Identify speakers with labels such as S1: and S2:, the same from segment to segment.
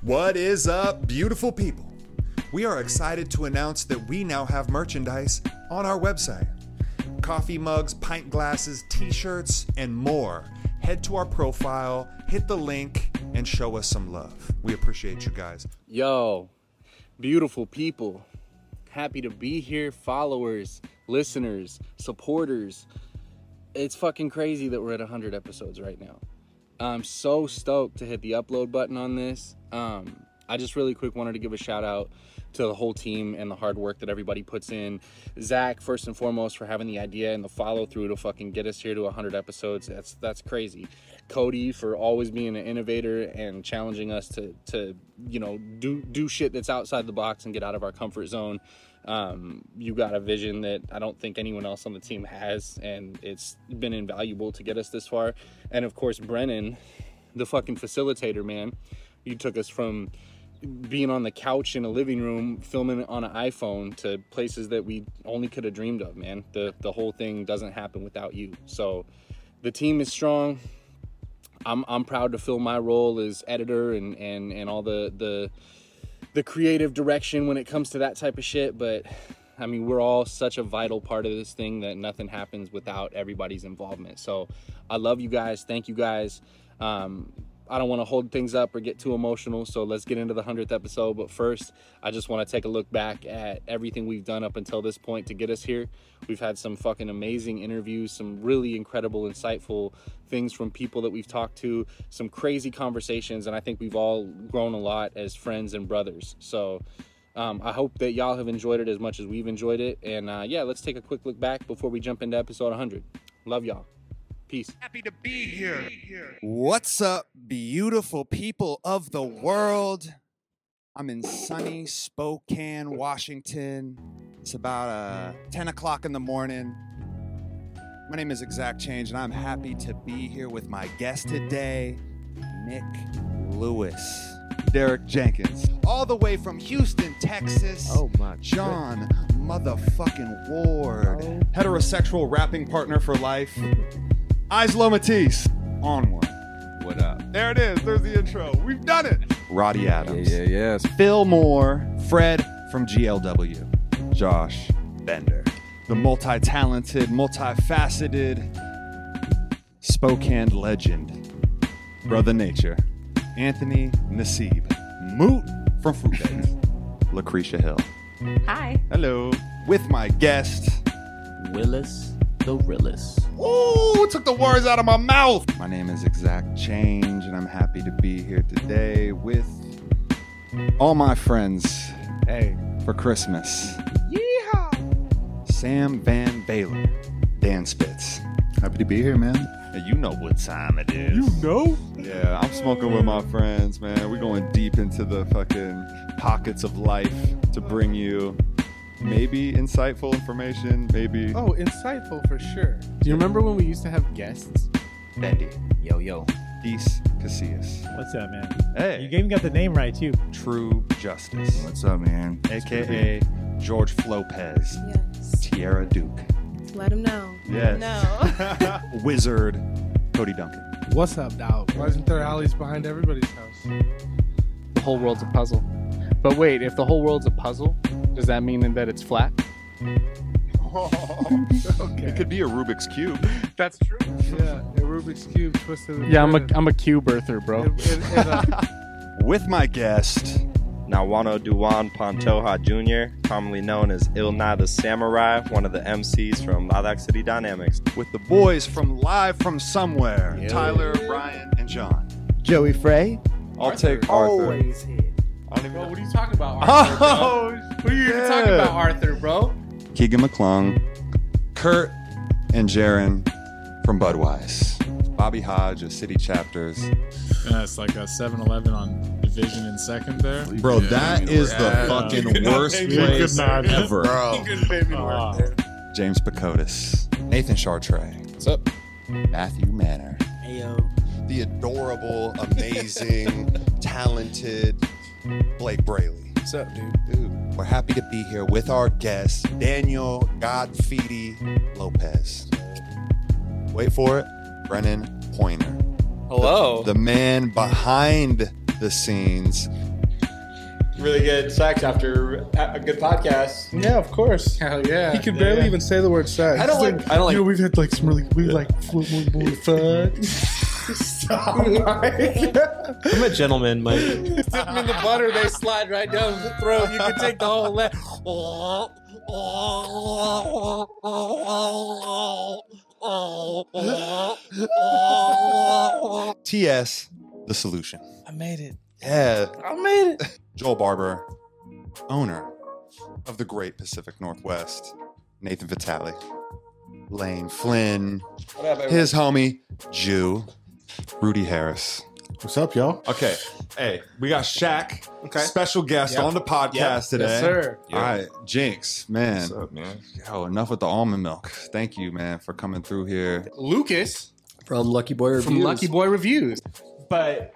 S1: What is up, beautiful people? We are excited to announce that we now have merchandise on our website. Coffee mugs, pint glasses, t shirts, and more. Head to our profile, hit the link, and show us some love. We appreciate you guys.
S2: Yo, beautiful people. Happy to be here, followers, listeners, supporters. It's fucking crazy that we're at 100 episodes right now. I'm so stoked to hit the upload button on this. Um, I just really quick wanted to give a shout out to the whole team and the hard work that everybody puts in. Zach, first and foremost, for having the idea and the follow through to fucking get us here to 100 episodes. That's that's crazy. Cody for always being an innovator and challenging us to to you know do do shit that's outside the box and get out of our comfort zone. Um, you got a vision that I don't think anyone else on the team has, and it's been invaluable to get us this far. And of course, Brennan, the fucking facilitator, man. You took us from being on the couch in a living room filming on an iPhone to places that we only could have dreamed of, man. The the whole thing doesn't happen without you. So the team is strong. I'm I'm proud to fill my role as editor and and and all the the the creative direction when it comes to that type of shit, but I mean, we're all such a vital part of this thing that nothing happens without everybody's involvement. So I love you guys. Thank you guys. Um, I don't want to hold things up or get too emotional. So let's get into the 100th episode. But first, I just want to take a look back at everything we've done up until this point to get us here. We've had some fucking amazing interviews, some really incredible, insightful things from people that we've talked to, some crazy conversations. And I think we've all grown a lot as friends and brothers. So um, I hope that y'all have enjoyed it as much as we've enjoyed it. And uh, yeah, let's take a quick look back before we jump into episode 100. Love y'all. Peace.
S3: happy to be here.
S4: What's up, beautiful people of the world? I'm in sunny Spokane, Washington. It's about uh, 10 o'clock in the morning. My name is Exact Change, and I'm happy to be here with my guest today, Nick Lewis. Derek Jenkins, all the way from Houston, Texas.
S5: Oh my
S4: John motherfucking Ward.
S5: Oh.
S4: Heterosexual rapping partner for life. Isla Matisse. Onward.
S5: What up?
S4: There it is. There's the intro. We've done it. Roddy Adams.
S5: Yeah, yeah, yes.
S4: Phil Moore. Fred from GLW. Josh Bender. The multi talented, multifaceted Spokane legend. Brother Nature. Anthony Nasib. Moot from Fruit Bends. Lucretia Hill.
S6: Hi.
S4: Hello. With my guest.
S7: Willis the Rillis.
S4: Ooh, took the words out of my mouth. My name is Exact Change, and I'm happy to be here today with all my friends. Hey, for Christmas. Yeehaw! Sam Van Baylor, Dan Spitz.
S8: Happy to be here, man.
S5: You know what time it is. You know.
S8: Yeah, I'm smoking with my friends, man. We're going deep into the fucking pockets of life to bring you maybe insightful information, maybe.
S9: Oh, insightful for sure. Do you remember when we used to have guests?
S4: Bendy.
S7: Yo, yo.
S4: Dees Casillas.
S10: What's up, man?
S4: Hey.
S10: You even got the name right too.
S4: True Justice.
S8: What's up, man?
S4: AKA George Lopez.
S6: Yes.
S4: Tierra Duke.
S6: Let him know.
S8: Yes.
S6: No.
S4: Wizard. Cody Duncan.
S9: What's up, dog? Why isn't there alleys behind everybody's house?
S2: the whole world's a puzzle. But wait, if the whole world's a puzzle, does that mean that it's flat?
S8: It could be a Rubik's Cube.
S2: That's true.
S9: Yeah, a Rubik's Cube twisted. and
S2: Yeah, I'm a
S9: turned.
S2: I'm a cube earther, bro.
S9: It- it- it, uh,
S4: With my guest.
S11: Nawano Duan Pantoja Jr., commonly known as Il Na the Samurai, one of the MCs from Lilac City Dynamics.
S4: with the boys from Live from Somewhere Tyler, Brian, and John.
S5: Joey Frey.
S8: I'll take Arthur.
S7: here.
S8: I don't even
S9: bro,
S8: know.
S9: what are you talking about, Arthur? bro? What are you even talking
S8: yeah.
S9: about, Arthur, bro?
S8: Keegan McClung.
S4: Kurt
S8: and Jaron from Budweiss. Bobby Hodge of City Chapters.
S12: Yeah, it's like a 7 Eleven on Division and Second there.
S8: Bro, that is the
S12: fucking worst place ever.
S8: Bro. James Pacotis. Nathan Chartre.
S2: What's up?
S8: Matthew Manor.
S7: Ayo.
S4: the adorable, amazing, talented Blake Braley. What's up, dude? Dude, we're happy to be here with our guest, Daniel Godfidi Lopez. Wait for it, Brennan Pointer. Hello. The, the man behind the scenes
S12: really good sex after a a good podcast.
S2: Yeah, of course.
S12: Hell yeah.
S2: He can barely
S12: Yeah.
S2: even say the word sex.
S12: I don't
S2: He's
S12: like- I don't
S2: you
S12: like-
S2: know, we've had like some really we like fl- fl- fl- fuck.
S12: Stop, Mike.
S10: I'm a gentleman, Mike.
S12: Dip 'em in the butter, they slide right down the throat. You can take the whole leg.
S8: TS, the solution.
S2: I made it.
S8: Yeah.
S2: I made it.
S8: Joel Barber, owner of the Great Pacific Northwest. Nathan Vitale, Lane Flynn,
S12: What up, everyone?
S8: his homie, Jew, Rudy Harris.
S2: What's up, y'all?
S8: Okay. Hey, we got Shaq, special guest
S4: Yep.
S8: on the podcast
S4: Yep.
S8: today.
S4: Yes, sir.
S8: All right, Jinx, man.
S4: What's up, man?
S8: Yo, enough with the almond milk. Thank you, man, for coming through here.
S12: Lucas
S8: From Lucky Boy
S12: from Lucky Boy Reviews.
S10: But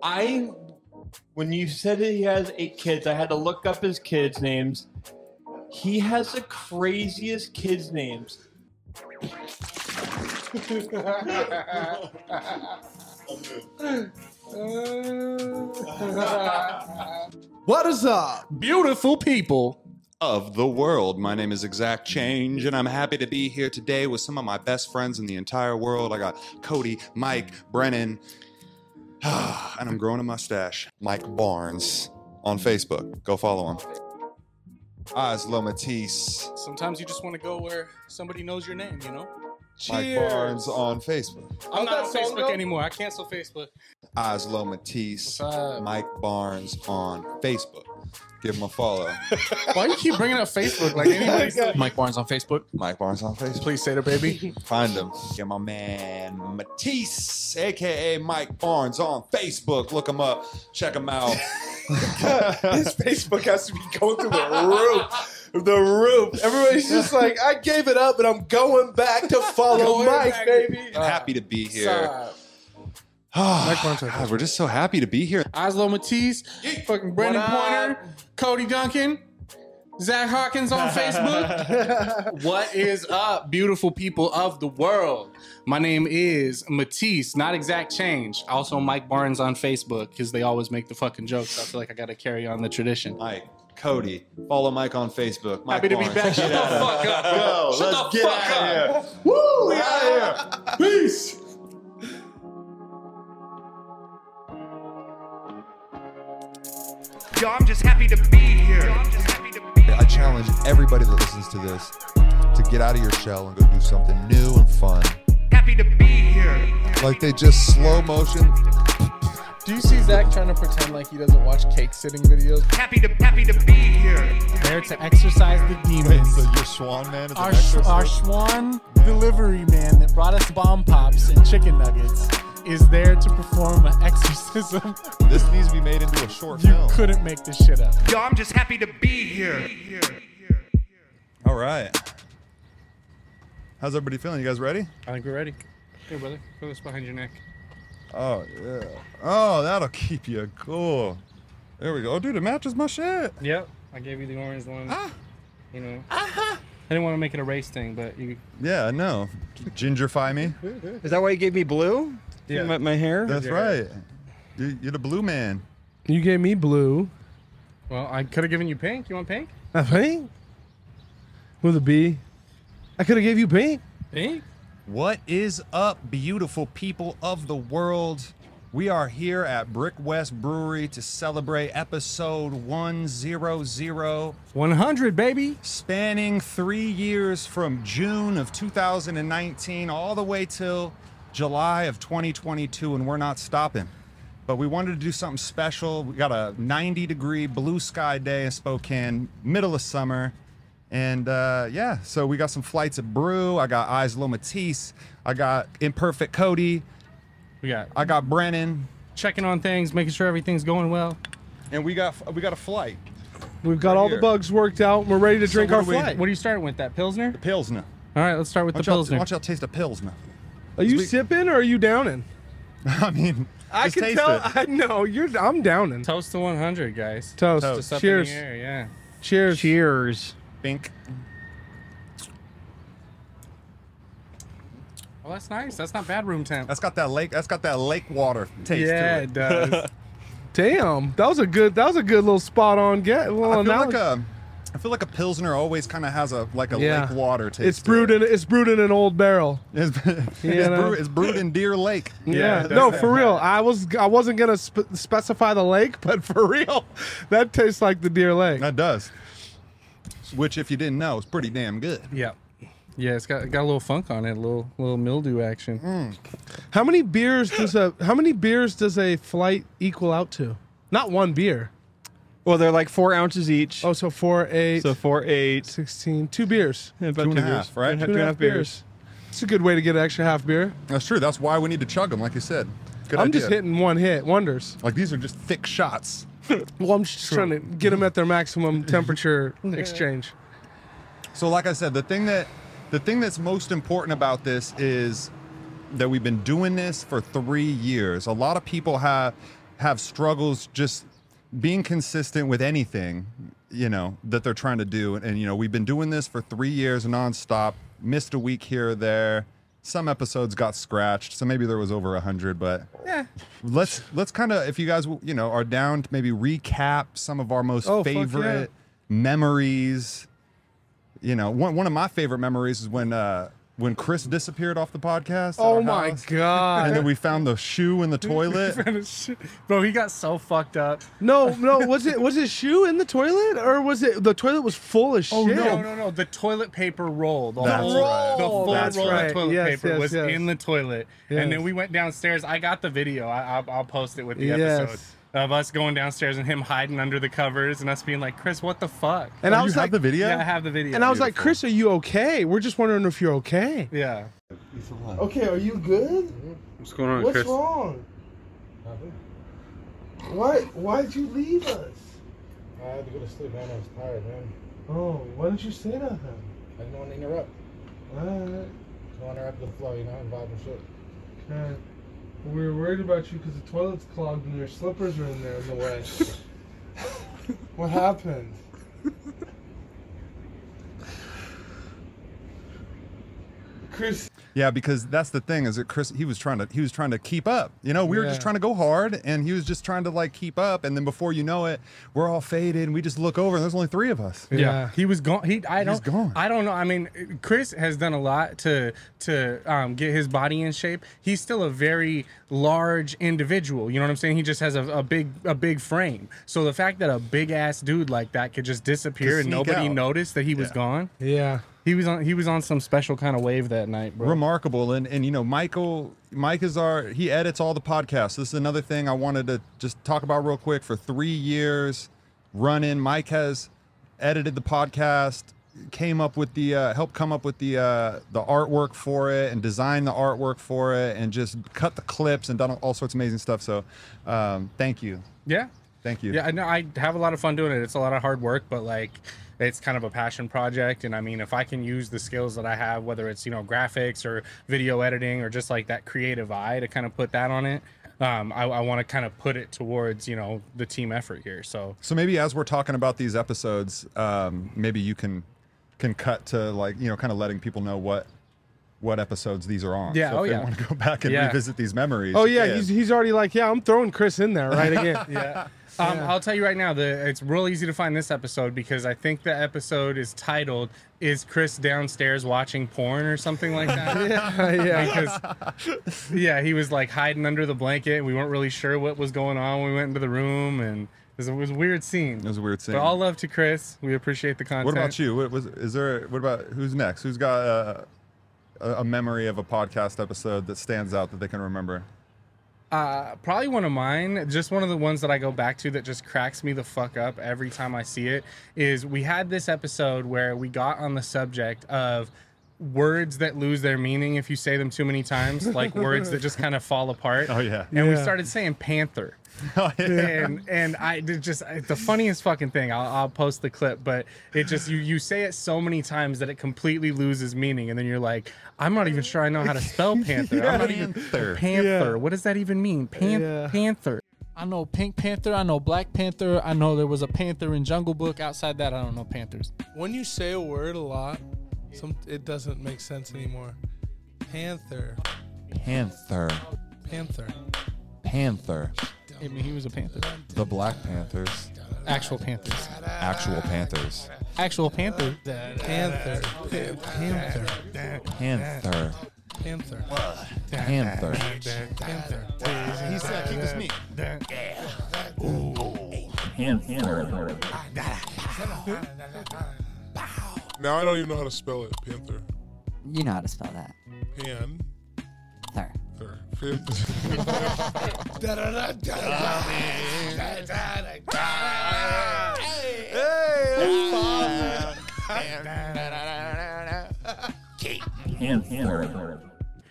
S12: I,
S10: when you said that he has eight kids, I had to look up his kids' names. He has the craziest kids' names.
S2: What is up?
S8: beautiful people of the world. My name is Exact Change, and I'm happy to be here today with some of my best friends in the entire world. I got Cody, Mike, Brennan, and I'm growing a mustache. Mike Barnes on Facebook. Go follow him. Oslo Matisse,
S12: Sometimes you just want to go where somebody knows your name, you know?
S8: Mike Barnes on Facebook.
S12: I'm not on
S2: that song
S12: Facebook
S2: go?
S12: anymore. I cancel Facebook.
S8: Oslo Matisse, Mike Barnes on Facebook. Give him a follow.
S2: Why do you keep bringing up Facebook? Like anybody's
S8: Mike Barnes on Facebook. Mike Barnes on Facebook.
S2: Please say the baby.
S8: Find him. Get my man Matisse, aka Mike Barnes on Facebook. Look him up. Check him out.
S12: His Facebook has to be going through the
S10: roof. The roof.
S12: Everybody's just like,
S10: I gave it up and I'm going back to
S12: follow Mike, baby.
S8: I'm happy to be here.
S12: Stop.
S8: God, we're just so happy to be here.
S12: Oslo Matisse, fucking Brendan
S2: What
S12: Pointer, Cody Duncan, Zach Hawkins on Facebook. what is up, beautiful people of the world? My name is Matisse, not exact change. Also, Mike Barnes on Facebook because they always make the fucking jokes. I feel like I got to carry on the tradition.
S8: Mike, Cody, follow Mike on Facebook. Mike
S12: Happy to be
S8: Barnes,
S12: back.
S8: get
S12: Shut the
S8: at it.
S12: fuck up, bro.
S8: Go,
S12: Shut
S8: let's
S12: the
S8: get
S12: fuck
S8: out
S12: up.
S8: of here.
S12: Woo!
S8: We out of here. Peace.
S13: Yo, I'm just happy to be here.
S8: I challenge everybody that listens to this to get out of your shell and go do something new and fun.
S13: Happy to be here.
S8: Like they just slow motion.
S2: Do you see Zach trying to pretend like he doesn't watch cake sitting videos?
S13: Happy to happy to be here.
S2: There to exercise the demons.
S8: so your swan man is
S2: our, sh- our swan delivery man that brought us bomb pops and chicken nuggets is there to perform an exorcism.
S8: This needs to be made into a short
S2: you couldn't make this shit up.
S13: Yo, I'm just happy to be here.
S8: All right. How's everybody feeling? You guys ready?
S2: I think we're ready.
S12: Here, brother, put this behind your neck.
S8: Oh yeah. Oh, that'll keep you cool. There we go. Oh, dude, it matches my shit.
S12: Yep, I gave you the orange one. You know, I didn't want to make it a race thing, but you.
S8: Yeah, I know. Gingerfy me.
S12: Is
S8: Is that why you gave me blue?
S12: Yeah.
S10: My- my hair?
S8: That's
S10: Yeah.
S8: right. You, you're the blue man.
S2: You gave me blue.
S12: Well, I could have given you pink. You want pink?
S10: I think. With a B. I could have gave you pink.
S12: Pink?
S4: What is up, beautiful people of the world? We are here at Brick West Brewery to celebrate episode 100.
S2: 100, baby.
S4: Spanning three years from June of 2019 all the way till July of 2022, and we're not stopping. But we wanted to do something special. We got a 90 degree blue sky day in Spokane, middle of summer. And uh, yeah, so we got some flights at Brew. I got Isla Matisse. I got Imperfect Cody.
S12: We got
S4: I got Brennan.
S12: Checking on things, making sure everything's going well.
S4: And we got we got a flight.
S10: We've got all the
S4: here.
S10: bugs worked out. We're ready to
S4: So
S10: drink
S4: what
S10: our
S4: do we-
S10: flight.
S12: What are you starting with? That Pilsner? The
S4: Pilsner.
S12: All right, let's start with
S4: Watch
S12: the
S4: y'all-
S12: Pilsner.
S4: watch y'all taste the Pilsner.
S10: Are you sipping or are you downing?
S4: I mean,
S10: I
S12: just
S10: can
S12: taste
S10: tell.
S12: it.
S10: I know you're. I'm downing.
S12: Toast to 100, guys.
S10: Toast.
S12: Just up in
S10: Cheers.
S12: the air, yeah.
S10: Cheers.
S4: Cheers. Bink.
S12: Well, that's nice. That's not bad room temp.
S4: That's got that lake. That's got that lake water taste
S12: Yeah,
S4: to it.
S12: it does.
S10: Damn, that was a good. That was a good little spot on get. Little
S4: I feel
S10: analogy.
S4: like a, I feel like a pilsner always kind of has a like a
S10: Yeah.
S4: lake water taste.
S10: It's brewed in. It's brewed in an old barrel.
S4: It's, it's, brew- it's brewed in Deer Lake.
S10: Yeah, no, for real. I was I wasn't gonna sp- specify the lake, but for real, that tastes like the Deer Lake.
S4: That does. Which, if you didn't know, is pretty damn good.
S10: Yeah, yeah. It's got got a little funk on it, a little little mildew action.
S14: Mm.
S10: How many beers does a How many beers does a flight equal out to? Not one beer.
S14: Well, they're like four ounces each.
S10: Oh, so four, eight.
S14: So four, eight.
S10: 16. Two beers.
S14: Yeah, about
S4: Two and a
S14: beers.
S4: half, right?
S14: Two and a half, two and a half beers.
S10: It's a good way to get an extra half beer.
S4: That's true. That's why we need to chug them, like you said. Good
S10: I'm
S4: idea.
S10: just hitting one hit wonders.
S4: Like these are just thick shots.
S10: well, I'm just trying to get them at their maximum temperature exchange.
S4: So, like I said, the thing that the thing that's most important about this is that we've been doing this for three years. A lot of people have have struggles just being consistent with anything, you know, that they're trying to do. And, you know, we've been doing this for three years nonstop. Missed a week here or there. Some episodes got scratched, so maybe there was over a hundred, but
S10: Yeah.
S4: let's let's kind of if you guys you know are down to maybe recap some of our most
S10: Oh, fuck yeah.
S4: favorite memories you know one, one of my favorite memories is when uh when chris disappeared off the podcast at
S12: Oh
S4: our
S12: my
S4: house,
S10: God.
S4: and then we found the shoe in the toilet
S12: Bro, he got so fucked up.
S10: No, no. Was it was his shoe in the toilet, or was it the toilet was full of shit?
S12: Oh, No, no, no. The toilet paper roll. The
S10: That's
S12: whole
S10: right.
S12: the full
S10: That's
S12: roll
S10: right.
S12: of toilet
S10: Yes,
S12: paper
S10: yes,
S12: was
S10: yes.
S12: in the toilet.
S10: Yes.
S12: And then we went downstairs. I got the video. I, I'll, I'll post it with the
S10: Yes.
S12: episode of us going downstairs and him hiding under the covers and us being like, Chris, what the fuck?
S10: And I was like,
S12: Yeah, I Oh, have the video.
S10: And I was like, Chris, are you okay? We're just wondering if you're okay.
S12: Yeah.
S15: Okay, are you good?
S16: What's going on,
S15: What's
S16: Chris?
S15: wrong? Why why'd you leave us?
S17: I had to go to sleep, man. I was tired, man.
S15: Oh, why didn't you say nothing?
S17: I didn't want to interrupt.
S15: Alright.
S17: Didn't want to interrupt the flow, you know, and vibe and shit.
S15: Okay. We were worried about you because the toilet's clogged and your slippers are in there in the way. what happened? Chris.
S4: yeah because that's the thing is that chris he was trying to he was trying to keep up you know we were just
S10: Yeah.
S4: trying to go hard and he was just trying to like keep up and then before you know it we're all faded and we just look over and there's only three of us
S12: Yeah. he was gone. He, I
S4: He's
S12: don't, I don't know. I mean, Chris has done a lot to to um, get his body in shape. He's still a very large individual. You know what I'm saying? He just has a, a big a big frame. So the fact that a big ass dude like that could just disappear
S10: Could
S12: and
S10: sneak
S12: nobody
S10: out.
S12: noticed that he was gone.
S10: Yeah.
S12: He was on. He was on some special kind of wave that night, bro.
S4: remarkable and and you know michael mike is our he edits all the podcasts this is another thing i wanted to just talk about real quick for three years running mike has edited the podcast came up with the uh helped come up with the uh the artwork for it and designed the artwork for it and just cut the clips and done all sorts of amazing stuff so um thank you
S12: yeah.
S4: thank you
S12: Yeah, I know. I have a lot of fun doing it. It's a lot of hard work, but like, it's kind of a passion project. And I mean, if I can use the skills that I have, whether it's you know graphics or video editing or just like that creative eye to kind of put that on it, um, I, I want to kind of put it towards you know the team effort here. So
S4: So maybe as we're talking about these episodes, um, maybe you can can cut to like you know kind of letting people know what what episodes these are on.
S10: Yeah,
S4: So
S10: oh,
S4: if
S10: yeah.
S4: They want to go back and
S10: Yeah.
S4: revisit these memories.
S10: Oh yeah,
S4: you
S10: he's, he's already like, yeah, I'm throwing Chris in there right again.
S12: yeah. Um, I'll tell you right now, the it's real easy to find this episode because I think the episode is titled "Is Chris Downstairs Watching Porn" or something like that.
S10: Yeah, yeah.
S12: Because yeah, he was like hiding under the blanket. We weren't really sure what was going on when we went into the room, and it was, a- it was a weird scene. It
S4: was a weird scene.
S12: But all love to Chris. We appreciate the content.
S4: What about you? What was is there? What about who's next? Who's got a, a, a memory of a podcast episode that stands out that they can remember?
S12: Uh, probably one of mine, just one of the ones that I go back to that just cracks me the fuck up every time I see it. Is we had this episode where we got on the subject of words that lose their meaning if you say them too many times, like words that just kind of fall apart.
S4: Oh, yeah.
S12: And we
S4: Yeah.
S12: started saying panther.
S4: Oh, yeah.
S12: And and I did just I- the funniest fucking thing. I'll, I'll post the clip, but it just you you say it so many times that it completely loses meaning, and then you're like, I'm not even sure I know how to spell panther. I'm not even
S4: panther.
S12: Panther. What does that even mean? Pan- Panther.
S2: I know Pink Panther. I know Black Panther. I know there was a Panther in Jungle Book. Outside that, I don't know Panthers.
S15: When you say a word a lot, some it doesn't make sense anymore. Panther.
S8: Panther.
S15: Panther.
S8: Panther.
S18: I mean, he was a Panther.
S4: The Black Panthers.
S18: Actual Panthers.
S4: Actual Panthers.
S18: Actual Panther. Panther.
S4: Panther. Panther.
S18: Panther.
S4: Panther.
S18: Panther.
S4: He's like, he was me.
S8: Panther.
S19: Now I don't even know how to spell it. Panther.
S20: You know how to spell that.
S19: Pan.
S20: Thir.
S19: Thir. Fifth.
S8: Panther.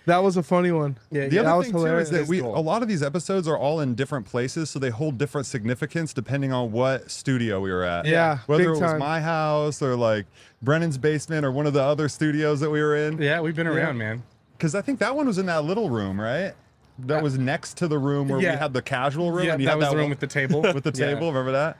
S10: That was a funny one. Yeah,
S4: The
S10: that
S4: other
S10: was
S4: thing too
S10: hilarious.
S4: is that we a lot of these episodes are all in different places, so they hold different significance depending on what studio we were at.
S10: Yeah,
S4: whether
S10: big
S4: it was
S10: time.
S4: my house or like Brennan's basement or one of the other studios that we were in.
S10: Yeah, we've been around, man.
S4: Because I think that one was in that little room, right? That was next to the room where
S10: Yeah.
S4: we had the casual room.
S10: Yeah,
S4: and you
S10: that
S4: had
S10: was
S4: that
S10: the room
S4: one-
S10: with the table.
S4: with the
S10: Yeah.
S4: table. Remember that?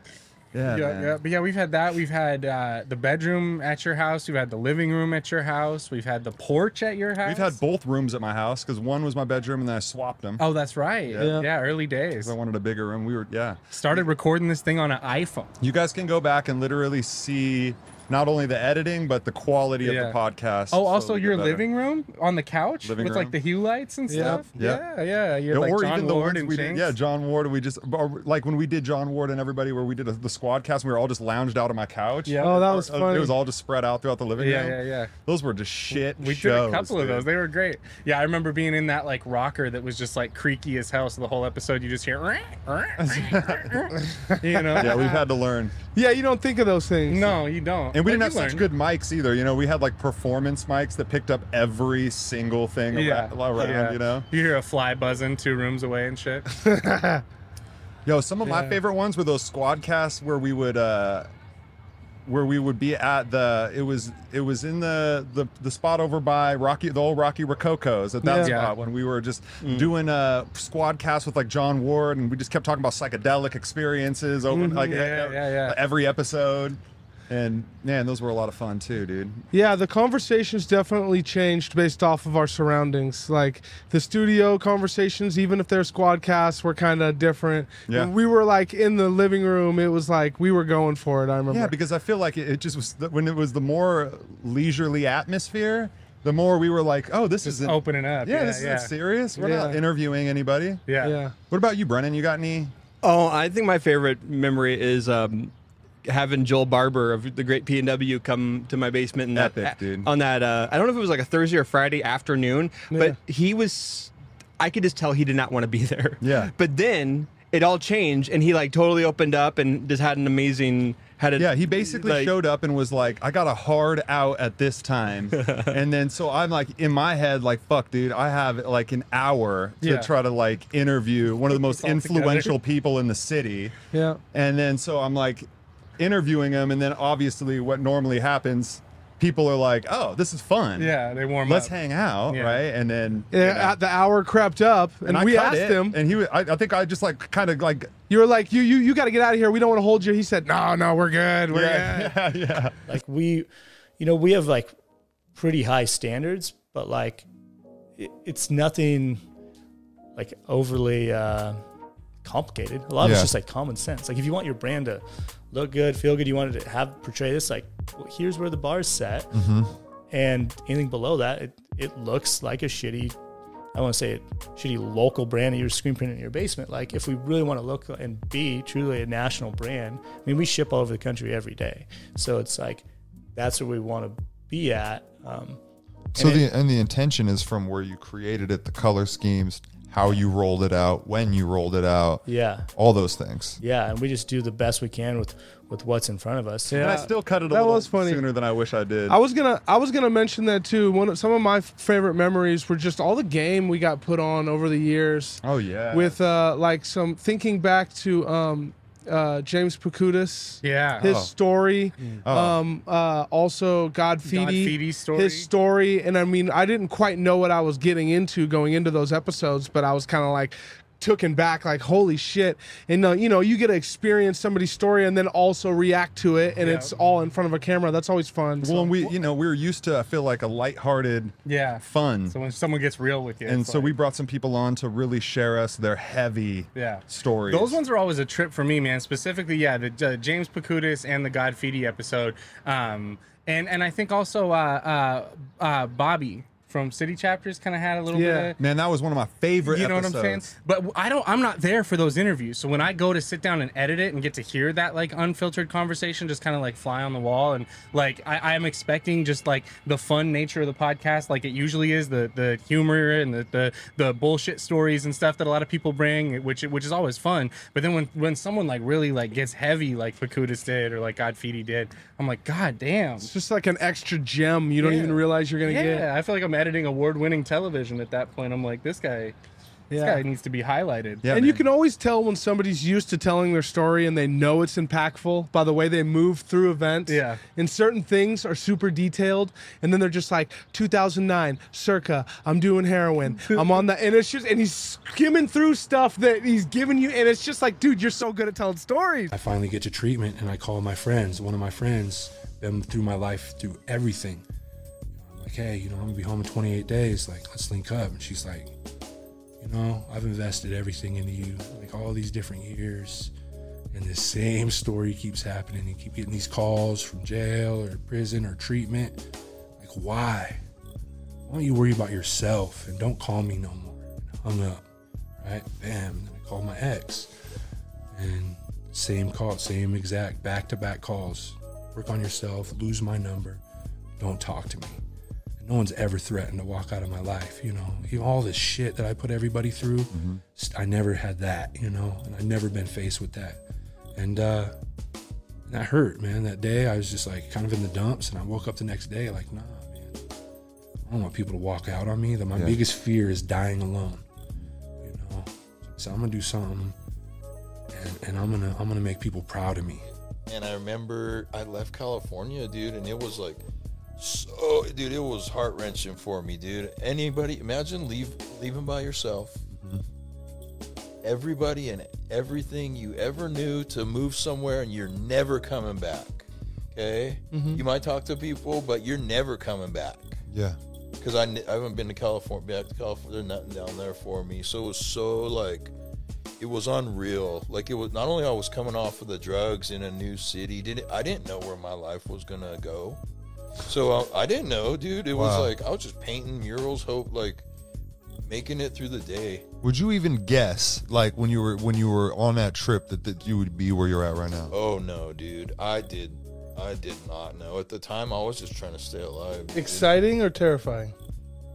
S4: Yeah,
S10: yeah,
S4: man.
S10: yeah, but yeah, we've had that. We've had uh, the bedroom at your house. We've had the living room at your house. We've had the porch at your house.
S4: We've had both rooms at my house because one was my bedroom and then I swapped them.
S10: Oh, that's right. Yeah, early days.
S4: I wanted a bigger room. We were yeah.
S10: Started recording this thing on an iPhone.
S4: You guys can go back and literally see not only the editing but the quality
S10: Yeah.
S4: of the podcast.
S10: Oh, also
S4: slowly get
S10: your
S4: better.
S10: living room on the couch
S4: Living
S10: with like
S4: room.
S10: the hue lights and
S4: Yep,
S10: stuff.
S4: yep.
S10: Yeah, yeah. You had, like,
S4: or
S10: John
S4: even the
S10: Ward
S4: ones
S10: and
S4: we did,
S10: Shanks.
S4: yeah, John Ward. We just or, like when we did John Ward and everybody, where we did a, the squad cast. We were all just lounged out on my couch.
S10: Yeah. Oh, that was
S4: Uh,
S10: funny.
S4: It was all just spread out throughout the living
S10: Yeah,
S4: room.
S10: yeah, yeah.
S4: Those were just shit.
S10: We
S4: shows,
S10: did a couple of
S4: dude.
S10: those. They were great. Yeah, I remember being in that like rocker that was just like creaky as hell. So the whole episode you just hear, you know.
S4: yeah, we've had to learn.
S10: Yeah, you don't think of those things. No, you don't.
S4: And we
S10: But
S4: didn't have
S10: you
S4: such
S10: learn.
S4: good mics either. You know, we had like performance mics that picked up every single thing
S10: Yeah,
S4: around, around,
S10: yeah.
S4: you know?
S10: You hear a fly buzzing two rooms away and shit.
S4: Yo, some of my
S10: Yeah.
S4: favorite ones were those squad casts where we would uh where we would be at the it was it was in the the, the spot over by Rocky the old Rocky Rococo's at that
S10: Yeah. Mm.
S4: spot when we were just doing a squad cast with like John Ward and we just kept talking about psychedelic experiences over
S10: Mhm.
S4: like
S10: Yeah,
S4: uh,
S10: yeah, yeah.
S4: every episode. And man, those were a lot of fun too, dude.
S10: Yeah, the conversations definitely changed based off of our surroundings. Like the studio conversations, even if they're squad casts, were kind of different.
S4: Yeah.
S10: When we were like in the living room, it was like we were going for it. I remember.
S4: Yeah, because I feel like it, it just was the, when it was the more leisurely atmosphere, the more we were like, oh, this isn't
S10: opening up.
S4: Yeah,
S10: Yeah,
S4: this
S10: yeah.
S4: isn't serious. We're not
S10: Yeah.
S4: interviewing anybody.
S10: Yeah.
S4: What about you, Brennan? You got any?
S7: Oh, I think my favorite memory is um, having Joel Barber of the Great P and W come to my basement and that
S4: Epic, dude.
S7: on that. Uh, I don't know if it was like a Thursday or Friday afternoon, but he was. I could just tell he did not want to be there.
S4: Yeah.
S7: But then it all changed, and he like totally opened up and just had an amazing had a
S4: Yeah, he basically
S7: like-
S4: showed up and was like, I got a hard out at this time. and then so I'm like in my head, like, fuck, dude, I have like an hour to
S10: Yeah.
S4: try to like interview one of the most
S10: all together.
S4: influential people in the city.
S10: Yeah.
S4: And then so I'm like interviewing him, and then obviously what normally happens, people are like, "Oh, this is fun.
S10: Yeah, they warm
S4: Let's
S10: up.
S4: hang out,
S10: Yeah.
S4: right?" And then
S10: Yeah, at the hour crept up, and,
S4: I
S10: we
S4: cut
S10: asked
S4: it,
S10: him.
S4: and he, wa- I, I think I just like kind of like
S10: You were like, you you you got to get out of here. We don't want to hold you. He said, No,
S12: Oh,
S10: no, we're good. We're
S12: Yeah,
S4: good. Yeah, yeah.
S12: Like we, you know, we have like pretty high standards, but like it, it's nothing like overly uh, complicated. A lot of
S6: Yeah.
S12: it's just like common sense. Like if you want your brand to look good, feel good, you want it to have portray this. Like well, here's where the bar's set,
S6: Mhm.
S12: and anything below that, it it looks like a shitty. I want to say it, shitty local brand that you're screen printing in your basement. Like, if we really want to look and be truly a national brand, I mean, we ship all over the country every day. So it's like, that's where we want to be at. Um,
S4: So
S12: and it-
S4: the and the intention is from where you created it, the color schemes, how you rolled it out, when you rolled it out,
S12: Yeah.
S4: all those things.
S12: yeah, and we just do the best we can with with what's in front of us.
S4: And I still cut it a
S12: That
S4: little
S12: was funny.
S4: sooner than I wish I did.
S12: I
S10: I was gonna I was gonna mention that too. One of some of my f- favorite memories were just all the game we got put on over the years.
S4: Oh, yeah.
S10: With uh like some thinking back to um uh James Pacutis.
S21: Yeah.
S10: His
S21: Oh.
S10: story.
S21: Oh.
S10: Um uh also Godfeedy.
S21: Godfeedy's story.
S10: His story. And I mean I didn't quite know what I was getting into going into those episodes, but I was kinda like took and back, like holy shit. And uh, you know, you get to experience somebody's story and then also react to it, and
S4: Yeah.
S10: it's all in front of a camera. That's always fun.
S4: Well, and we, you know, we were used to, I feel like, a lighthearted
S10: Yeah.
S4: fun.
S12: So when someone gets real with you,
S4: and
S12: it's
S4: so
S12: like-
S4: we brought some people on to really share us their heavy
S12: Yeah.
S4: stories.
S12: Those ones are always a trip for me, man. Specifically, yeah, the uh, James Pacutis and the Godfidi episode, um, and and I think also uh, uh, uh, Bobby from City Chapters kind of had a little bit. of...
S4: Man, that was one of my favorite
S12: You know what I'm saying?
S4: episodes.
S12: But w- I don't. I'm not there for those interviews. So when I go to sit down and edit it and get to hear that like unfiltered conversation, just kind of like fly on the wall, and like I, I'm expecting just like the fun nature of the podcast, like it usually is, the the humor and the, the the bullshit stories and stuff that a lot of people bring, which which is always fun. But then when when someone like really like gets heavy, like Fakutas did or like Godfidi did, I'm like, God damn.
S10: It's just like an extra gem you don't
S12: Yeah.
S10: even realize you're gonna
S12: yeah,
S10: get.
S12: I feel like I'm editing award-winning television at that point. I'm like, this guy, this
S10: Yeah.
S12: guy needs to be highlighted.
S10: and you can always tell when somebody's used to telling their story and they know it's impactful by the way they move through events.
S12: Yeah.
S10: And certain things are super detailed, and then they're just like 2009, circa. I'm doing heroin. I'm on the and it's just and he's skimming through stuff that he's giving you, and it's just like, dude, you're so good at telling stories.
S22: I finally get to treatment and I call my friends, one of my friends, them through my life, through everything. I'm like, hey, you know, I'm gonna be home in 28 days. Like, let's link up. And she's like, you know, I've invested everything into you, like all these different years. And this same story keeps happening. You keep getting these calls from jail or prison or treatment. Like, why? Why don't you worry about yourself and don't call me no more? hung up, right? Bam. And then I called my ex. And same call, same exact back to back calls. Work on yourself, lose my number, don't talk to me. And no one's ever threatened to walk out of my life, you know. You know, all this shit that I put everybody through, s- I never had that, you know, and I've never been faced with that. And uh that hurt, man. That day I was just like kind of in the dumps and I woke up the next day like, nah, man. I don't want people to walk out on me. That my
S4: Yeah.
S22: biggest fear is dying alone. You know. So I'm gonna do something and, and I'm gonna I'm gonna make people proud of me.
S8: And I remember I left California, dude, and it was like so dude, it was heart wrenching for me, dude. Anybody imagine leave leaving by yourself. Everybody and everything you ever knew to move somewhere and you're never coming back. Okay?
S4: Mhm.
S8: You might talk to people, but you're never coming back.
S4: Yeah.
S8: because I, n- I haven't been to California back to California. There's nothing down there for me. So it was so like it was unreal. Like it was not only I was coming off of the drugs in a new city. Did not I didn't know where my life was gonna go. So I, I didn't know, dude. It was
S4: Wow.
S8: like I was just painting murals, hope like making it through the day.
S4: Would you even guess, like when you were when you were on that trip, that, that you would be where you're at right now?
S8: Oh no, dude. I did. I did not know at the time. I was just trying to stay alive. dude.
S10: Exciting or terrifying?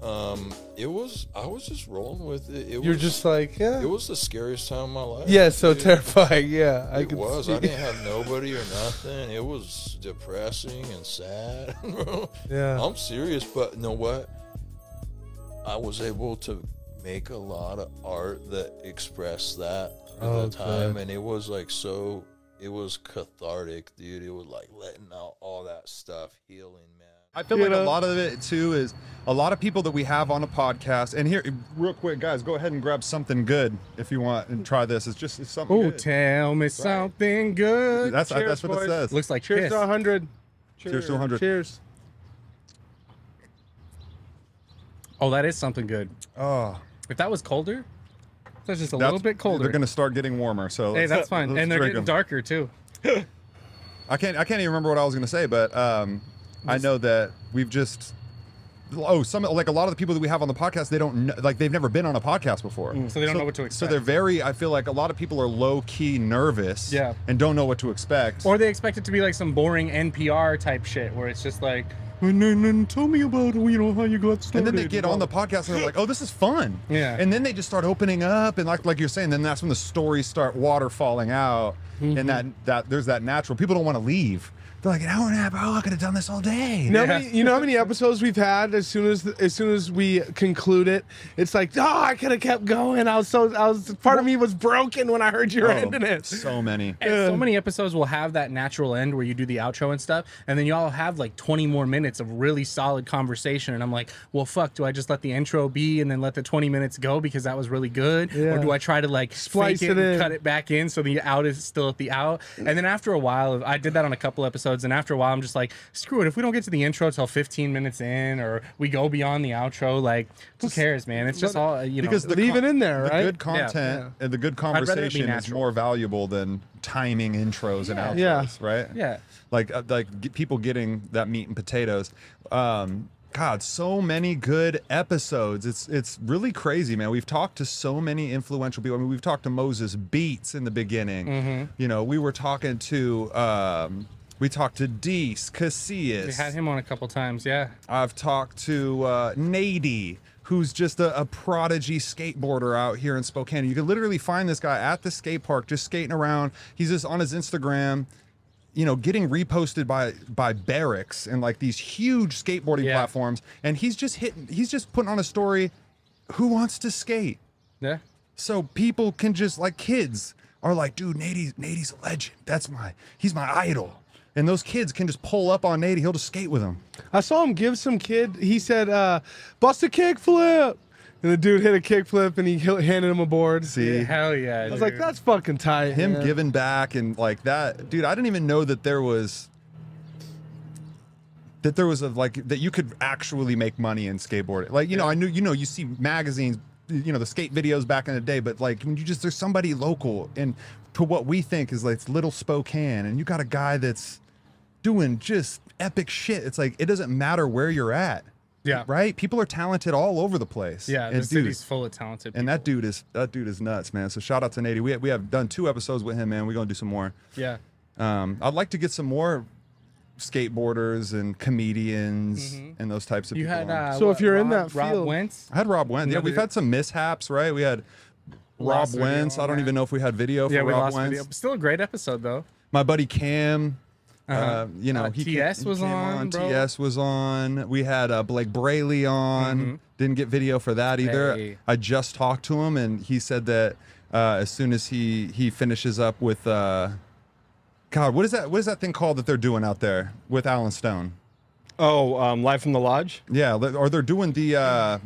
S8: Um, it was. I was just rolling with it. it
S10: You're
S8: was,
S10: just like, yeah.
S8: It was the scariest time of my life.
S10: Yeah, so
S8: dude.
S10: terrifying, yeah, I
S8: it
S10: could
S8: was.
S10: see.
S8: I didn't have nobody or nothing. It was depressing and sad.
S10: Yeah.
S8: I'm serious, but you know what? I was able to make a lot of art that expressed that at
S22: Oh,
S8: the time,
S22: good.
S8: and it was like so. It was cathartic, dude. It was like letting out all that stuff, healing, man.
S4: I feel
S8: You
S4: like
S8: know?
S4: a lot of it too is a lot of people that we have on a podcast. And here, real quick, guys, go ahead and grab something good if you want and try this. It's just it's something.
S12: Oh,
S4: good.
S12: tell me something good.
S4: That's- Cheers, that's what it boys. says.
S12: Looks like
S4: Cheers
S12: cheers.
S4: to
S10: 100.
S4: Cheers to 100.
S10: Cheers.
S12: Oh, that is something good.
S10: Ah.
S4: Oh,
S12: if that was colder, that's just a
S4: That's-
S12: little bit colder.
S4: They're gonna start getting warmer. So
S12: hey,
S4: let's-
S12: that's fine.
S4: let's
S12: And they're
S4: drink
S12: getting
S4: 'em.
S12: darker too.
S4: I can't. I can't even remember what I was gonna say, but um, I know that we've just. Oh, some like a lot of the people that we have on the podcast, they don't know, like they've never been on a podcast before,
S12: Mm. So they don't know what to
S4: So they're
S12: expect.
S4: very. I feel like a lot of people are low key nervous,
S12: Yeah.
S4: and don't know what to expect.
S12: Or they expect it to be like some boring NPR type shit where it's just like, and then, then tell me about you know how you got started.
S4: And then they get on the podcast and they're like, "Oh, this is fun." Yeah. And then they just start opening up, and like like you're saying, then that's when the stories start waterfalling out, and that that there's that natural. People don't want to leave.
S23: They're like an hour and a half. Oh, I could have done this all day.
S10: You know, how many, you know how many episodes we've had. As soon as as soon as we conclude it, it's like, oh, I could have kept going. I was so I was part of me was broken when I heard you were
S4: Oh,
S10: ending it.
S4: So many.
S12: And so many episodes will have that natural end where you do the outro and stuff, and then y'all have like 20 more minutes of really solid conversation. And I'm like, well, fuck, do I just let the intro be and then let the 20 minutes go because that was really good? Or
S10: Yeah.
S12: do I try to like
S10: Splice
S12: fake
S10: it
S12: and
S10: in.
S12: cut it back in so the out is still at the out? And then after a while, I did that on a couple episodes, and after a while, I'm just like, screw it. If we don't get to the intro till 15 minutes in or we go beyond the outro, like, who cares, man? It's just all, you know,
S4: because the
S10: leave it in there,
S4: the
S10: right?
S4: good
S12: Yeah.
S4: content and the good
S12: rather it be
S4: conversation is
S12: natural.
S4: more valuable than timing intros and
S10: Yeah.
S4: outros, right?
S12: Yeah.
S4: Like uh, like get people getting that meat and potatoes. Um, God, so many good episodes. It's it's really crazy, man. We've talked to so many influential people. I mean, we've talked to Moses Beats in the beginning.
S12: Mhm.
S4: You know, we were talking to um, we talked to Dees Casillas.
S12: we had him on a couple times, yeah.
S4: I've talked to uh, Nady, who's just a, a prodigy skateboarder out here in Spokane. You can literally find this guy at the skate park, just skating around. He's just on his Instagram, you know, getting reposted by by Barracks and like these huge skateboarding platforms. And he's just hitting. He's just putting on a story. Who wants to skate?
S12: Yeah.
S4: So people can just like kids are like, dude, Nady's Nady's a legend. That's my he's my idol. And those kids can just pull up on Nady. He'll just skate with them.
S10: I saw him give some kid. He said, uh, "Bust a kickflip," and the dude hit a kickflip, and he h- handed him a board.
S4: See? Yeah, hell
S12: yeah!
S10: I was like,
S4: dude.
S10: "That's fucking tight."
S4: him
S10: man.
S4: giving back and like that dude i didn't even know that there was that there was a like that you could actually make money in skateboarding like you know i knew you know you see magazines you know the skate videos back in the day but like when you just there's somebody local and to what we think is like it's little spokane and you got a guy that's doing just epic shit it's like it doesn't matter where you're at
S12: yeah
S4: right people are talented all over the place
S12: Yeah,
S4: and
S12: the city's full of talented
S4: and that dude is that dude is nuts, man. So shout out to Nady. We we have done two episodes with him, man. We're gonna do some more.
S12: Yeah.
S4: Um, I'd like to get some more skateboarders and comedians and those types of
S12: Mm-hmm. You
S4: people.
S12: had,
S4: on.
S12: uh, So if what, you're in Rob- that Rob field- Wentz?
S4: I had Rob Wentz. Yeah,
S12: Another-
S4: we've had some mishaps, right? We had Rob
S12: Lost video
S4: Wentz. I don't even know if we had video for
S12: yeah, we
S4: Rob
S12: lost
S4: Wentz.
S12: video. But still a great episode though.
S4: My buddy Cam. uh
S12: Uh-huh.
S4: you know,
S12: Uh,
S4: he
S12: TS
S4: came-
S12: was
S4: came
S12: on, bro.
S4: TS was on. We had uh, Blake Brayley on. Didn't get video for that either.
S12: Mm-hmm. Hey.
S4: I just talked to him, and he said that uh, as soon as he he finishes up with, uh, God, what is that? What is that thing called that they're doing out there with Alan Stone?
S24: Oh, um, live from the lodge.
S4: Yeah, li- or they're doing the. Uh,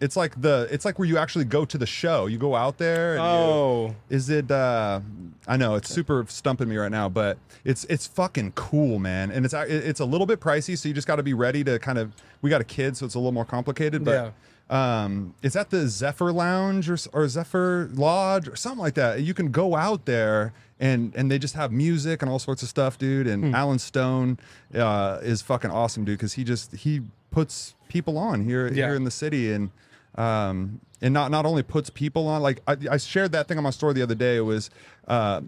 S4: it's like the. It's like where you actually go to the show. You go out there. And you-
S24: Oh.
S4: is it? Uh, I know it's super stumping me right now, but it's it's fucking cool, man. And it's ac- it- it's a little bit pricey, so you just got to be ready to kind of. We got a kid, so it's a little more complicated, but. Um, it's at the Zephyr Lounge or, s- or Zephyr Lodge or something like that. You can go out there and and they just have music and all sorts of stuff, dude. And Alan Stone uh, is fucking awesome, dude, because he just he puts people on here here in the city and um and not not only puts people on like I, I shared that thing on my story the other day. It was uh,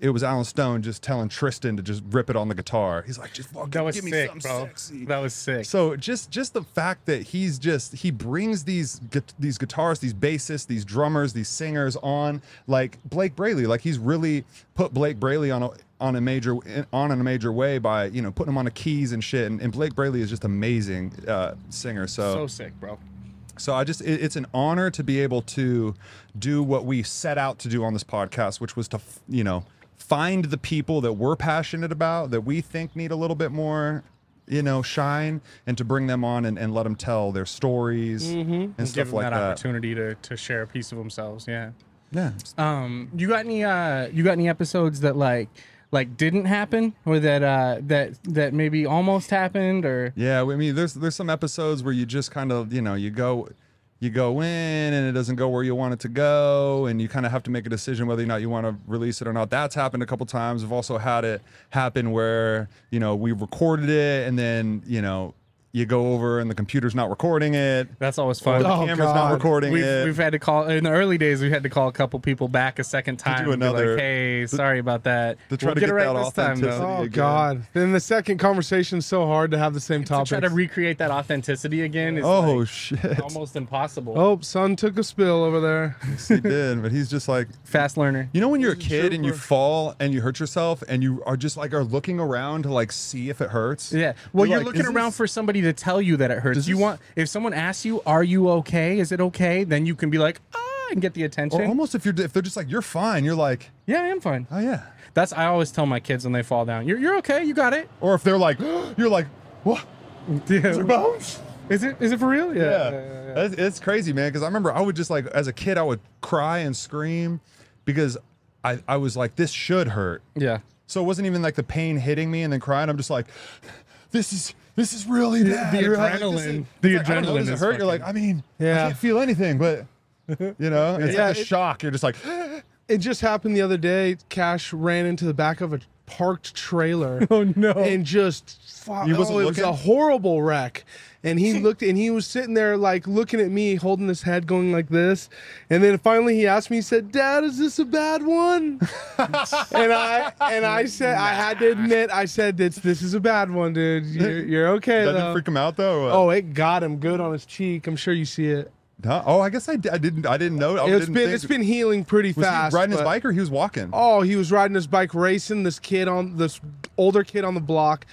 S4: it was Alan Stone just telling Tristan to just rip it on the guitar. He's like, just fucking
S12: That was
S4: give me
S12: sick,
S4: something
S12: bro.
S4: sexy.
S12: That was sick.
S4: So just just the fact that he's just he brings these gu- these guitarists, these bassists, these drummers, these singers on like Blake Brayley. Like he's really put Blake Brayley on a on a major on in a major way by you know putting him on the keys and shit. And, and Blake Brayley is just amazing uh, singer. So
S12: So sick, bro.
S4: so I just it, it's an honor to be able to do what we set out to do on this podcast, which was to f- you know find the people that we're passionate about that we think need a little bit more you know shine and to bring them on and, and let them tell their stories and
S12: Mm-hmm. give
S4: stuff
S12: them
S4: like
S12: that,
S4: that.
S12: opportunity to, to share a piece of themselves. Yeah.
S4: Yeah.
S12: Um, you got any uh, you got any episodes that like like didn't happen or that uh that that maybe almost happened or
S4: Yeah, I mean, there's there's some episodes where you just kind of you know you go you go in and it doesn't go where you want it to go, and you kind of have to make a decision whether or not you want to release it or not. That's happened a couple times. I've also had it happen where you know we recorded it and then you know you go over and the computer's not recording it.
S12: That's always
S4: fun. the camera's not recording
S12: we've,
S4: it.
S12: We've had to call in the early days. We had to call a couple people back a second time.
S4: do
S12: and be
S4: another-
S12: like, hey, sorry about that.
S4: to try
S12: We'll
S4: to
S12: it
S4: get
S12: right
S4: that
S12: this time, though.
S10: Oh God! Then the second conversation's so hard to have the same
S12: To
S10: topic.
S12: try to recreate that authenticity again is
S4: Oh,
S12: like,
S4: shit.
S12: almost impossible.
S10: Oh, son took a spill over there.
S4: Yes, he did, but he's just like
S12: fast learner.
S4: You know when you're a kid and you fall and you hurt yourself and you are just like are looking around to like see if it hurts.
S12: Yeah. Well, you're
S4: like,
S12: looking
S4: is
S12: around
S4: this-
S12: for somebody to tell you that it hurts. You want if someone asks you, "Are you okay? Is it okay?" Then you can be like, "Ah," and get the attention.
S4: Or almost if you're if they're just like you're fine, you're like
S12: yeah, I am fine.
S4: Oh yeah.
S12: That's I always tell my kids when they fall down. You're you're okay. You got it.
S4: Or if they're like, you're like, what?
S12: Yeah.
S4: Is there bones?
S12: Is it is it for real? Yeah.
S4: Yeah. It's, it's crazy, man. Because I remember I would just like as a kid I would cry and scream because I I was like this should hurt.
S12: Yeah.
S4: So it wasn't even like the pain hitting me and then crying. I'm just like, this is this is really
S12: The-
S4: bad.
S12: the
S4: You're like, this
S12: adrenaline-
S4: is-
S12: the
S4: it's like, I don't know, does
S12: adrenaline
S4: it
S12: is
S4: hurt? You're like, I mean, yeah. I can't feel anything, but you know, it's
S10: Yeah,
S4: like a
S10: it-
S4: shock. You're just like,
S10: It just happened the other day. Cash ran into the back of a parked trailer.
S12: Oh no!
S10: And just fuck.
S4: You wasn't
S10: oh, it was a
S4: looking?
S10: horrible wreck. And he looked, and he was sitting there like looking at me, holding his head, going like this. And then finally, he asked me, he said, "Dad, is this a bad one?" and I and I said, I had to admit, I said, "This this is a bad one, dude. You're, you're okay."
S4: That didn't
S10: though."
S4: freak him out though. or what?
S10: Oh, it got him good on his cheek. I'm sure you see it.
S4: Huh? Oh, I guess I, d- I didn't. I didn't know. I
S10: It's
S4: Oh, didn't
S10: been
S4: think-
S10: it's been healing pretty
S4: Was he
S10: fast.
S4: riding his
S10: but-
S4: bike or he was walking?
S10: Oh, he was riding his bike racing this kid on this older kid on the block.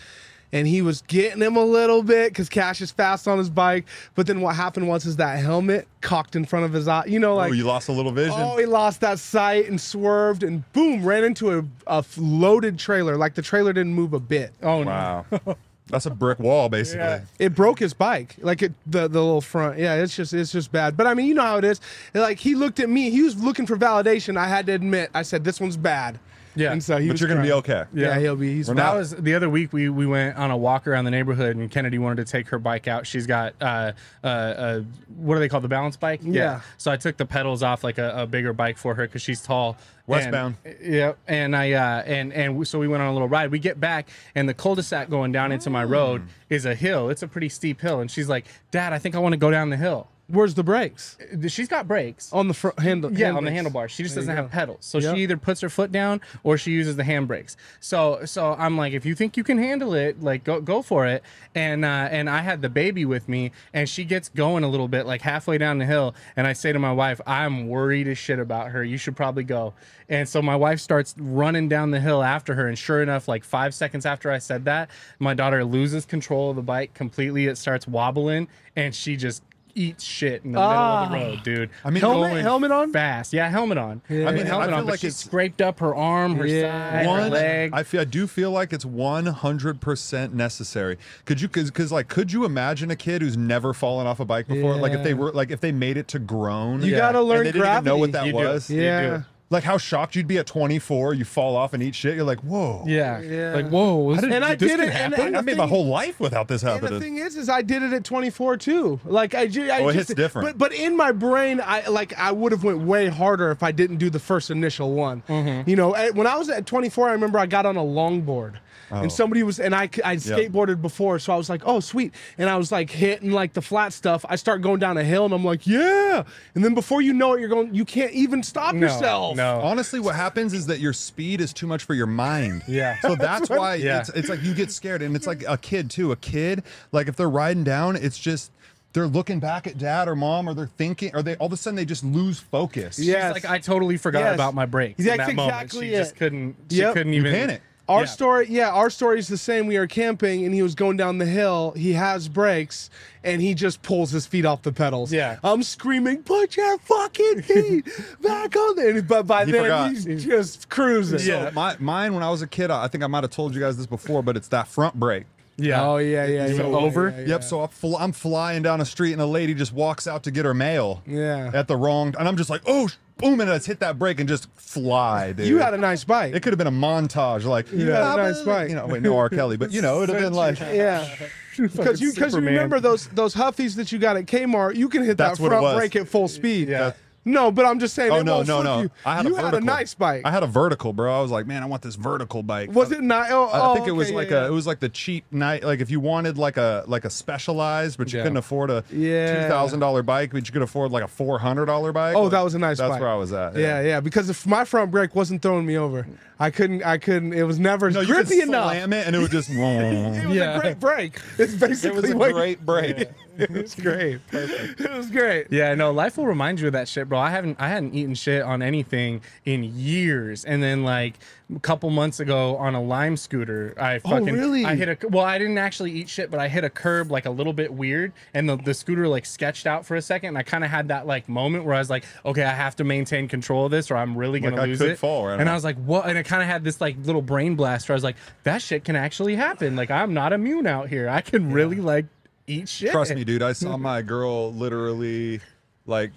S10: And he was getting him a little bit because Cash is fast on his bike. But then what happened was is that helmet cocked in front of his eye. You know, like
S4: oh, you lost a little vision.
S10: Oh, he lost that sight and swerved and boom, ran into a, a loaded trailer. Like the trailer didn't move a bit.
S12: Oh
S4: wow, that's a brick wall basically.
S10: It broke his bike, like it, the the little front. Yeah, it's just it's just bad. But I mean, you know how it is. Like he looked at me, he was looking for validation. I had to admit, I said this one's bad.
S12: Yeah,
S10: and so he
S4: But
S10: was
S4: you're gonna be
S10: crying.
S4: okay.
S10: Yeah, he'll be. He's
S12: Well, that was the other week. We we went on a walk around the neighborhood, and Kennedy wanted to take her bike out. She's got uh uh, uh what are they called? The balance bike.
S10: Yeah.
S12: So I took the pedals off like a, a bigger bike for her because she's tall.
S4: Westbound.
S12: And, yeah, and I uh and and we, so we went on a little ride. We get back, and the cul-de-sac going down into my road
S10: Mm.
S12: is a hill. It's a pretty steep hill, and she's like, "Dad, I think I want to go down the hill."
S10: Where's the brakes?
S12: She's got brakes
S10: on the front handle.
S12: Yeah, on the
S10: handlebars.
S12: handlebars. She just
S10: There you
S12: doesn't have
S10: go.
S12: pedals, so
S10: Yep.
S12: she either puts her foot down or she uses the handbrakes. So, so I'm like, if you think you can handle it, like go go for it. And uh, and I had the baby with me, and she gets going a little bit, like halfway down the hill, and I say to my wife, I'm worried as shit about her. You should probably go. And so my wife starts running down the hill after her, and sure enough, like five seconds after I said that, my daughter loses control of the bike completely. It starts wobbling, and she just eats shit in the middle
S10: Ah.
S12: of the road, dude.
S10: I mean, Helmet-
S12: Going
S10: helmet on?
S12: Fast. Yeah, helmet on.
S4: I mean,
S12: helmet
S4: I
S12: on.
S4: feel
S12: but
S4: like
S12: she
S4: it's-
S12: scraped up her arm, her side, her
S4: One,
S12: leg.
S4: I feel I do feel like it's one hundred percent necessary. Could you because because like could you imagine a kid who's never fallen off a bike before? Like if they
S10: Yeah.
S4: were like if they made it to groan,
S10: You gotta
S4: and
S10: learn
S4: they didn't even know what that
S10: gravity. You do.
S4: was.
S10: You do. Yeah.
S4: Like how shocked you'd be at 24, you fall off and eat shit. You're like, whoa.
S12: Yeah.
S10: Yeah.
S12: Like, whoa.
S4: How did,
S10: And I
S4: this
S10: did
S4: could
S10: it, and-
S4: happen?
S10: and
S4: I
S10: the
S4: made my
S10: thing-
S4: whole life without this
S10: And the
S4: happening.
S10: thing is, is I did it at 24 too. Like I, ju- I
S4: Oh, it
S10: just,
S4: hits different.
S10: But but in my brain, I like I would have went way harder if I didn't do the first initial one. You know, at- when I was at 24, I remember I got on a longboard.
S4: Oh.
S10: And somebody was, and I, c- I skateboarded before, so I was like, oh, sweet. And I was like hitting like the flat stuff. I start going down a hill and I'm like, yeah. And then before you know it, you're going, you can't even stop yourself.
S4: Honestly, what happens is that your speed is too much for your mind.
S12: Yeah.
S4: So that's why
S12: Yeah.
S4: it's it's like you get scared, and it's like a kid too. A kid, like if they're riding down, it's just they're looking back at dad or mom, or they're thinking, or they all of a sudden they just lose focus.
S12: She's like, I totally forgot
S4: Yes.
S12: about my brakes.
S4: That's
S12: in that
S10: exactly
S12: moment. She just
S10: it.
S12: couldn't. She
S10: Yep.
S12: couldn't
S4: You
S12: even
S4: panic.
S10: Our story, yeah, our story is the same. We are camping, and he was going down the hill. He has brakes, and he just pulls his feet off the pedals. Yeah, I'm screaming, "Put your fucking feet back on there!" And- But by
S4: He
S10: then,
S4: forgot.
S10: he's just cruising.
S4: So my, mine when I was a kid, I I think I might have told you guys this before, but it's that front brake.
S12: Yeah.
S10: Oh yeah, yeah. yeah, yeah, yeah,
S4: Yep. So I'm, fl- I'm flying down a street, and a lady just walks out to get her mail.
S10: Yeah.
S4: At the wrong, and I'm just like, oh, sh- boom, and I just hit that brake and just fly, dude.
S10: You had a nice bike.
S4: It could have been a montage, like
S10: You had a nice
S4: "Probably-"
S10: bike.
S4: You know, wait, no R. Kelly, but you know, it'd have been like,
S10: yeah. Because you, because you
S4: Superman.
S10: remember those those huffies that you got at Kmart, you can hit
S4: That's
S10: that
S4: what it
S10: front
S4: was.
S10: brake at full speed.
S12: Yeah,
S10: No, but I'm just saying.
S4: Oh
S10: it
S4: no
S10: won't
S4: no
S10: flip
S4: no!
S10: You,
S4: I had
S10: You
S4: a vertical.
S10: nice bike.
S4: I had a vertical, bro. I was like, man, I want this vertical bike.
S10: Was it not? Oh,
S4: I think
S10: oh,
S4: it was
S10: okay,
S4: like
S10: yeah,
S4: a it was like the cheap night like if you wanted like a like a specialized but you
S10: Yeah.
S4: couldn't afford a
S10: Yeah.
S4: two thousand dollar bike but you could afford like a four hundred dollar bike.
S10: Oh,
S4: like,
S10: that was a nice.
S4: That's
S10: bike.
S4: where I was at.
S10: Yeah. yeah, Because if my front brake wasn't throwing me over, I couldn't. I couldn't. It was never
S4: No, you could
S10: grippy enough.
S4: slam it and it would just.
S10: it was a great break. It's basically
S4: It was a
S10: what-
S4: great break.
S10: it was great. Perfect. It was great.
S7: Yeah, no, life will remind you of that shit, bro. I haven't I hadn't eaten shit on anything in years. And then like a couple months ago on a lime scooter, I
S10: Oh,
S7: fucking
S10: really?
S7: I hit a well, I didn't actually eat shit, but I hit a curb like a little bit weird and the, the scooter like sketched out for a second and I kind of had that like moment where I was like, okay, I have to maintain control of this or I'm really
S4: Like,
S7: gonna
S4: I
S7: lose
S4: could
S7: it.
S4: fall right
S7: and
S4: now.
S7: I was like, what and I kinda had this like little brain blast where I was like, that shit can actually happen. Like I'm not immune out here. I can really like eat shit.
S4: Trust me, dude. I saw my girl literally, like,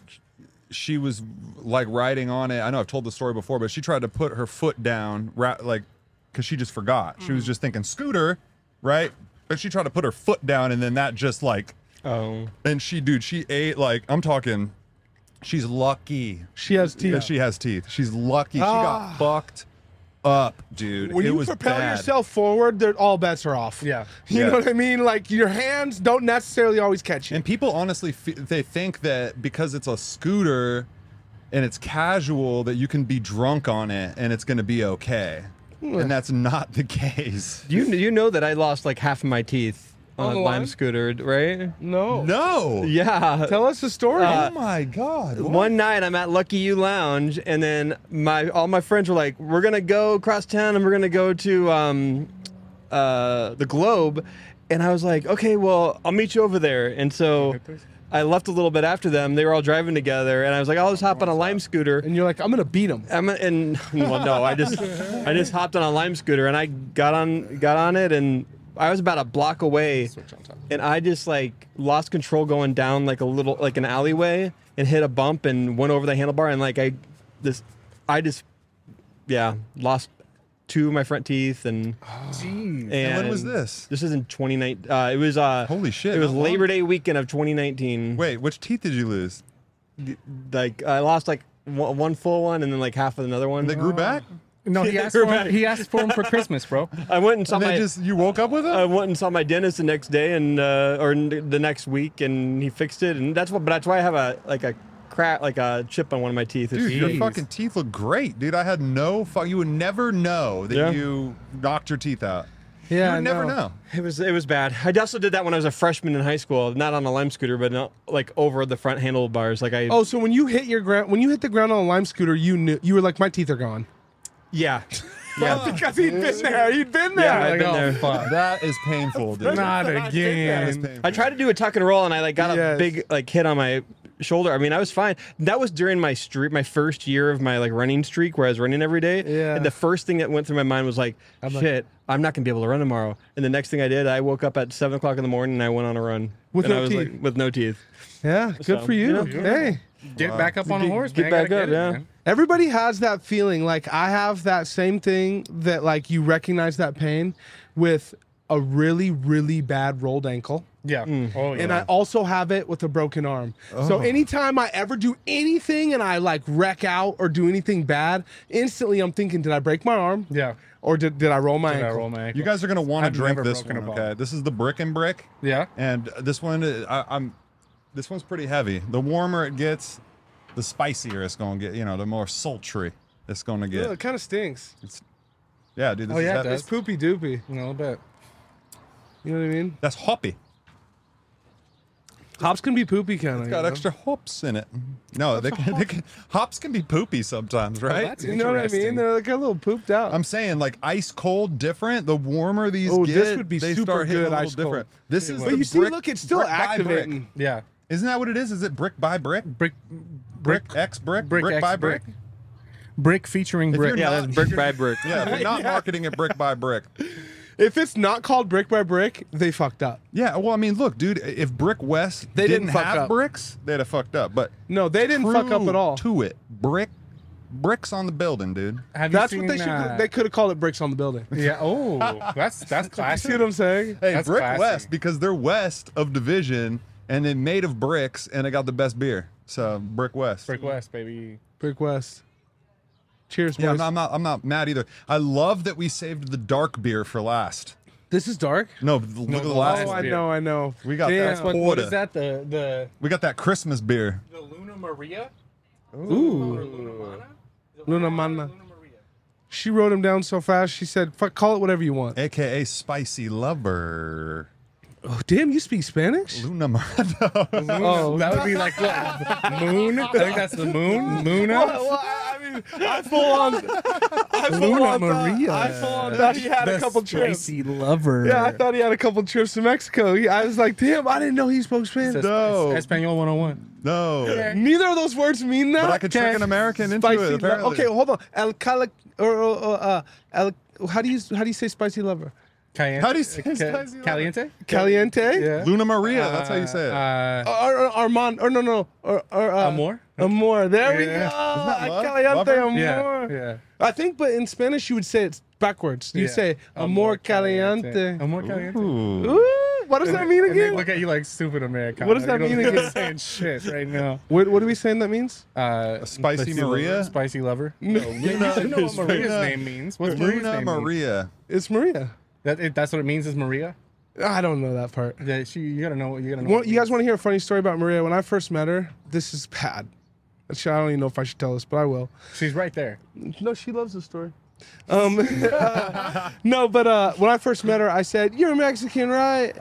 S4: she was like riding on it. I know I've told the story before, but she tried to put her foot down, ra- like, because she just forgot. She was just thinking scooter, right? But she tried to put her foot down, and then that just like,
S7: oh.
S4: And she, dude, she ate like I'm talking. She's lucky.
S10: She has teeth.
S4: Yeah, She has teeth. She's lucky.
S10: Ah.
S4: She got fucked up, dude.
S10: when
S4: it
S10: you
S4: was
S10: propel
S4: bad.
S10: yourself forward, they're- all bets are off.
S7: Yeah.
S10: You
S4: Yeah.
S10: know what I mean? Like your hands don't necessarily always catch you.
S4: And people honestly, fe- they think that because it's a scooter and it's casual, that you can be drunk on it and it's going to be okay. And that's not the case.
S12: You you know that I lost like half of my teeth on,
S4: On
S12: a
S4: the
S12: lime
S4: lime?
S12: scooter, right?
S10: No.
S4: No.
S12: Yeah.
S10: Tell us the story.
S12: Uh,
S4: oh my God. what?
S12: One night I'm at Lucky You Lounge, and then my all my friends were like, "We're gonna go across town, and we're gonna go to um, uh, the Globe," and I was like, "Okay, well, I'll meet you over there." And so I left a little bit after them. They were all driving together, and I was like, "I'll just hop on a Lime scooter." And
S10: you're like, "I'm gonna beat them."
S12: I'm and well, no, I just I just hopped on a Lime scooter, and I got on got on it, and I was about a block away, and I just like lost control going down like a little like an alleyway and hit a bump and went over the handlebar and like I this I just yeah lost two of my front teeth and
S10: Oh,
S7: Jeez.
S12: and,
S4: And when was this?
S12: This isn't 2019. Uh, it was uh holy
S4: shit,
S12: It was
S4: how long?
S12: Labor Day weekend of 2019.
S4: Wait, which teeth did you lose?
S12: Like I lost like one, one full one and then like half of another one. They
S4: grew back.
S7: No, he asked for 'em- he asked for 'em for Christmas, bro.
S12: I went and saw
S4: And they
S12: my. Uh,
S4: just- you woke up with it.
S12: I went and saw my dentist the next day and uh, or n- the next week, and he fixed it. And that's what. But that's why I have a like a crack, like a chip on one of my teeth. It's-
S4: Dude, your
S12: Jeez.
S4: fucking teeth look great, dude. I had no fuck. You would never know that
S12: Yeah.
S4: you knocked your teeth out.
S12: Yeah,
S4: you would never know.
S12: It was it was bad. I also did that when I was a freshman in high school, not on a lime scooter, but not, like over the front handlebars. Like I.
S10: Oh, so when you hit your ground, when you hit the ground on a lime scooter, you knew you were like, my teeth are gone.
S12: yeah.
S10: Yeah. because he'd been there. He'd been there. oh.
S12: Yeah, I've
S4: oh,
S12: been there.
S4: That is painful, dude.
S12: Not
S4: That is painful.
S12: I tried to do a tuck and roll, and I like got a big like hit on my shoulder. I mean, I was fine. That was during my streak, my first year of my like running streak, where I was running every day.
S10: Yeah.
S12: And the first thing that went through my mind was like,
S10: I'm like-
S12: "Shit, I'm not gonna be able to run tomorrow." And the next thing I did, I woke up at seven o'clock in the morning and I went on a run
S10: With
S12: And
S10: no
S12: I was,
S10: teeth.
S12: like, with no teeth.
S10: Yeah, good
S12: So,
S10: for you.
S12: yeah.
S10: Hey,
S12: Get Wow. back up on a Get- horse, get man. back Gotta up, get it, yeah. man.
S10: Everybody has that feeling. Like I have that same thing that like you recognize that pain with a really really bad rolled ankle.
S7: Yeah.
S12: Mm.
S7: Oh, yeah.
S10: And I also have it with a broken arm.
S7: Oh.
S10: So anytime I ever do anything and I like wreck out or do anything bad, instantly I'm thinking, did I break my arm?
S7: Yeah.
S10: Or did, did I roll my ankle?
S4: You guys are gonna want to
S10: I've
S4: drink
S10: never
S4: this
S10: broken
S4: one,
S10: a bone.
S4: okay? This is the brick and brick.
S7: Yeah.
S4: And this one, uh, I, I'm. This one's pretty heavy. The warmer it gets, the spicier it's gonna get. You know, the more sultry it's gonna get.
S10: Ugh, it kind of stinks.
S4: It's, yeah, dude. This
S10: oh
S4: is
S10: yeah,
S4: heavy.
S10: it's poopy doopy. A little bit. You know what I mean?
S4: That's hoppy.
S10: Hops can be poopy kind of.
S4: It's got extra hops in it. Mm-hmm. No, they can, they can, hops can be poopy sometimes,
S7: Oh,
S4: right?
S10: Oh, that's You know what I mean? interesting. They're like a little pooped out.
S4: I'm saying like ice cold, different. The warmer these
S10: Oh,
S4: get,
S10: this would be
S4: they
S10: super
S4: start hitting
S10: good
S4: a little
S10: ice cold.
S4: different. This
S10: It
S4: is
S10: would.
S4: the
S10: But you see,
S4: brick-
S10: look, it's still
S4: brick by brick.
S10: activating.
S7: Yeah.
S4: Isn't that what it is? Is it brick by brick?
S7: Brick,
S4: brick, X brick, brick,
S7: X
S4: by
S7: brick.
S4: brick.
S7: Brick featuring
S4: If
S7: brick.
S4: you're not- if you're- Yeah, if you're not
S10: Yeah.
S4: marketing it brick by brick.
S10: If it's not called brick by brick, they fucked up.
S4: Yeah, well, I mean, look, dude, if Brick West
S10: They didn't
S4: didn't,
S10: fuck
S4: have
S10: up.
S4: bricks, they'd have fucked up. But
S10: no, they didn't fuck up at all.
S4: To it, brick, bricks on the building, dude.
S7: Have you
S10: That's
S7: seen
S10: what they should.
S7: that?
S10: They could have called it bricks on the building.
S7: Yeah. Oh, that's that's classic.
S10: See what I'm saying?
S4: Hey,
S7: That's
S4: Brick
S7: classy.
S4: West because they're west of division and then made of bricks and they got the best beer. So Brick West.
S7: Brick West, baby.
S10: Brick West. Cheers,
S4: Yeah, I'm
S10: boys.
S4: not, I'm not. I'm not mad either. I love that we saved the dark beer for last.
S10: This is dark.
S4: No, look at the
S10: oh,
S4: last.
S10: I
S4: beer.
S10: know, I know.
S4: We got
S10: Damn.
S4: that. porter.
S7: that? The the
S4: We got that Christmas beer.
S7: the Luna Maria.
S10: Ooh. Luna Mana. She wrote him down so fast. She said, "Fuck, call it whatever you want."
S4: AKA spicy lover.
S10: Oh, damn! You speak Spanish?
S4: Luna Mana.
S7: Oh, that would be like what? Moon? I think that's the moon. Luna.
S12: I mean, I full on, I full
S10: Luna
S12: on, thought-
S10: Maria.
S12: I full on thought he had a
S10: The
S12: couple trips.
S10: spicy
S25: lover.
S10: Yeah, I thought he had a couple trips to Mexico. He, I was like, "Damn, I didn't know he spoke Spanish."
S4: No.
S7: Espanol 101.
S4: No.
S10: Neither of those words mean that.
S4: But I could trick an American into it,
S10: lo-
S4: apparently.
S10: Okay, hold on. El calic or or, or, uh, el, how do you how do you say spicy lover?
S7: Caliente.
S10: How do you say
S7: Ca-
S10: spicy lover?
S7: Caliente?
S10: Caliente.
S4: Luna Maria. That's how you say it.
S7: Uh,
S10: Or, or Armand. Or no no. Or, or uh,
S7: Amor?
S10: Amor. There we go.
S7: Yeah. Isn't that
S10: El
S7: love?
S10: Caliente
S7: Lover?
S10: amor.
S7: Yeah, yeah.
S10: I think, but in Spanish you would say it backwards. You
S7: Yeah.
S10: say amor caliente.
S7: Amor caliente.
S4: Ooh.
S10: What does that mean
S7: And they
S10: again?
S7: look at you like stupid America.
S10: What does that mean again?
S7: Saying shit right now.
S10: What, what are we saying that means?
S7: Uh,
S4: spicy
S7: spicy lover-
S4: Maria?
S7: spicy lover.
S10: No,
S7: you
S10: Luna-
S7: should know what Maria's
S4: Luna-
S7: name means. What's
S4: Luna
S7: Maria's name mean?
S4: Maria.
S10: It's Maria.
S7: That it, that's what it means is Maria.
S10: I don't know that part.
S7: That she you gotta know what you gotta know.
S10: Well, you guys want to hear a funny story about Maria? When I first met her, this is bad. Actually, I don't even know if I should tell this, but I will.
S7: She's right there.
S10: No, she loves the story. Um, uh, no, but uh, when I first met her, I said, "You're Mexican, right?"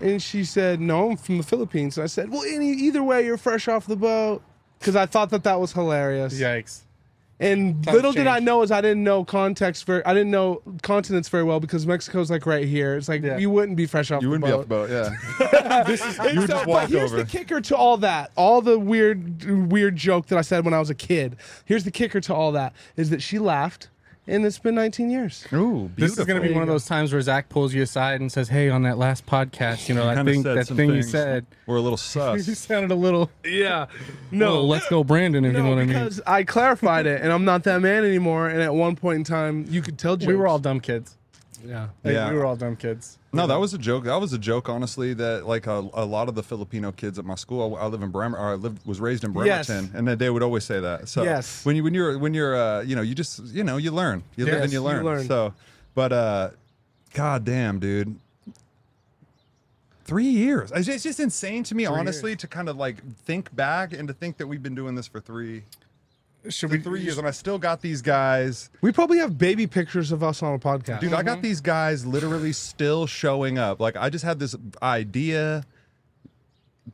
S10: And she said, "No, I'm from the Philippines." And I said, "Well, any either way, you're fresh off the boat," because I thought that that was hilarious.
S7: Yikes.
S10: And
S7: Times
S10: little did I
S7: change.
S10: know is I didn't know context very, I didn't know continents very well because Mexico's like right here. It's like you wouldn't be fresh off.
S4: You
S10: the
S4: wouldn't
S10: boat.
S4: be off the boat. Yeah.
S10: And
S4: would
S10: so-
S4: just
S10: but
S4: walk
S10: here's
S4: over.
S10: the kicker to all that. All the weird, weird joke that I said when I was a kid. Here's the kicker to all that is that she laughed, and it's been 19 years.
S4: Ooh,
S7: This is gonna be one of those times where Zach pulls you aside and says, "Hey, on that last podcast, you know, I
S4: Kinda
S7: think
S4: said
S7: that
S4: some
S7: thing you
S4: things
S7: said."
S4: We're a little sus.
S7: You sounded a little.
S10: Yeah.
S7: No, let's go, Brandon. If you know what I mean.
S10: Because I clarified it, and I'm not that man anymore. And at one point in time, you could tell jokes.
S7: We were all dumb kids.
S10: Yeah.
S7: Like,
S4: Yeah.
S7: We were all dumb kids.
S4: No, that was a joke. That was a joke, honestly. That like a, a lot of the Filipino kids at my school. I, I live in Bremer. Or I lived was raised in
S10: Yes.
S4: Bremerton, and that they would always say that. So
S10: Yes.
S4: when you when you're when you're uh, you know you just you know you learn you live
S10: Yes,
S4: and you
S10: you
S4: learn.
S10: learn.
S4: So, but uh, god damn, dude. Three years. It's just, it's just insane to me, honestly, to kind of like think back and to think that we've been doing this for three,
S7: Should
S4: for three years, and I still got these guys.
S10: We probably have baby pictures of us on a podcast.
S4: Dude, I got these guys literally still showing up. Like, I just had this idea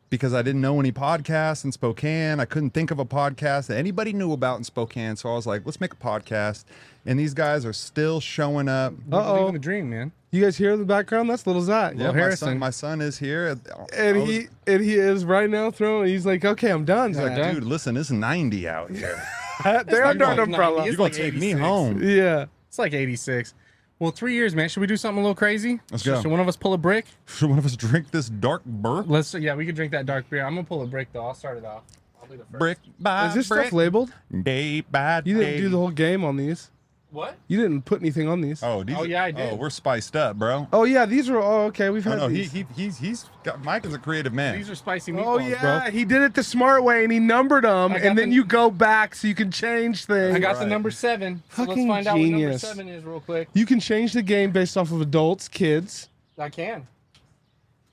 S4: because I didn't know any podcasts in Spokane. I couldn't think of a podcast that anybody knew about in Spokane. So I was like, let's make a podcast. And these guys are still showing up.
S7: Uh oh. dream, man.
S10: You guys hear in the background? That's little Zach.
S4: Yeah, my son, my son is here.
S10: and
S4: I was-
S10: he and he is right now throwing. He's like, okay, I'm done.
S4: he's like, dude, listen, it's 90 out here.
S10: they're under
S7: like
S10: an
S7: 90,
S10: umbrella.
S7: it's
S4: You're going
S7: like
S4: to take me
S7: 86.
S4: home.
S10: Yeah.
S7: It's like 86. Well, three years, man. Should we do something a little crazy?
S4: Let's go.
S7: Should one of us pull a brick?
S4: Should one of us drink this dark burp?
S7: Let's. Yeah, we can drink that dark beer. I'm gonna pull a brick though. I'll start it off. I'll be the first.
S4: Brick by
S10: Is this
S4: brick.
S10: stuff labeled?
S4: Day by
S10: You didn't
S4: day.
S10: do the whole game on these.
S7: What?
S10: You didn't put anything on these.
S4: Oh, these
S7: Oh,
S4: are-
S7: yeah, I did.
S4: Oh, we're spiced up, bro.
S10: Oh yeah, these are. Oh okay, we've
S4: No,
S10: had
S4: no, he,
S10: these.
S4: he, he's he's got Mike is a creative man.
S7: These are spicy meatballs,
S10: oh yeah,
S7: bro.
S10: he did it the smart way and he numbered them,
S7: I got
S10: and then
S7: the-
S10: you go back so you can change things.
S7: I got the number seven. So let's
S10: Fucking
S7: find out what number
S10: genius.
S7: seven is real quick.
S10: You can change the game based off of adults, kids.
S7: I can.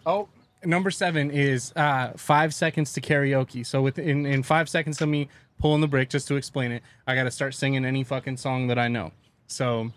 S7: Oh, number seven is uh, five seconds to karaoke. So within in five seconds of me pulling the brick, just to explain it, I got to start singing any fucking song that I know. So.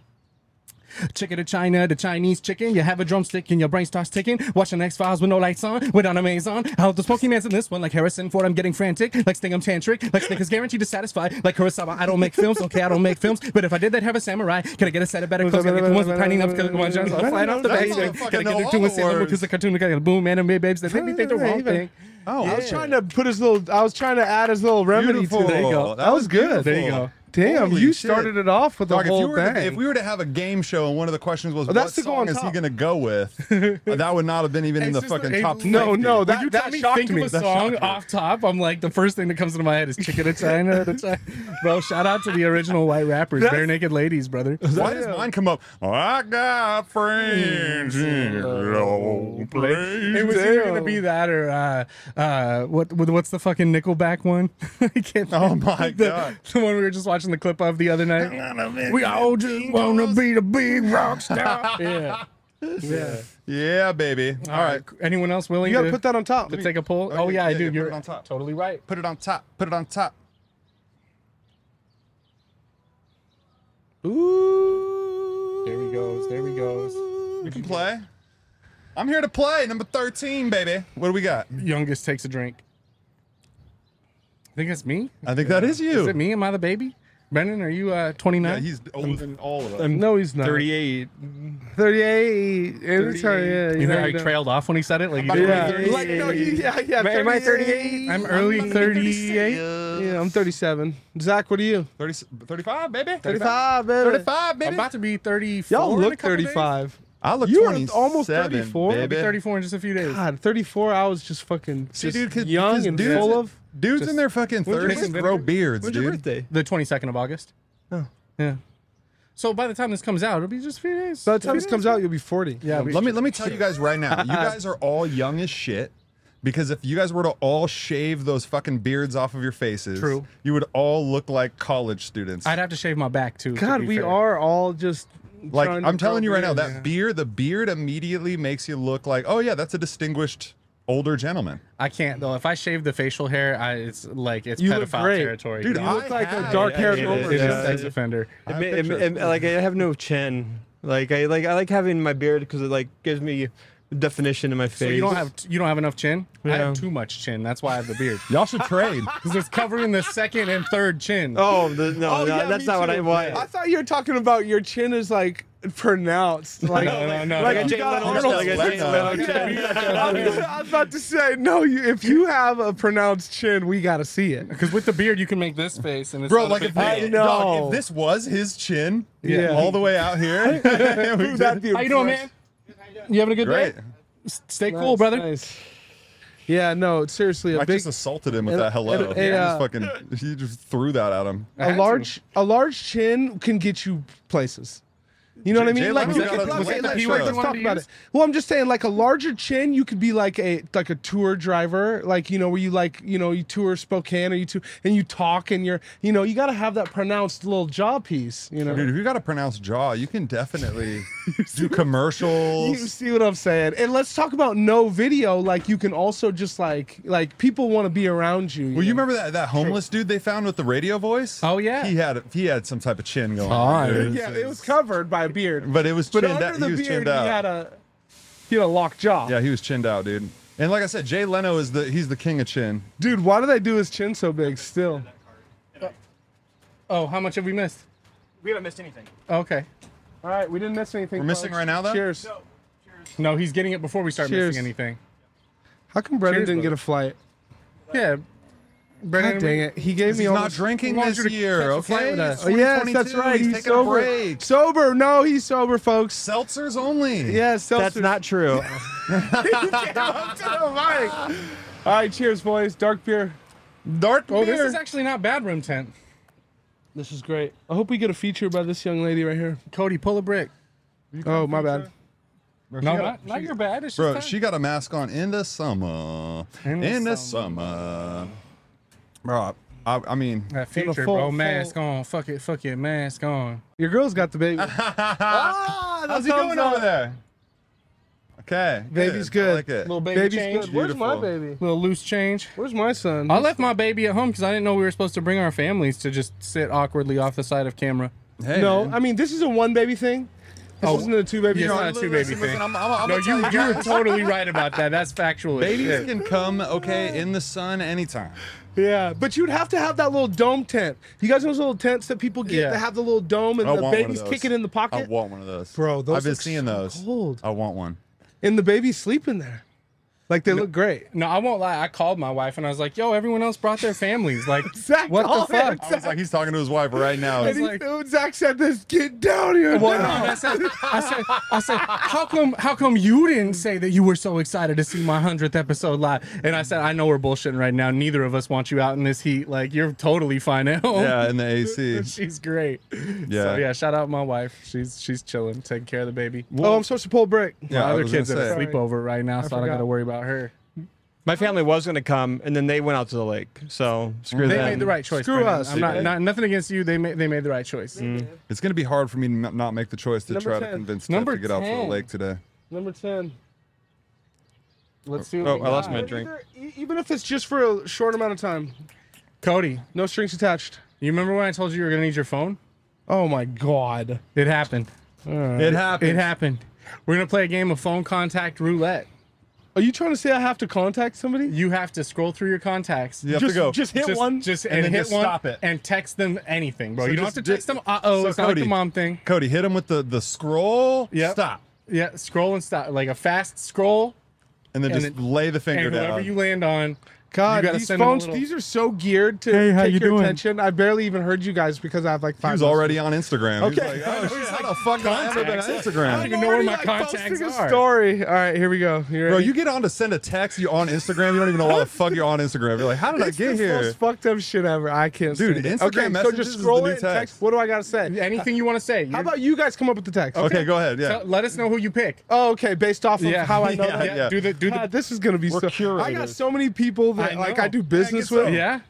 S7: Chicken to China, the Chinese chicken. You have a drumstick and your brain starts ticking. Watching X Files with no lights on, without a maze on. I hope the Pokemon's in this one, like Harrison Ford. I'm getting frantic, like Sting. I'm tantric, like Sting is guaranteed to satisfy. Like Kurosawa, I don't make films. Okay, I don't make films, but if I did, they'd have a samurai. Can I get a set of better clothes? Like the ones with tiny nubs, 'cause the ones that are flying off the
S4: That
S7: base.
S4: motherfucker
S7: Gotta
S4: know
S7: get
S4: all
S7: it doing
S4: the
S7: Sailor Moon
S4: words.
S7: 'cause the cartoon gotta boom anime babes. They make me think the wrong thing.
S4: Oh,
S10: I was trying to put his little. I was trying to add his little remedy
S4: Beautiful.
S10: to it.
S4: There you go.
S10: That was good.
S7: There you go.
S10: Damn,
S4: Holy
S10: you
S4: shit.
S10: started it off with the
S4: Dog, if you
S10: whole
S4: were to-
S10: thing.
S4: if we were to have a game show and one of the questions was,
S10: Oh, that's
S4: what
S10: to go
S4: song
S10: on
S4: is he
S10: top.
S4: going to go with? that would not have been even in
S7: It's
S4: the
S7: just
S4: fucking
S7: like-
S4: top. 50.
S7: When you tell me think Of a song off top. I'm like the first thing that comes into my head is Chicken China at a China. Bro, shout out to the original white rappers,
S4: That's-
S7: bare naked ladies, brother.
S4: Why does mine come up? I got friends in low places.
S7: It was either gonna be that or uh, uh, what, what? What's the fucking Nickelback one? I can't.
S4: Oh my
S7: the,
S4: God.
S7: The one we were just watching the clip of the other night. we all just wanna be the big rock star. yeah. Yeah.
S4: Yeah, baby.
S7: All right. Anyone else willing?
S4: You gotta
S7: to,
S4: put that on top.
S7: To take a poll. Oh, yeah, I do. You're
S4: put it on top.
S7: Totally right.
S4: Put it on top. Put it on top.
S7: There he goes. There he goes.
S4: We can play. I'm here to play. Number 13, baby. What do we got?
S7: Youngest takes a drink. I think that's me.
S4: I think that is you.
S7: Is it me? Am I the baby? Brendan, are you uh, 29?
S4: Yeah, he's older than all of us.
S10: Um, no, he's not.
S7: 38.
S10: 38. Every time, yeah,
S7: You know how
S10: yeah,
S7: he trailed off when he said it? Like,
S10: I'm
S7: you
S10: about to be
S7: didn't-
S10: Like, no, you- yeah, yeah.
S7: Am I 38? I'm early 38.
S10: Yeah, I'm 37. Zach, what are you?
S4: 30, 35, baby.
S10: 35, baby.
S4: 35, baby.
S7: I'm about to be 34.
S10: Y'all
S7: in a
S10: look
S7: couple days.
S10: 35.
S4: I look
S10: you are almost
S4: 27,
S10: 34.
S4: baby. I'll be
S7: 34 in just a few days.
S10: God, 34. I was just fucking
S4: See,
S10: just
S4: dude, 'cause-
S10: young
S4: because
S10: and
S4: dudes-
S10: full of.
S4: dudes
S10: just-
S4: in their fucking
S10: When's your
S4: 30s
S10: birthday?
S4: grow beards,
S10: When's
S4: dude.
S10: your birthday?
S7: The 22nd of August.
S10: Oh.
S7: Yeah. So by the time this comes out, it'll be just a few days.
S10: By the time this comes out, you'll be 40.
S7: Yeah, we-
S4: let me let me tell you guys right now. You guys are all young as shit. Because if you guys were to all shave those fucking beards off of your faces,
S7: True.
S4: you would all look like college students.
S7: I'd have to shave my back too. to
S10: God,
S7: be
S10: we
S7: fair.
S10: are all just
S4: like
S10: trying to
S4: I'm telling
S10: grow
S4: you right now,
S10: beards.
S4: that beard, the beard immediately makes you look like, oh yeah, that's a distinguished older gentleman.
S7: I can't though. If I shave the facial hair, I, it's like it's
S10: You look
S7: pedophile
S10: great.
S7: territory.
S4: Dude, You I look like a have- dark-haired
S7: It is.
S4: homeless
S7: It is
S4: guy.
S7: sex offender.
S4: I
S12: It,
S4: have
S12: ma- it, ma-
S4: pictures.
S12: it, like I have no chin. Like I like I like having my beard because it like gives me definition in my face.
S7: So you don't have you don't have enough chin. I
S12: Yeah.
S7: have too much chin. That's why I have the beard.
S4: Y'all should trade.
S7: Because it's covering the second and third chin.
S12: Oh the, no,
S10: Oh,
S12: no
S10: yeah,
S12: that's
S10: me
S12: not what I
S10: too.
S12: want.
S10: I thought you were talking about your chin is like pronounced. Like,
S12: No, no, no,
S10: like
S12: no.
S10: you
S12: Jay
S10: got
S12: Leno
S10: Arnold
S12: chin, like a Jay
S10: Schwarzenegger.
S12: Leno chin.
S10: Yeah. I was- I was about to say, no, you, if you have a pronounced chin, we got to see it.
S7: Because with the beard, you can make this face, and it's
S4: Bro,
S7: not a
S4: like
S7: big
S4: if,
S7: deal.
S4: I,
S10: know.
S4: if this was his chin,
S10: Yeah.
S4: all the way out here, we
S10: That'd be
S7: How you doing, man? You having a good
S4: Great.
S7: day? S- Stay cool, brother.
S10: Yeah, no, seriously, a
S4: I
S10: big,
S4: just assaulted him with
S10: and-
S4: that hello.
S10: and- and,
S4: he,
S10: uh,
S4: just fucking, he just threw that at him.
S10: a large, a large chin can get you places. You know what I mean?
S4: Jay
S10: Like,
S4: Leno
S10: look
S4: got
S10: at-
S4: a-
S10: look
S4: was
S10: at-
S4: that
S10: let's
S4: the
S10: let's
S4: shirt?
S10: talk about it. Well, I'm just saying, like a larger chin, you could be like a like a tour driver, like you know, where you like you know you tour Spokane or you tour and you talk and you're you know you got to have that pronounced little jaw piece. You know,
S4: Dude, if you got a pronounced jaw, you can definitely do commercials.
S10: You see what I'm saying? And let's talk about no video. Like you can also just like like people want to be around you.
S4: Well, you remember that, that homeless dude they found with the radio voice? Oh
S7: yeah,
S4: he had he had some type of chin going.
S10: Fine.
S4: dude.
S10: Yeah, it was covered by a beard.
S4: But it was
S10: But
S4: chinned
S10: under
S4: out-
S10: the
S4: he was
S10: beard,
S4: chinned
S10: he
S4: out.
S10: had a he had a locked jaw.
S4: yeah, he was chinned out, dude. And like I said, Jay Leno is the he's the king of chin.
S10: Dude, why do they do his chin so big still?
S7: Oh, how much have we missed?
S11: We haven't missed anything.
S7: Okay.
S10: All right, we didn't miss anything.
S4: We're missing
S10: folks.
S4: right now, though?
S10: Cheers.
S7: No, he's getting it before we start
S10: Cheers.
S7: missing anything.
S10: How come Brennan
S7: Cheers,
S10: didn't
S7: brother.
S10: get a flight?
S7: Yeah. Brennan,
S10: God dang it. He gave me
S4: he's
S10: all
S4: not drinking
S10: wanted
S4: this
S10: you to
S4: year,
S10: catch a flight
S4: okay?
S10: with us. Oh,
S4: It's
S10: yes, that's
S4: 2022.
S10: right.
S4: He's
S10: He's,
S4: taking a
S10: sober.
S4: break.
S10: Sober. No, he's sober, folks.
S4: Seltzers only.
S10: Yes, seltzers.
S12: That's not true.
S10: All right, cheers, boys. Dark beer.
S4: Dark
S7: Oh, this is actually not bad room tent.
S10: This is great. I hope we get a feature by this young lady right here.
S7: Cody, pull a brick.
S10: Oh, my bad.
S4: Bro, she
S7: No,
S4: got-
S7: not, not your bad. It's
S4: Bro,
S7: just
S4: she got a mask on in the summer. In the, summer. Bro, I, I mean,
S7: that future,
S4: full-
S7: bro. Mask on. Fuck it. Fuck it. Mask on.
S10: Your girl's got the baby.
S4: ah, how's he doing over there? Okay,
S10: Baby's
S4: I
S10: good.
S4: like it.
S7: Little baby
S10: Baby's
S7: change.
S10: good. Where's my
S4: Beautiful.
S10: baby?
S7: Little loose change.
S10: Where's my son?
S7: I left my baby at home because I didn't know we were supposed to bring our families to just sit awkwardly off the side of camera.
S10: no, I mean this is a one baby thing. This
S7: Oh,
S10: isn't a two baby.
S7: yeah, it's
S10: thing.
S7: not a two baby thing.
S4: I'm- I'm- I'm
S7: no,
S4: gonna tell
S7: you
S4: you
S7: you're
S4: guys.
S7: totally right about that. That's factual. as
S4: Babies
S7: shit.
S4: can come okay in the sun anytime.
S10: Yeah, but you'd have to have that little dome tent. You guys know those little tents that people get
S4: Yeah.
S10: that have the little dome and
S4: I
S10: the
S4: want one of
S10: baby's
S4: those.
S10: kicking in the
S4: I
S10: pocket?
S4: want one of those,
S10: Bro, those
S4: I've been
S10: look
S4: seeing
S10: so
S4: those.
S10: cold.
S4: I want one.
S10: and the baby's sleeping there. Like they look great.
S7: No, I won't lie. I called my wife and I was like, "Yo, everyone else brought their families. Like,
S10: Exactly.
S7: what
S10: Oh,
S7: the
S10: yeah,
S7: fuck?"
S10: I was
S4: like, "He's talking to his wife right now."
S10: And he, oh, Zach said this, get down here.
S7: Well,
S10: now."
S7: no, that's not- I said, I said, how come, how come you didn't say that you were so excited to see my hundredth episode live? And I said, I know we're bullshitting right now. Neither of us want you out in this heat. Like you're totally fine at home.
S4: Yeah, in the AC.
S7: she's great.
S4: Yeah.
S7: so, yeah. Shout out my wife. She's she's chilling, taking care of the baby.
S10: oh, I'm supposed to pull brick.
S7: my other kids at a sleepover right now,
S10: I
S7: so I don't got
S10: forgot.
S7: to worry about her.
S12: My family was going to come, and then they went out to the lake. So screw
S7: they
S12: them.
S7: made the right choice. Brandon. I'm not, not nothing against you. They made they made the right choice.
S4: It's going to be hard for me to not- not make the choice to
S7: Number
S4: try
S7: 10.
S4: to convince Steph
S7: Number
S4: to get out to the
S7: 10.
S4: lake today.
S10: Number 10.
S7: Let's see.
S4: Oh, I lost my drink.
S10: E- Even if it's just for a short amount of time.
S7: Cody,
S10: no strings attached.
S7: You remember when I told you you were gonna need your phone?
S10: Oh my god,
S7: it happened.
S10: It
S7: happened. It happened. We're gonna play a game of phone contact roulette.
S10: Are you trying to say I have to contact somebody?
S7: You have to scroll through your contacts.
S10: You have to Just- go. just hit one,
S7: Just
S10: and
S7: and,
S10: then
S7: hit
S10: just
S7: one.
S10: stop it.
S7: And text them anything, bro.
S4: So
S7: you don't have
S4: just
S7: to
S4: di-
S7: text them. Uh oh,
S4: So
S7: it's not like the
S4: Cody-
S7: mom thing.
S4: Cody, hit him with the, the scroll,
S7: Yep.
S4: stop,
S7: Yeah, scroll and stop. Like a fast scroll.
S4: and then
S7: And
S4: just
S7: then-
S4: lay the finger
S7: and whoever
S4: down.
S7: you land on. you
S10: God,
S7: gotta
S10: these
S7: send them a
S10: phones,
S7: little-
S10: these are so geared to
S7: Hey, how
S10: take
S7: you
S10: your
S7: doing?
S10: attention. I barely even heard you guys because I have like five.
S4: he was
S10: messages.
S4: already on Instagram. He was
S10: Okay.
S4: like, oh, shit, how the fuck have I ever been on
S10: Contacts.
S4: Instagram?
S10: I don't even know where my contacts are. Story. All right, here we go. You
S4: Bro,
S10: ready?
S4: you get on to send a text, you're on Instagram, you don't even know why the fuck you're on Instagram. You're like, how did
S10: It's
S4: I
S10: the
S4: get here?
S10: Most fucked up shit ever. I can't.
S4: Dude,
S10: stand it.
S4: Instagram
S10: okay, so
S4: messages
S10: just
S4: is
S10: scroll
S4: the new
S10: it and text. What do I gotta say?
S7: Anything you want to say?
S10: How about you guys come up with the text?
S4: Okay, go ahead. Yeah.
S7: Tell- let us know who you pick.
S10: Oh, okay. Based off of
S7: Yeah.
S10: how I know
S7: Yeah,
S10: that.
S7: yeah. Do the- do the-
S10: God, this is gonna be
S7: We're
S10: so. I got
S7: curators.
S10: so many people that like I do business with.
S7: Yeah.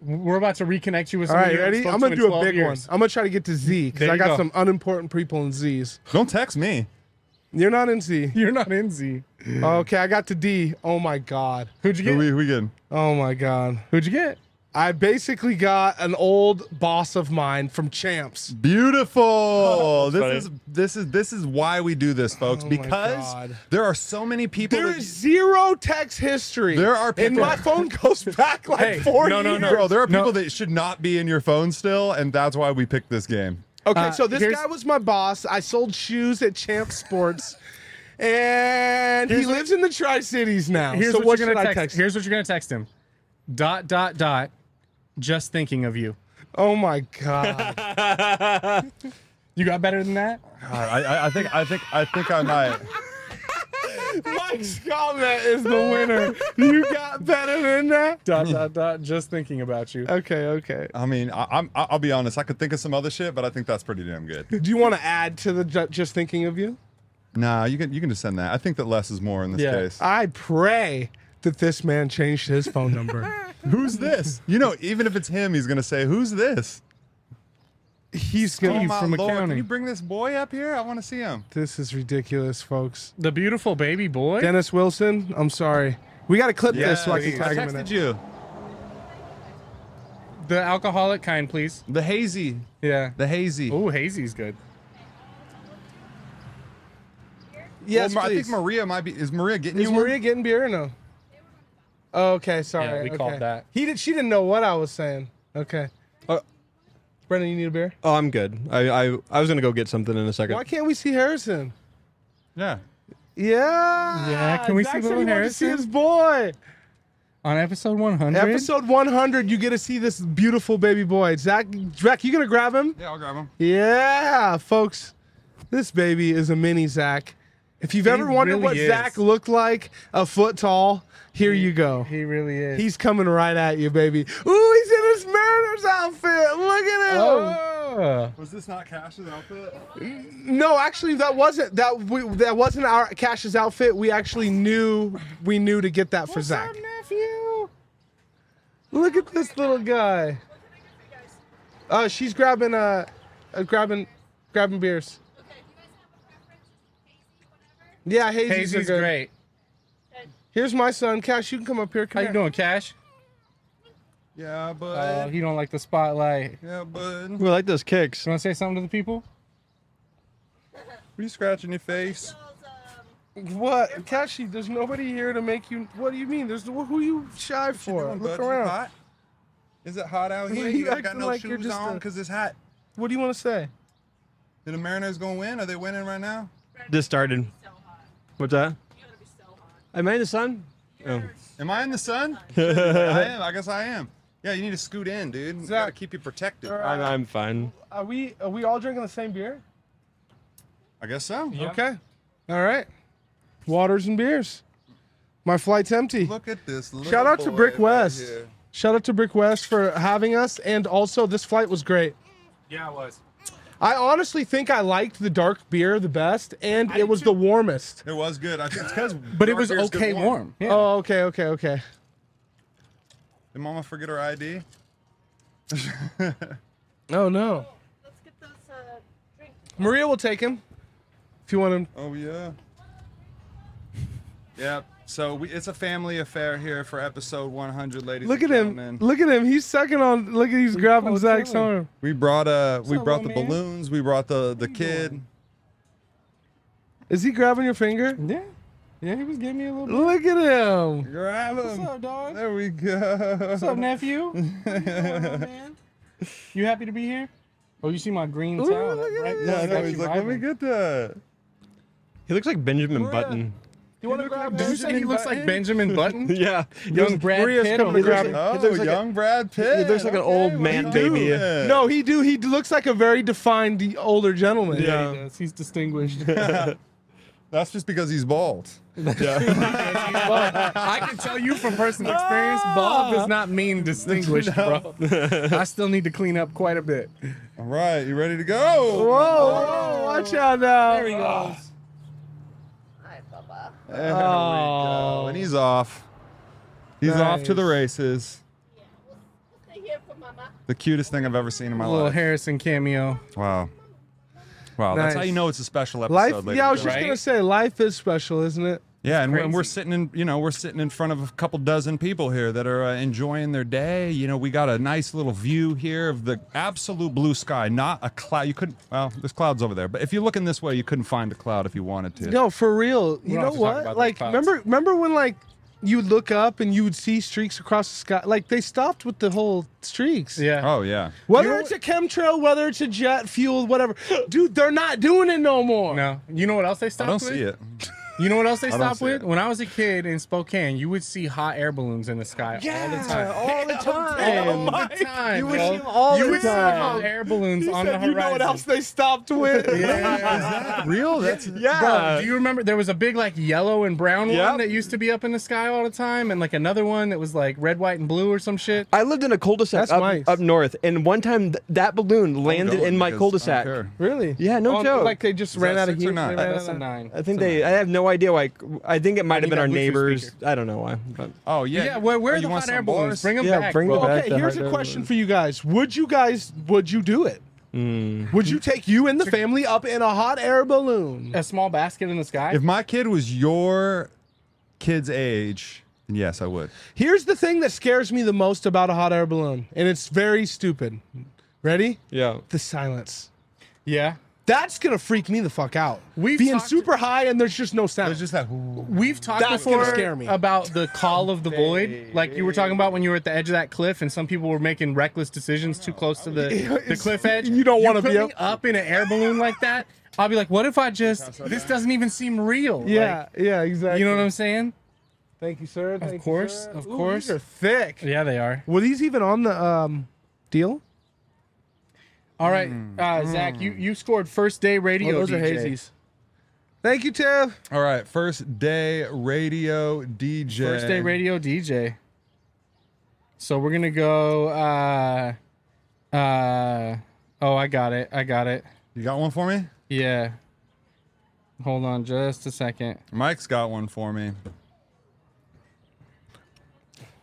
S7: We're about to reconnect you with.
S10: All
S7: somebody you
S10: right,
S7: haven't
S10: ready?
S7: spoke
S10: I'm
S7: to
S10: gonna
S7: in
S10: do a
S7: 12
S10: big
S7: years.
S10: one. I'm gonna try to get to Z because
S7: There
S10: I
S7: you
S10: got
S7: go.
S10: some unimportant people in Z's.
S4: Don't text me.
S10: You're not in Z.
S7: You're not in Z.
S10: Okay, I got to D. Oh my god.
S7: Who'd you
S4: Who we, who we getting?
S10: Oh my god.
S7: Who'd you get?
S10: I basically got an old boss of mine from Champs.
S4: Beautiful. this
S10: funny.
S4: is this is this is why we do this, folks.
S10: Oh my
S4: because
S10: God.
S4: there are so many people.
S10: There
S4: that-
S10: is zero text history.
S4: There are people.
S10: and my phone goes back like
S4: Hey,
S10: four
S4: no, no,
S10: years.
S4: no, bro. There are people that should not be in your phone still, and that's why we picked this game.
S10: Okay,
S4: Uh,
S10: so this
S4: here's-
S10: guy was my boss. I sold shoes at Champ Sports, and he lives in the Tri Cities now.
S7: Here's
S10: so
S7: what,
S10: what
S7: you're gonna
S10: should I
S7: text. Here's what you're gonna text him. Dot dot dot. Just thinking of you.
S10: Oh my god.
S7: you got better than that?
S4: God, I, I- I think I think I think I might.
S10: Mike's comment is the winner. You got better than that.
S7: Dot dot dot. Just thinking about you.
S10: Okay, okay.
S4: I mean, I, I'm I- I'll be honest. I could think of some other shit, but I think that's pretty damn good.
S10: Do you want to add to the ju- just thinking of you?
S4: Nah, you can you can just send that. I think that less is more in this case.
S10: I pray that this man changed his phone number.
S4: Who's this? You know, even if it's him, he's gonna say, "Who's this?"
S10: He's
S4: oh
S10: gonna
S4: my lord! Can you bring this boy up here? I want to see him.
S10: This is ridiculous, folks.
S7: The beautiful baby boy.
S10: Dennis Wilson, I'm sorry. We got to clip this so I can tag him in it.
S4: you.
S7: The alcoholic kind, please.
S4: The hazy.
S7: Yeah.
S4: The hazy.
S7: Oh, hazy's good.
S10: Yes,
S4: Well, Ma- I think
S10: please.
S4: Maria might be. Is Maria getting
S10: Is
S4: you one?
S10: Maria getting beer or no? Oh, okay, sorry.
S7: Yeah, we
S10: okay.
S7: called that. Uh,
S10: He did. She didn't know what I was saying. Okay. Brendan, you need a beer?
S12: Oh, I'm good. I, I I was gonna go get something in a second.
S10: Why can't we see Harrison?
S4: Yeah.
S10: Yeah.
S7: Yeah, can we
S10: Ah, Zach
S7: see
S10: said
S7: little
S10: he wanted to see
S7: Harrison?
S10: his boy.
S7: On episode 100.
S10: Episode 100, you get to see this beautiful baby boy. Zach, Zach, you gonna grab him?
S4: Yeah, I'll grab him.
S10: Yeah, folks, this baby is a mini Zach. If you've
S7: He
S10: ever wondered
S7: really
S10: what
S7: is.
S10: Zach looked like, a foot tall, here you go.
S7: He really is.
S10: He's coming right at you, baby. Ooh, he's in his Mariners outfit. Look at him.
S7: Oh.
S4: Was this not Cash's outfit?
S10: No, actually, that wasn't that. We, that wasn't our Cash's outfit. We actually knew we knew to get that for Zach.
S7: nephew?
S10: Look at this little guy. Uh, she's grabbing uh, uh grabbing, grabbing beers. Yeah, Hazy's, are
S7: Hazy's
S10: good.
S7: great.
S10: Here's my son, Cash. You can come up here. Come
S7: How you
S10: here.
S7: doing, Cash?
S4: Yeah,
S7: Oh,
S4: bud.
S7: he don't like the spotlight.
S4: yeah, bud.
S12: We like those kicks.
S7: You want to say something to the people?
S4: Were you scratching your face?
S10: What, Cashy? There's nobody here to make you. What do you mean? There's who are you shy for?
S4: doing,
S10: Look
S4: bud? You
S10: around.
S4: hot? Is it hot out
S10: You
S4: here? You ain't
S10: acting
S4: got no
S10: like you're
S4: shoes
S10: just
S4: on
S10: a-
S4: because it's hot.
S10: What do you want to say?
S4: Did the Mariners gonna win? Are they winning right now?
S12: This started. What's that? Am I in the sun? Oh.
S4: Am I in the sun? Shit, I am. I guess I am. Yeah, you need to scoot in, dude. You gotta keep you protected.
S12: I'm, I'm fine.
S26: Are we are we all drinking the same beer?
S4: I guess so.
S26: Okay.
S10: All right. Waters and beers. My flight's empty.
S4: Look at this. little
S10: Shout out to
S4: boy
S10: Brick
S4: right
S10: West.
S4: here.
S10: Shout out to Brick West for having us. And also, this flight was great.
S7: Yeah, it was.
S10: I honestly think I liked the dark beer the best, and it was the warmest.
S4: It was good. I think it's because.
S10: But it was okay warm. Oh, okay, okay, okay.
S4: Did Mama forget her ID?
S10: Oh no. Maria will take him if you want him.
S4: Oh yeah. Yep. So we, it's a family affair here for episode 100, ladies.
S10: Look
S4: and
S10: at him.
S4: gentlemen.
S10: Look at him. He's sucking on. Look at he's grabbing Zach's arm.
S4: We brought uh, we
S10: up,
S4: brought
S10: my
S4: the
S10: man?
S4: balloons. We brought the the kid.
S10: Is he grabbing your finger?
S7: Yeah. Yeah, he was giving me a little.
S10: Look at him.
S4: Grab
S7: What's up, dog?
S4: There we go. What's
S7: up, nephew? What's going on, man? You happy to be here? Oh, you see my green towel? that bright
S4: it.
S7: color
S4: Yeah, I know.
S7: got
S4: He's
S7: you
S4: like, let me
S7: vibing.
S4: get that.
S12: He looks like Benjamin Button.
S10: You want to grab
S7: Did you say he looks like Benjamin Button?
S12: yeah.
S10: Young Brad Maria's Pitt coming over to grab here. him.
S4: Oh,
S10: He looks like a-
S4: young Brad Pitt.
S12: looks like an old man baby.
S10: No, he do. He looks like a very defined older gentleman.
S7: Yeah, he does. He's distinguished.
S4: That's just because he's bald.
S7: But I can tell you from personal experience, Bob does not mean distinguished, bro. I still need to clean up quite a bit.
S4: All right, you ready to go?
S10: Whoa, whoa, watch out now. There he goes.
S4: There we go.
S10: Oh.
S4: And he's off. He's off to the races. The cutest thing I've ever seen in my
S7: little
S4: life.
S7: Harrison cameo.
S4: Wow. Wow, that's how
S10: Nice.
S4: you know it's a special episode.
S10: Life.
S4: ladies
S10: Yeah, I
S4: and
S10: was just
S4: gentlemen.
S10: gonna say, life is special, isn't it?
S4: Yeah, and we're, and
S10: Crazy.
S4: we're sitting in, you know, we're sitting in front of a couple dozen people here that are uh, enjoying their day. You know, we got a nice little view here of the absolute blue sky, not a cloud. You couldn't, well, there's clouds over there, but if you're looking this way, you couldn't find a cloud if you wanted to.
S10: No, for real. You
S4: don't
S10: know
S4: have to talk
S10: what?
S4: about
S10: Like,
S4: the clouds.
S10: remember, remember when like you'd look up and you would see streaks across the sky? Like they stopped with the whole streaks.
S7: Yeah.
S4: Oh yeah.
S10: Whether it's a chemtrail, whether it's a jet fuel, whatever, dude, they're not doing it no more.
S7: No, you know what else they stopped with? You know what else they
S10: I don't
S7: stopped
S10: see
S7: with? When I was a kid in Spokane, you would see hot air balloons in the sky all the time.
S10: all the time.
S7: All the time,
S10: You would
S7: bro.
S10: see 'em all
S7: You
S10: the
S7: would see
S10: time.
S7: hot air balloons
S10: He
S7: on
S10: said,
S7: the horizon.
S10: "You know what else they stopped with?
S7: yeah,
S4: real? That's
S7: yeah. Bro, do you remember there was a big like yellow and brown one that used to be up in the sky all the time, and like another one that was like red, white, and blue or some shit.
S12: I lived in a cul-de-sac
S7: That's
S12: up,
S7: nice.
S12: up north, and one time th- that balloon landed
S7: going
S12: in
S7: because I
S12: my
S7: don't
S12: cul-de-sac.
S7: care.
S10: Really?
S12: Yeah, no
S7: On-
S12: joke.
S7: like they just Is ran that out of six or heat? nine? They ran
S12: I-
S7: out That's of- a nine.
S12: I think they. I have no idea. Like, I think it might have
S7: need
S12: been
S7: that
S12: our
S7: Bluetooth
S12: neighbors. I don't know why. But.
S4: Oh
S7: yeah. Yeah, where- where Oh, are you the want hot air some balloons? bars? Bring 'em
S12: yeah,
S7: back,
S12: Bring
S7: bro.
S12: them back.
S10: Okay, here's a question for you guys. Would you guys would you do it? Would you take you and the family up in a hot air balloon?
S7: A small basket in the sky?
S4: If my kid was your kid's age, then yes, I would.
S10: Here's the thing that scares me the most about a hot air balloon, and it's very stupid. Ready?
S12: Yeah.
S10: The silence.
S7: Yeah.
S10: That's gonna freak me the fuck out. We've being super high and there's just no sound. There's
S4: just that.
S7: We've talked
S10: That's
S7: before
S10: gonna scare me.
S7: about the call of the void, like you were talking about when you were at the edge of that cliff, and some people were making reckless decisions too close to the, the
S10: It's-
S7: cliff edge.
S10: you don't wanna
S7: put
S10: be
S7: me
S10: up-
S7: up in an air balloon like that. I'll be like, what if I just? This doesn't even seem real.
S10: yeah,
S7: Like,
S10: yeah, exactly.
S7: you know what I'm saying?
S10: Thank you, sir. Thank you,
S7: Of course,
S10: sir.
S7: of
S10: Ooh,
S7: course.
S10: these are thick.
S7: Yeah, they are.
S10: Were these even on the um deal?
S7: All right, uh, Zach, you you scored first day radio.
S10: Oh, Hmm. those are
S7: DJ.
S10: hazies. Thank you, Tim.
S4: All right, first day radio DJ.
S7: First day radio DJ. So we're gonna go. uh uh Oh, I got it. I got it.
S4: You got one for me?
S7: Yeah. Hold on just a second.
S4: Mike's got one for me.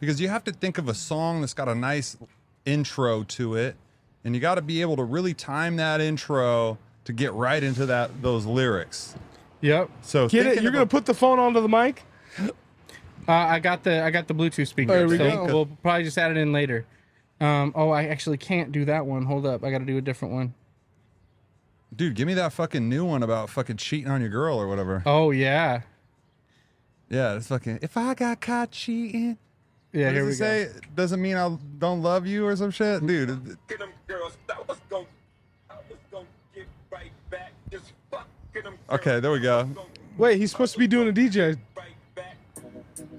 S4: Because you have to think of a song that's got a nice intro to it, and you got to be able to really time that intro to get right into that those lyrics.
S7: Yep.
S4: So
S10: Get it?
S4: thinking
S10: You're
S4: of
S10: gonna put the phone onto the mic?
S7: Uh, I got the I got the Bluetooth speaker.
S10: There we
S7: so
S10: go.
S7: We'll probably just add it in later. Um, oh, I actually can't do that one. Hold up, I got to do a different one.
S4: a- dude, give me that fucking new one about fucking cheating on your girl or whatever.
S7: Oh yeah,
S4: Yeah, it's fucking. If I got caught cheating,
S7: yeah.
S4: what
S7: Here we
S4: does it
S7: go.
S4: say? Doesn't mean I don't love you or some shit, dude. Okay, there we go.
S10: Wait, he's supposed to be doing a DJ.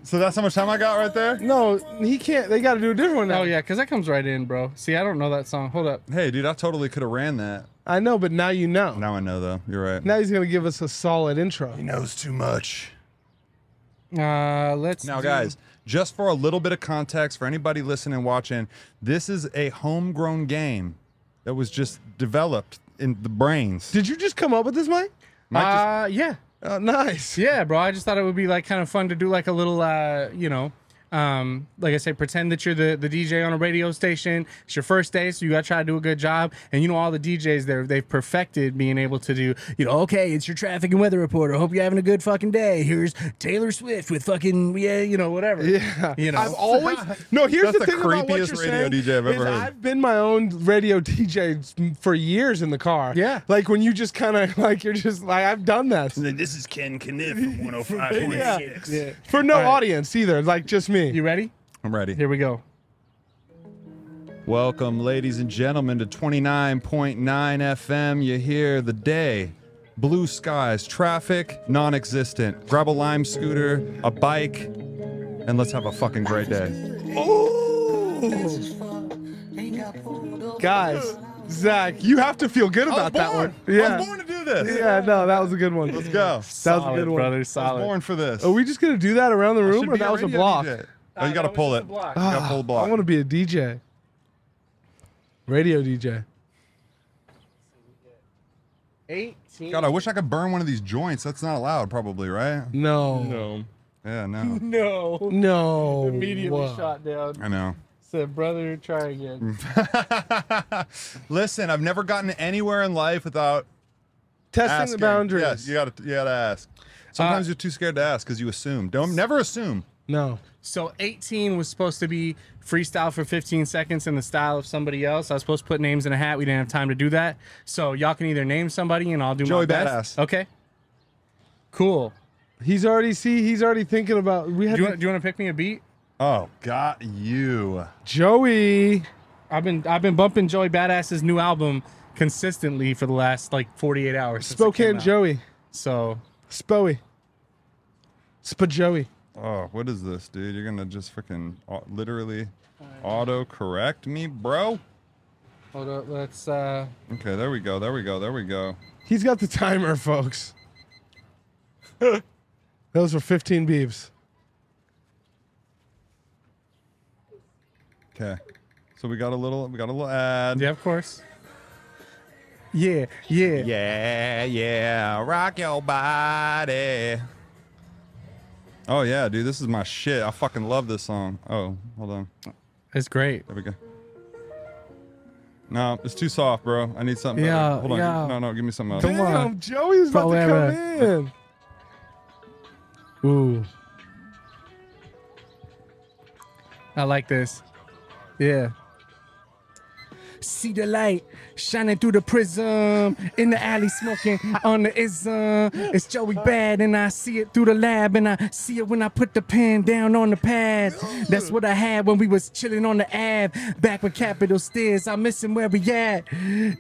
S4: So that's how much time I got right there?
S10: No, he can't. They got to do a different one now.
S7: Oh yeah, because that comes right in, bro. See, I don't know that song. Hold up.
S4: Hey, dude, I totally could have ran that.
S10: I know, but now you know.
S4: Now I know, though. You're right.
S10: Now he's gonna give us a solid intro. He
S4: knows too much.
S7: Uh, let's
S4: Now,
S7: do-
S4: guys, just for a little bit of context for anybody listening, watching, this is a homegrown game that was just developed in the brains.
S10: Did you just come up with this, Mike?
S7: Uh, yeah.
S10: nice.
S7: Yeah, bro. I just thought it would be like kind of fun to do like a little, uh, you know, um, like I say, pretend that you're the, the DJ on a radio station. It's your first day, so you got to try to do a good job. And you know, all the DJs there, they've perfected being able to do, you know, okay, it's your traffic and weather reporter. Hope you're having a good fucking day. Here's Taylor Swift with fucking, yeah, you know, whatever.
S10: Yeah.
S7: You know,
S10: I've always no. Here's
S4: That's
S10: the
S4: the
S10: thing about what you're
S4: creepiest radio
S10: saying
S4: DJ I've ever
S10: is
S4: heard.
S10: I've been my own radio DJ for years in the car. Yeah, like when you just kind of like you're just like I've done that.
S27: This is Ken Kniff from
S10: Yeah.
S27: 105.6.
S10: For no
S27: All right.
S10: audience either, like just me. You
S7: ready?
S4: I'm ready.
S7: Here we go.
S4: Welcome, ladies and gentlemen, to 29.9 FM. You hear the day. Blue skies, traffic non existent. Grab a lime scooter, a bike, and let's have a fucking great day.
S10: Guys, Zach, you have to feel good
S4: I was
S10: about that
S4: born.
S10: one.
S4: I was born to do this.
S10: Yeah, no, that was a good one. Let's
S4: go.
S10: That was a good one.
S4: born for this.
S10: Are we just gonna do that around the room,
S4: should
S10: or
S4: be
S10: that
S4: a
S10: was a
S4: radio
S10: block?
S4: DJ. Oh, you gotta pull it. You gotta
S10: Ah,
S4: pull the block.
S10: I want to be a DJ. Radio DJ.
S7: 18.
S4: God, I wish I could burn one of these joints. That's not allowed, probably, right?
S10: No.
S4: No. Yeah, no.
S7: No.
S10: No.
S7: Immediately
S10: Wow.
S7: shot down.
S4: I know.
S7: Said, brother, try again.
S4: Listen, I've never gotten anywhere in life without
S10: Testing the
S4: asking.
S10: boundaries. Uh,
S4: Yes, you gotta, you gotta ask. Sometimes you're too scared to ask because you assume. Don't never assume.
S10: No.
S7: So 18 was supposed to be freestyle for 15 seconds in the style of somebody else. I was supposed to put names in a hat. We didn't have time to do that. So y'all can either name somebody and I'll do my
S10: Joey
S7: best. Okay. Cool.
S10: He's already see. He's already thinking about. We had
S7: Do you,
S10: to-
S7: want, do you want to pick me a beat?
S4: Oh, got you.
S10: Joey.
S7: I've been I've been bumping Joey Badass's new album consistently for the last like 48 hours. since it came
S10: Spokane
S7: out.
S10: Joey.
S7: So
S10: Spoey. Spajoey.
S4: Oh, what is this, dude? You're gonna just freaking au- literally auto correct me, bro?
S7: hold up, let's uh
S4: Okay, there we go. There we go. There we go.
S10: He's got the timer, folks. Those were 15 beeps.
S4: Okay. So we got a little, we got a little ad.
S7: Yeah, of course. Yeah, yeah.
S4: Yeah, yeah. Rock your body. Oh yeah, dude, this is my shit. I fucking love this song. Oh, hold on.
S7: It's great.
S4: There we go. No, it's too soft, bro. I need something.
S7: Yeah,
S4: better. Hold on.
S7: yeah.
S4: No, no, give me something else.
S7: Come on.
S10: Damn, Joey's about
S7: Probably
S10: to come
S7: have
S10: in. Ooh.
S7: I like this. Yeah. See the light shining through the prism in the alley, smoking on the ism. It's Joey Bad, and I see it through the lab, and I see it when I put the pen down on the pad. That's what I had when we was chilling on the ab back with Capitol Stairs. I'm missing where we at.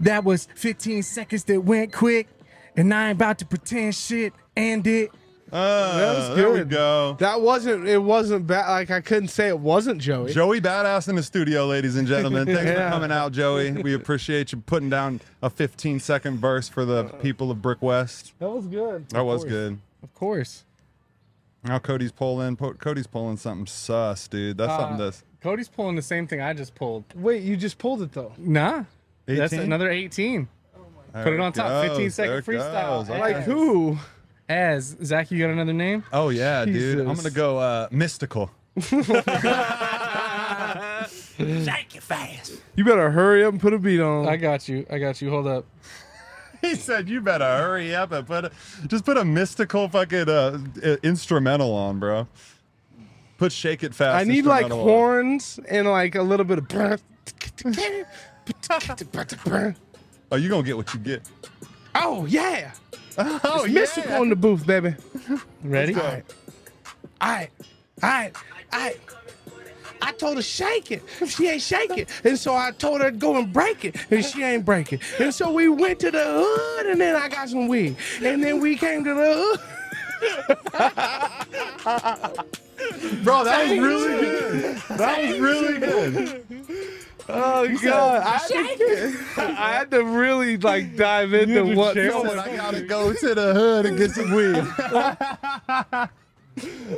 S7: That was 15 seconds that went quick, and I ain't about to pretend shit. And it.
S4: Uh,
S10: That was good.
S4: There we go.
S10: That wasn't. It wasn't bad. Like I couldn't say it wasn't Joey.
S4: Joey Badass in the studio, ladies and gentlemen. Thanks
S10: Yeah.
S4: for coming out, Joey. We appreciate you putting down a 15 second verse for the people of Brick West.
S10: That was good.
S4: That was good.
S7: Uh-huh. Of course.
S4: Now Cody's pulling. Po- Cody's pulling something sus, dude. That's something
S7: Uh,
S4: that's
S7: Cody's pulling the same thing I just pulled.
S10: Wait, you just pulled it though.
S7: Nah. That's
S4: 18?
S7: another 18. Put
S4: There
S7: it on
S4: it
S7: top.
S4: goes,
S7: 15
S4: there
S7: second
S4: it
S7: freestyle.
S4: goes, okay. Like
S10: who?
S7: As Zach, you got another name?
S4: Oh yeah, dude. I'm gonna go uh, mystical.
S27: Shake your fast.
S10: You better hurry up and put a beat on.
S7: I got you. I got you. Hold up.
S4: he said, "You better hurry up and put a, just put a mystical fucking uh, i- instrumental on, bro. Put shake it fast.
S10: I need like
S4: instrumental on.
S10: horns and like a little bit of.
S4: Oh, you gonna get what you get.
S10: Oh yeah.
S4: Oh
S10: it's mystical in the booth, baby.
S7: Ready?
S10: All right. All right. All right. All right. I told her shake it. She ain't shake it. And so I told her to go and break it. And she ain't break it. And so we went to the hood and then I got some weed. And then we came to the hood.
S8: Bro, that was really good. That was really good.
S28: Oh
S8: You said,
S28: god, I had, to, I had to really like dive into
S8: You
S28: what. Oh
S8: know what, I gotta go to the hood and get some weed.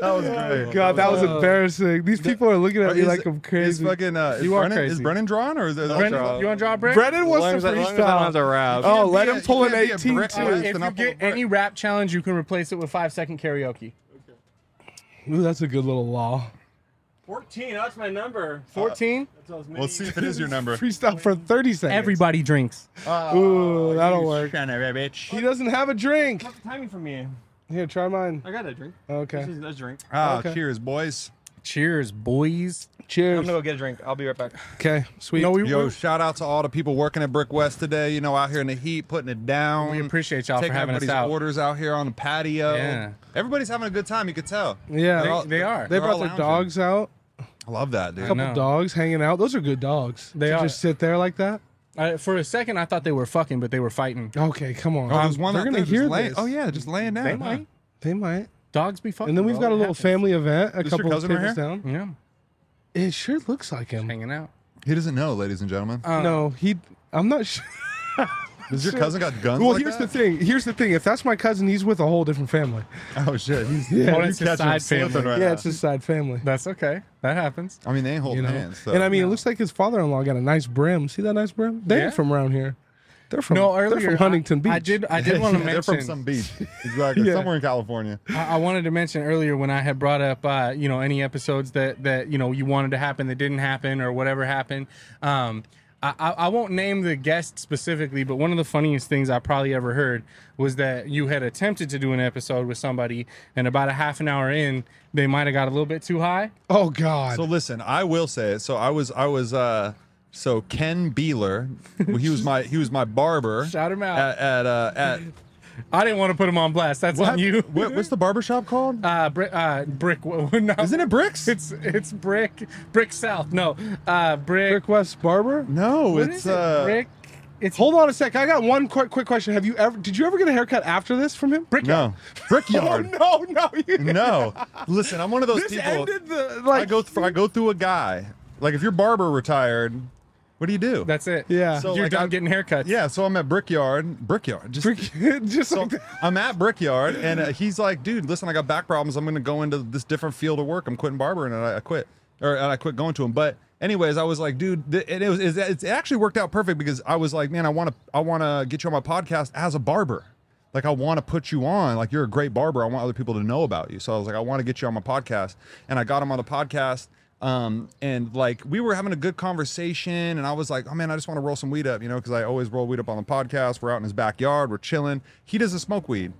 S4: That was great.
S28: God, that
S10: Uh,
S28: was
S10: embarrassing. These people are looking at me
S4: is-
S10: like I'm
S4: Is
S10: crazy.
S4: fucking uh, is
S10: You are
S4: Brennan, Is
S10: crazy.
S4: Brennan drawn or is there
S10: Brennan, you wanna draw, Brennan? Brennan wants As long to as I- as long as I don't freestyle. have to rap. Oh, let him pull an 18 too.
S7: If you get any rap challenge, you can replace it with five second karaoke.
S10: Ooh, that's a good little law.
S12: 14. oh, That's my number. Uh,
S7: 14?
S4: We'll see if it is your number.
S10: Freestyle for 30 seconds.
S7: Everybody drinks.
S10: Ooh, that'll work. Oh,
S7: Son of a bitch.
S10: He doesn't have a drink.
S12: Timing for me.
S10: Here, try mine.
S12: I got a drink.
S10: Okay.
S12: This is a drink.
S4: Ah,
S10: Okay.
S4: cheers, boys.
S7: Cheers, boys.
S10: Cheers.
S12: I'm gonna go get a drink. I'll be right back.
S10: Okay, sweet.
S4: Yo, shout out to all the people working at Brick West today. You know, out here in the heat, putting it down. We
S7: appreciate y'all for
S4: taking
S7: having us
S4: everybody's
S7: out.
S4: orders out here on the patio.
S7: Yeah.
S4: Everybody's having a good time. You could tell.
S10: Yeah,
S4: They're all-
S10: They
S4: they're
S10: brought
S4: all
S10: their
S4: lounging.
S10: dogs out.
S4: I love that, dude.
S10: A couple dogs hanging out. Those are good dogs. They
S7: are.
S10: just sit there like that.
S7: Uh, for a second, I thought they were fucking, but they were fighting.
S10: Okay, come on.
S7: Oh,
S10: Um,
S7: there's one
S10: They're
S7: out
S10: gonna
S7: there just
S10: hear
S7: laying-
S10: this.
S7: oh, yeah, just laying down, They huh? might.
S10: They might.
S7: Dogs be fucking.
S10: And then we've
S7: bro.
S10: got a
S7: It
S10: little
S7: happens.
S10: family event. A
S7: This your
S10: couple of
S7: cousin right
S10: tables
S7: here?
S10: down.
S7: Yeah.
S10: It sure looks like him.
S7: hanging out.
S4: He doesn't know, ladies and gentlemen.
S7: Uh,
S10: no, he. I'm not sure.
S4: Does your cousin got guns?
S10: Well,
S4: like
S10: here's
S4: that?
S10: the thing. Here's the thing. If that's my cousin, he's with a whole different family.
S4: Oh shit, he's
S10: Yeah.
S4: you
S10: It's his
S4: catching him
S10: side
S4: slipping
S10: family.
S4: right
S10: Yeah,
S4: now.
S10: it's his side family.
S7: That's okay. That happens.
S4: I mean, they ain't holding hands. So.
S10: and I mean, it looks like his father-in-law got a nice brim. See that nice brim? They
S7: Yeah.
S10: ain't from around here. They're from
S7: No,
S10: they're
S7: earlier,
S10: from Huntington Beach.
S7: I- I did- I did wanna
S4: they're from
S7: mention-
S4: some beach, exactly,
S7: Yeah.
S4: somewhere in California.
S7: I, I wanted to mention earlier when I had brought up, uh, you know, any episodes that that you know you wanted to happen that didn't happen or whatever happened. Um, I, I I won't name the guest specifically, but one of the funniest things I probably ever heard was that you had attempted to do an episode with somebody, and about a half an hour in, they might have got a little bit too high.
S10: Oh God!
S4: So listen, I will say it. So I was, I was, uh, so Ken Beeler, he was my, he was my barber.
S7: Shout him out.
S4: At, at, uh, at
S7: I didn't want to put him on blast. That's
S4: What?
S7: on you.
S4: What- what's the barbershop called?
S7: Uh, bri- uh brick. no.
S4: Isn't it bricks?
S7: It's it's brick. Brick South. No. Uh, brick.
S10: Brick West Barber?
S4: No,
S7: What it's, is it? uh, Rick? It's
S10: Hold on a sec. I got one quick quick question. Have you ever did you ever get a haircut after this from him? Brick
S4: no, Brickyard.
S10: Oh, no, no. you-
S4: no, listen, I'm one of those
S10: This
S4: people.
S10: ended the like
S4: I go, th- I go through a guy. Like if your barber retired, what do you do?
S7: That's it.
S10: Yeah.
S7: You're done getting haircuts.
S4: Yeah, so I'm at Brickyard. Brickyard. Just,
S10: just
S4: so I'm at Brickyard, and uh, he's like, "Dude, listen, I got back problems. I'm going to go into this different field of work. I'm quitting barbering, and I, I quit, or and I quit going to him." But anyways, I was like, "Dude, th- and it was it's- it's, it actually worked out perfect because I was like, man, I want to I want to get you on my podcast as a barber." Like I want to put you on. Like you're a great barber. I want other people to know about you. So I was like, I want to get you on my podcast, and I got him on the podcast. Um, and like we were having a good conversation, and I was like, Oh man, I just want to roll some weed up, you know, because I always roll weed up on the podcast. We're out in his backyard, we're chilling. He doesn't smoke weed.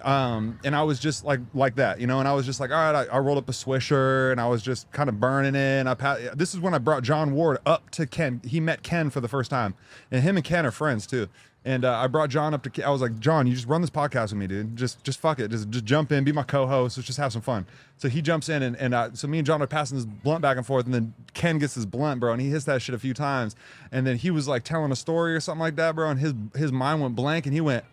S4: Um, and I was just like like that, you know, and I was just like, all right, I, I rolled up a swisher and I was just kind of burning in. I pa- this is when I brought John Ward up to Ken. He met Ken for the first time, and him and Ken are friends too. And uh, I brought John up to. Ken. I was like, John, you just run this podcast with me, dude. Just just fuck it. Just just jump in, be my co-host. Let's just have some fun. So he jumps in, and and uh, so me and John are passing this blunt back and forth, and then Ken gets his blunt, bro, and he hits that shit a few times, and then he was like telling a story or something like that, bro, and his his mind went blank, and he went.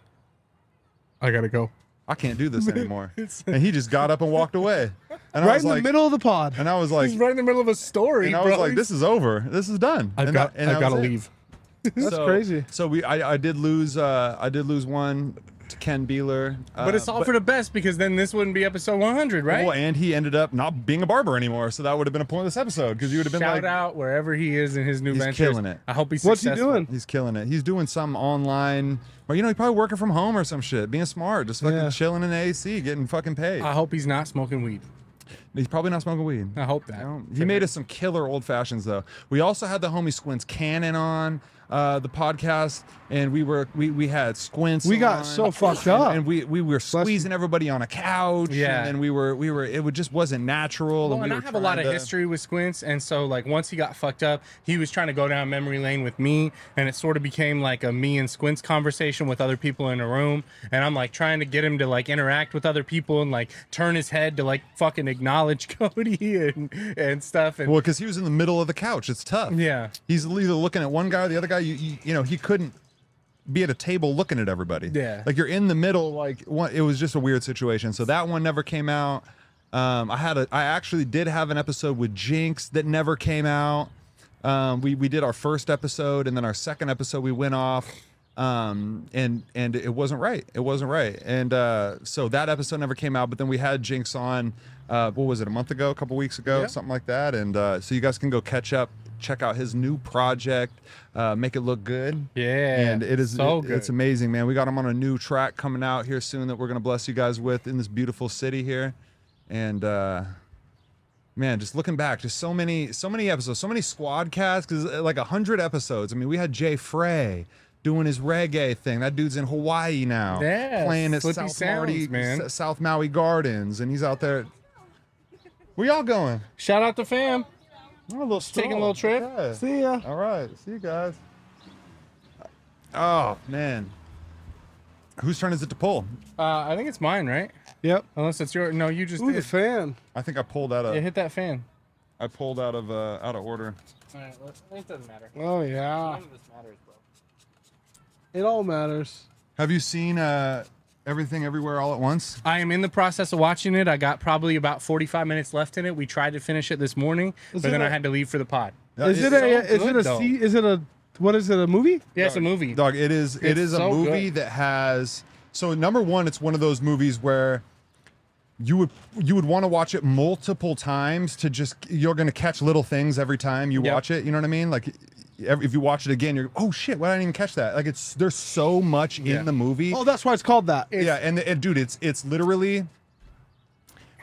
S7: I gotta go.
S4: I can't do this anymore. and he just got up and walked away. And I
S10: right
S4: was
S10: in the
S4: like,
S10: middle of the pod.
S4: and I was like,
S7: right in the middle of a story.
S4: and I was like, this is over. This is done.
S7: I've
S4: And
S7: got-
S4: that- and
S7: I've
S4: that was
S7: gotta
S4: it.
S7: leave.
S10: That's
S4: So-
S10: crazy.
S4: So we, I, I did lose, uh, I did lose one to Ken Beeler. Uh,
S7: but it's all for the best because then this wouldn't be episode 100, right?
S4: Well, and he ended up not being a barber anymore, so that would have been a pointless episode because you would have been
S7: Shout
S4: like,
S7: out wherever he is in his new
S4: he's
S7: ventures.
S4: killing it.
S7: I hope he's successful.
S4: He's killing it. He's doing some online, or you know, he's probably working from home or some shit, being smart, just fucking chilling in the AC, getting fucking paid.
S7: I hope he's not smoking weed.
S4: He's probably not smoking weed.
S7: I hope that.
S4: He made us some killer old fashions though. We also had the homie Squints Cannon on uh, the podcast, and we were we, we had Squints.
S10: We got
S4: on,
S10: so fucked
S4: and-
S10: up.
S4: and we we were squeezing everybody on a couch.
S7: Yeah.
S4: and then we were we were it would- just wasn't natural.
S7: Well,
S4: we
S7: and I
S4: were
S7: have a lot
S4: trying
S7: of
S4: to-
S7: history with Squints, and so like once he got fucked up, he was trying to go down memory lane with me, and it sort of became like a me and Squints conversation with other people in a room, and I'm like trying to get him to like interact with other people and like turn his head to like fucking acknowledge Cody and and stuff. And
S4: Well, because he was in the middle of the couch, it's tough.
S7: Yeah.
S4: he's either looking at one guy or the other guy. You you, you know he couldn't. be at a table looking at everybody.
S7: Yeah.
S4: Like you're in the middle. Like one, it was just a weird situation. So that one never came out. Um, I had a, I actually did have an episode with Jinx that never came out. Um, we we did our first episode and then our second episode we went off. Um, and and it wasn't right. It wasn't right. And uh, so that episode never came out. But then we had Jinx on. Uh, what was it? A month ago? A couple weeks ago?
S6: Yeah.
S4: Something like that. And uh, so you guys can go catch up. Check out his new project, uh, make it look good.
S7: Yeah,
S4: and it is
S7: so
S4: it-
S7: good.
S4: it's amazing, man. We got him on a new track coming out here soon that we're gonna bless you guys with in this beautiful city here, and uh, man, just looking back, just so many, so many episodes, so many squad casts, cause uh, like a hundred episodes. I mean, we had Jay Frey doing his reggae thing. That dude's in Hawaii now,
S7: Yeah,
S4: playing at
S7: Slippy
S4: South
S7: Sounds,
S4: Marty,
S7: man.
S4: S- South Maui Gardens, and he's out there. Where y'all going?
S7: Shout out to fam.
S4: a little
S7: Taking a little trip.
S4: See ya. All right. See you guys. Oh man, whose turn is it to pull?
S7: Uh, I think it's mine, right?
S10: Yep.
S7: Unless it's your. No, you just Ooh, did. the
S10: fan.
S4: I think I pulled out of.
S7: Yeah, hit that fan.
S4: I pulled out of uh, out of order.
S7: All right, it doesn't matter.
S10: Oh, yeah. None of this It all matters.
S4: Have you seen uh, everything everywhere all at once?
S7: I am in the process of watching it. I got probably about 45 minutes left in it. We tried to finish it this morning,
S10: Is
S7: but
S10: it
S7: then I
S10: a-
S7: had to leave for the pod.
S10: Is it a? Is it a?
S7: though.
S10: se- Is it a? What is it? A movie?
S7: Yeah, it's a movie.
S4: Dog, it is it
S7: It's
S4: is a
S7: so
S4: movie
S7: good.
S4: that has so number one, it's one of those movies where you would you would want to watch it multiple times to just you're gonna catch little things every time you
S7: Yep.
S4: watch it. You know what I mean? Like every, if you watch it again, you're oh shit, why didn't I even catch that? Like it's there's so much
S10: Yeah.
S4: in the movie.
S10: Oh, that's why it's called that.
S4: yeah, and, and dude, it's it's literally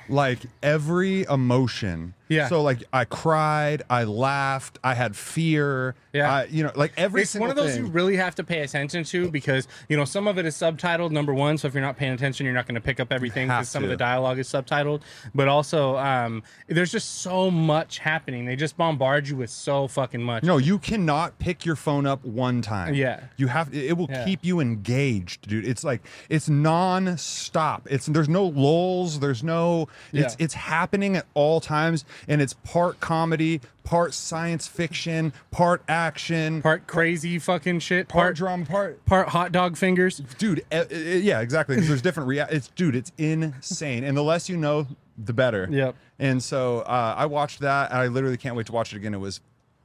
S4: like every emotion.
S7: Yeah.
S4: So like I cried, I laughed, I had fear.
S7: Yeah.
S4: I, you know, like every
S7: it's
S4: single
S7: one of those
S4: thing.
S7: you really have to pay attention to because you know some of it is subtitled number one so if you're not paying attention you're not going to pick up everything
S4: have
S7: because some of
S4: to.
S7: the dialogue is subtitled but also um, there's just so much happening they just bombard you with so fucking much
S4: No, you cannot pick your phone up one time.
S7: Yeah.
S4: You have it will
S7: Yeah.
S4: keep you engaged, dude. It's like it's non-stop. It's there's no lulls, there's no it's
S7: Yeah.
S4: it's happening at all times and it's part comedy, part science fiction, part action,
S7: part crazy fucking shit,
S4: part, drum, part
S7: part hot dog fingers.
S4: Dude, e- e- yeah, exactly. 'cause There's different rea- it's dude, it's insane. And the less you know, the better.
S7: Yep.
S4: And so uh, I watched that and I literally can't wait to watch it again. It was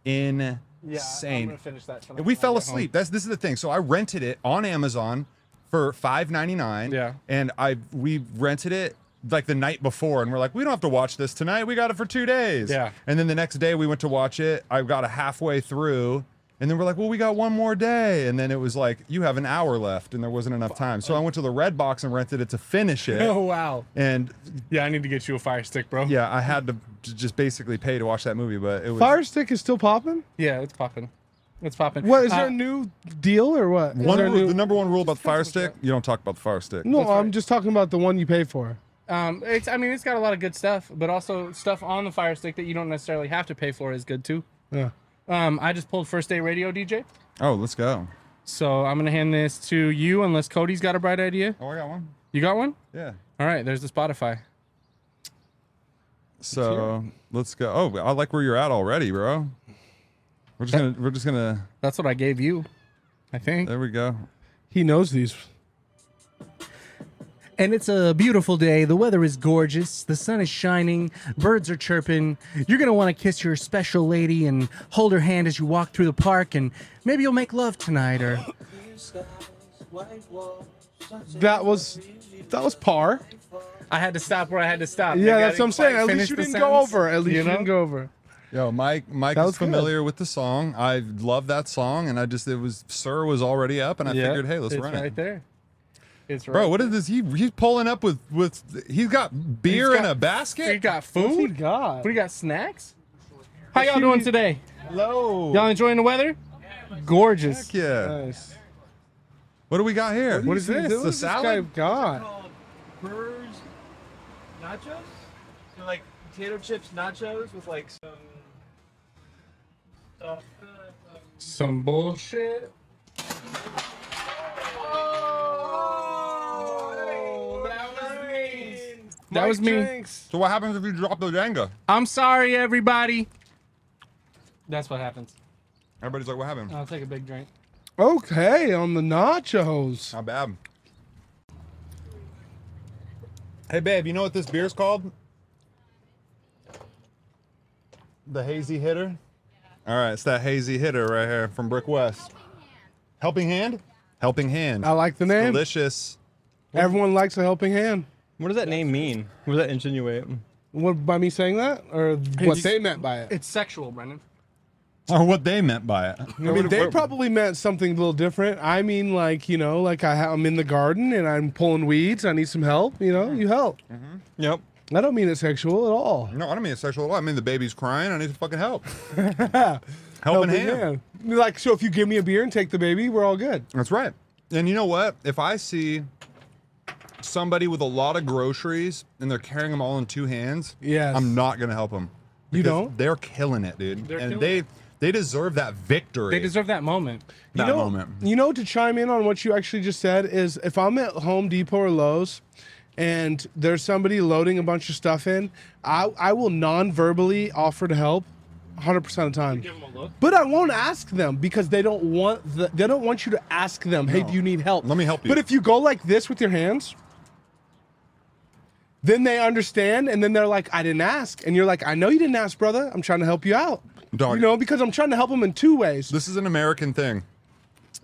S4: insane.
S7: finish that
S4: And we fell asleep. That's this is the thing. So I rented it on Amazon for five ninety nine. Yeah. And I we rented it like the night before, and we're like, we don't have to watch this tonight. We got it for two days.
S7: Yeah.
S4: And then the next day we went to watch it. I got a halfway through. And then we're like, well, we got one more day. And then it was like, you have an hour left, and there wasn't enough time. So I went to the Red Box and rented it to finish it.
S7: oh wow
S4: And
S7: yeah i need to get you a fire stick bro
S4: yeah, I had to j- just basically pay to watch that movie, but it was
S10: Fire Stick is still popping.
S7: yeah it's popping it's popping
S10: What is there
S7: Uh,
S10: a new deal or what? Is
S4: One
S10: there a
S4: rule- the number one rule about the Fire Stick: you don't talk about the Fire Stick.
S10: No, I'm just talking about the one you pay for.
S7: Um, it's I mean it's got a lot of good stuff, but also stuff on the Fire Stick that you don't necessarily have to pay for is good too.
S10: Yeah.
S7: Um, I just pulled first day radio DJ,
S4: Oh, let's go.
S7: so I'm gonna hand this to you unless Cody's got a bright idea.
S4: Oh, I got one.
S7: You got one?
S4: Yeah.
S7: All right, there's the Spotify.
S4: So let's go. Oh, I like where you're at already, bro. We're just gonna. We're just gonna.
S7: That's what I gave you. I think.
S4: There we go.
S10: He knows these.
S7: And it's a beautiful day. The weather is gorgeous. The sun is shining. Birds are chirping. You're going to want to kiss your special lady and hold her hand as you walk through the park. And maybe you'll make love tonight. Or
S10: That was that was par.
S7: I had to stop where I had to stop.
S10: Yeah,
S7: I
S10: that's
S7: gotta
S10: what I'm saying.
S7: quite
S10: At
S7: finish
S10: least you
S7: the
S10: didn't go
S7: sentence,
S10: over. At least you,
S7: know?
S10: didn't go over.
S4: Yo, Mike. Mike
S10: That
S4: is
S10: was good.
S4: familiar with the song. I love that song, and I just it was Sir was already up, and I
S7: Yeah,
S4: figured, hey, let's
S7: it's
S4: run
S7: right
S4: it.
S7: there. It's right.
S4: Bro, what is this? He he's pulling up with with. He's got beer in a basket.
S7: He got food.
S10: he got?
S7: We got snacks. How y'all doing today?
S10: Hello.
S7: Y'all enjoying the weather? Gorgeous.
S4: Heck yeah.
S10: Nice.
S4: What do we got here?
S10: What is this?
S4: It's
S10: What
S4: a
S10: is this guy
S4: salad.
S10: got?
S11: Burgers, nachos. So like potato chips, nachos with like some. stuff.
S7: Some bullshit. Oh, That was me.
S4: So what happens if you drop the Jenga?
S7: I'm sorry, everybody. That's what happens.
S4: Everybody's like, what happened?
S7: I'll take a big drink.
S10: Okay, on the nachos.
S4: Not bad. Hey, babe, you know what this beer's called? The Hazy Hitter. All right, it's that Hazy Hitter right here from Brick West. Helping Hand? Helping Hand.
S10: I like the name.
S4: Delicious.
S10: Everyone likes a helping hand.
S12: What does that name mean? What does that insinuate?
S10: What by me saying that, or what they meant by it?
S7: It's sexual, Brendan.
S4: Or Oh, what they meant by it.
S10: I mean, they probably meant something a little different. I mean, like you know, like I ha- I'm in the garden and I'm pulling weeds. I need some help. You know, you help.
S12: Yep.
S10: I don't mean it's sexual at all.
S4: No, I don't mean it's sexual at all. I mean the baby's crying. I need some fucking help.
S10: Helping
S4: hand.
S10: Like so, if you give me a beer and take the baby, we're all good.
S4: That's right. And you know what? If I see somebody with a lot of groceries and they're carrying them all in two hands,
S10: Yes.
S4: I'm not gonna help them.
S10: You
S4: Because
S10: don't?
S4: They're killing it, dude.
S10: They're
S4: and they
S10: killing
S4: they deserve that victory.
S10: They
S7: deserve that moment.
S4: That
S10: you know,
S4: moment.
S10: You know, to chime in on what you actually just said is if I'm at Home Depot or Lowe's and there's somebody loading a bunch of stuff in, I, I will non verbally offer to help 100% of the time. But I won't ask them because they don't want the, they don't want you to ask them, hey, do you need help? Let me help you. But if you go like this with your hands, then they understand and then they're like, I didn't ask. And you're like, I know you didn't ask, brother. I'm trying to help you out.
S4: Dog.
S10: You know, because I'm trying to help them in two ways.
S4: This is an American thing.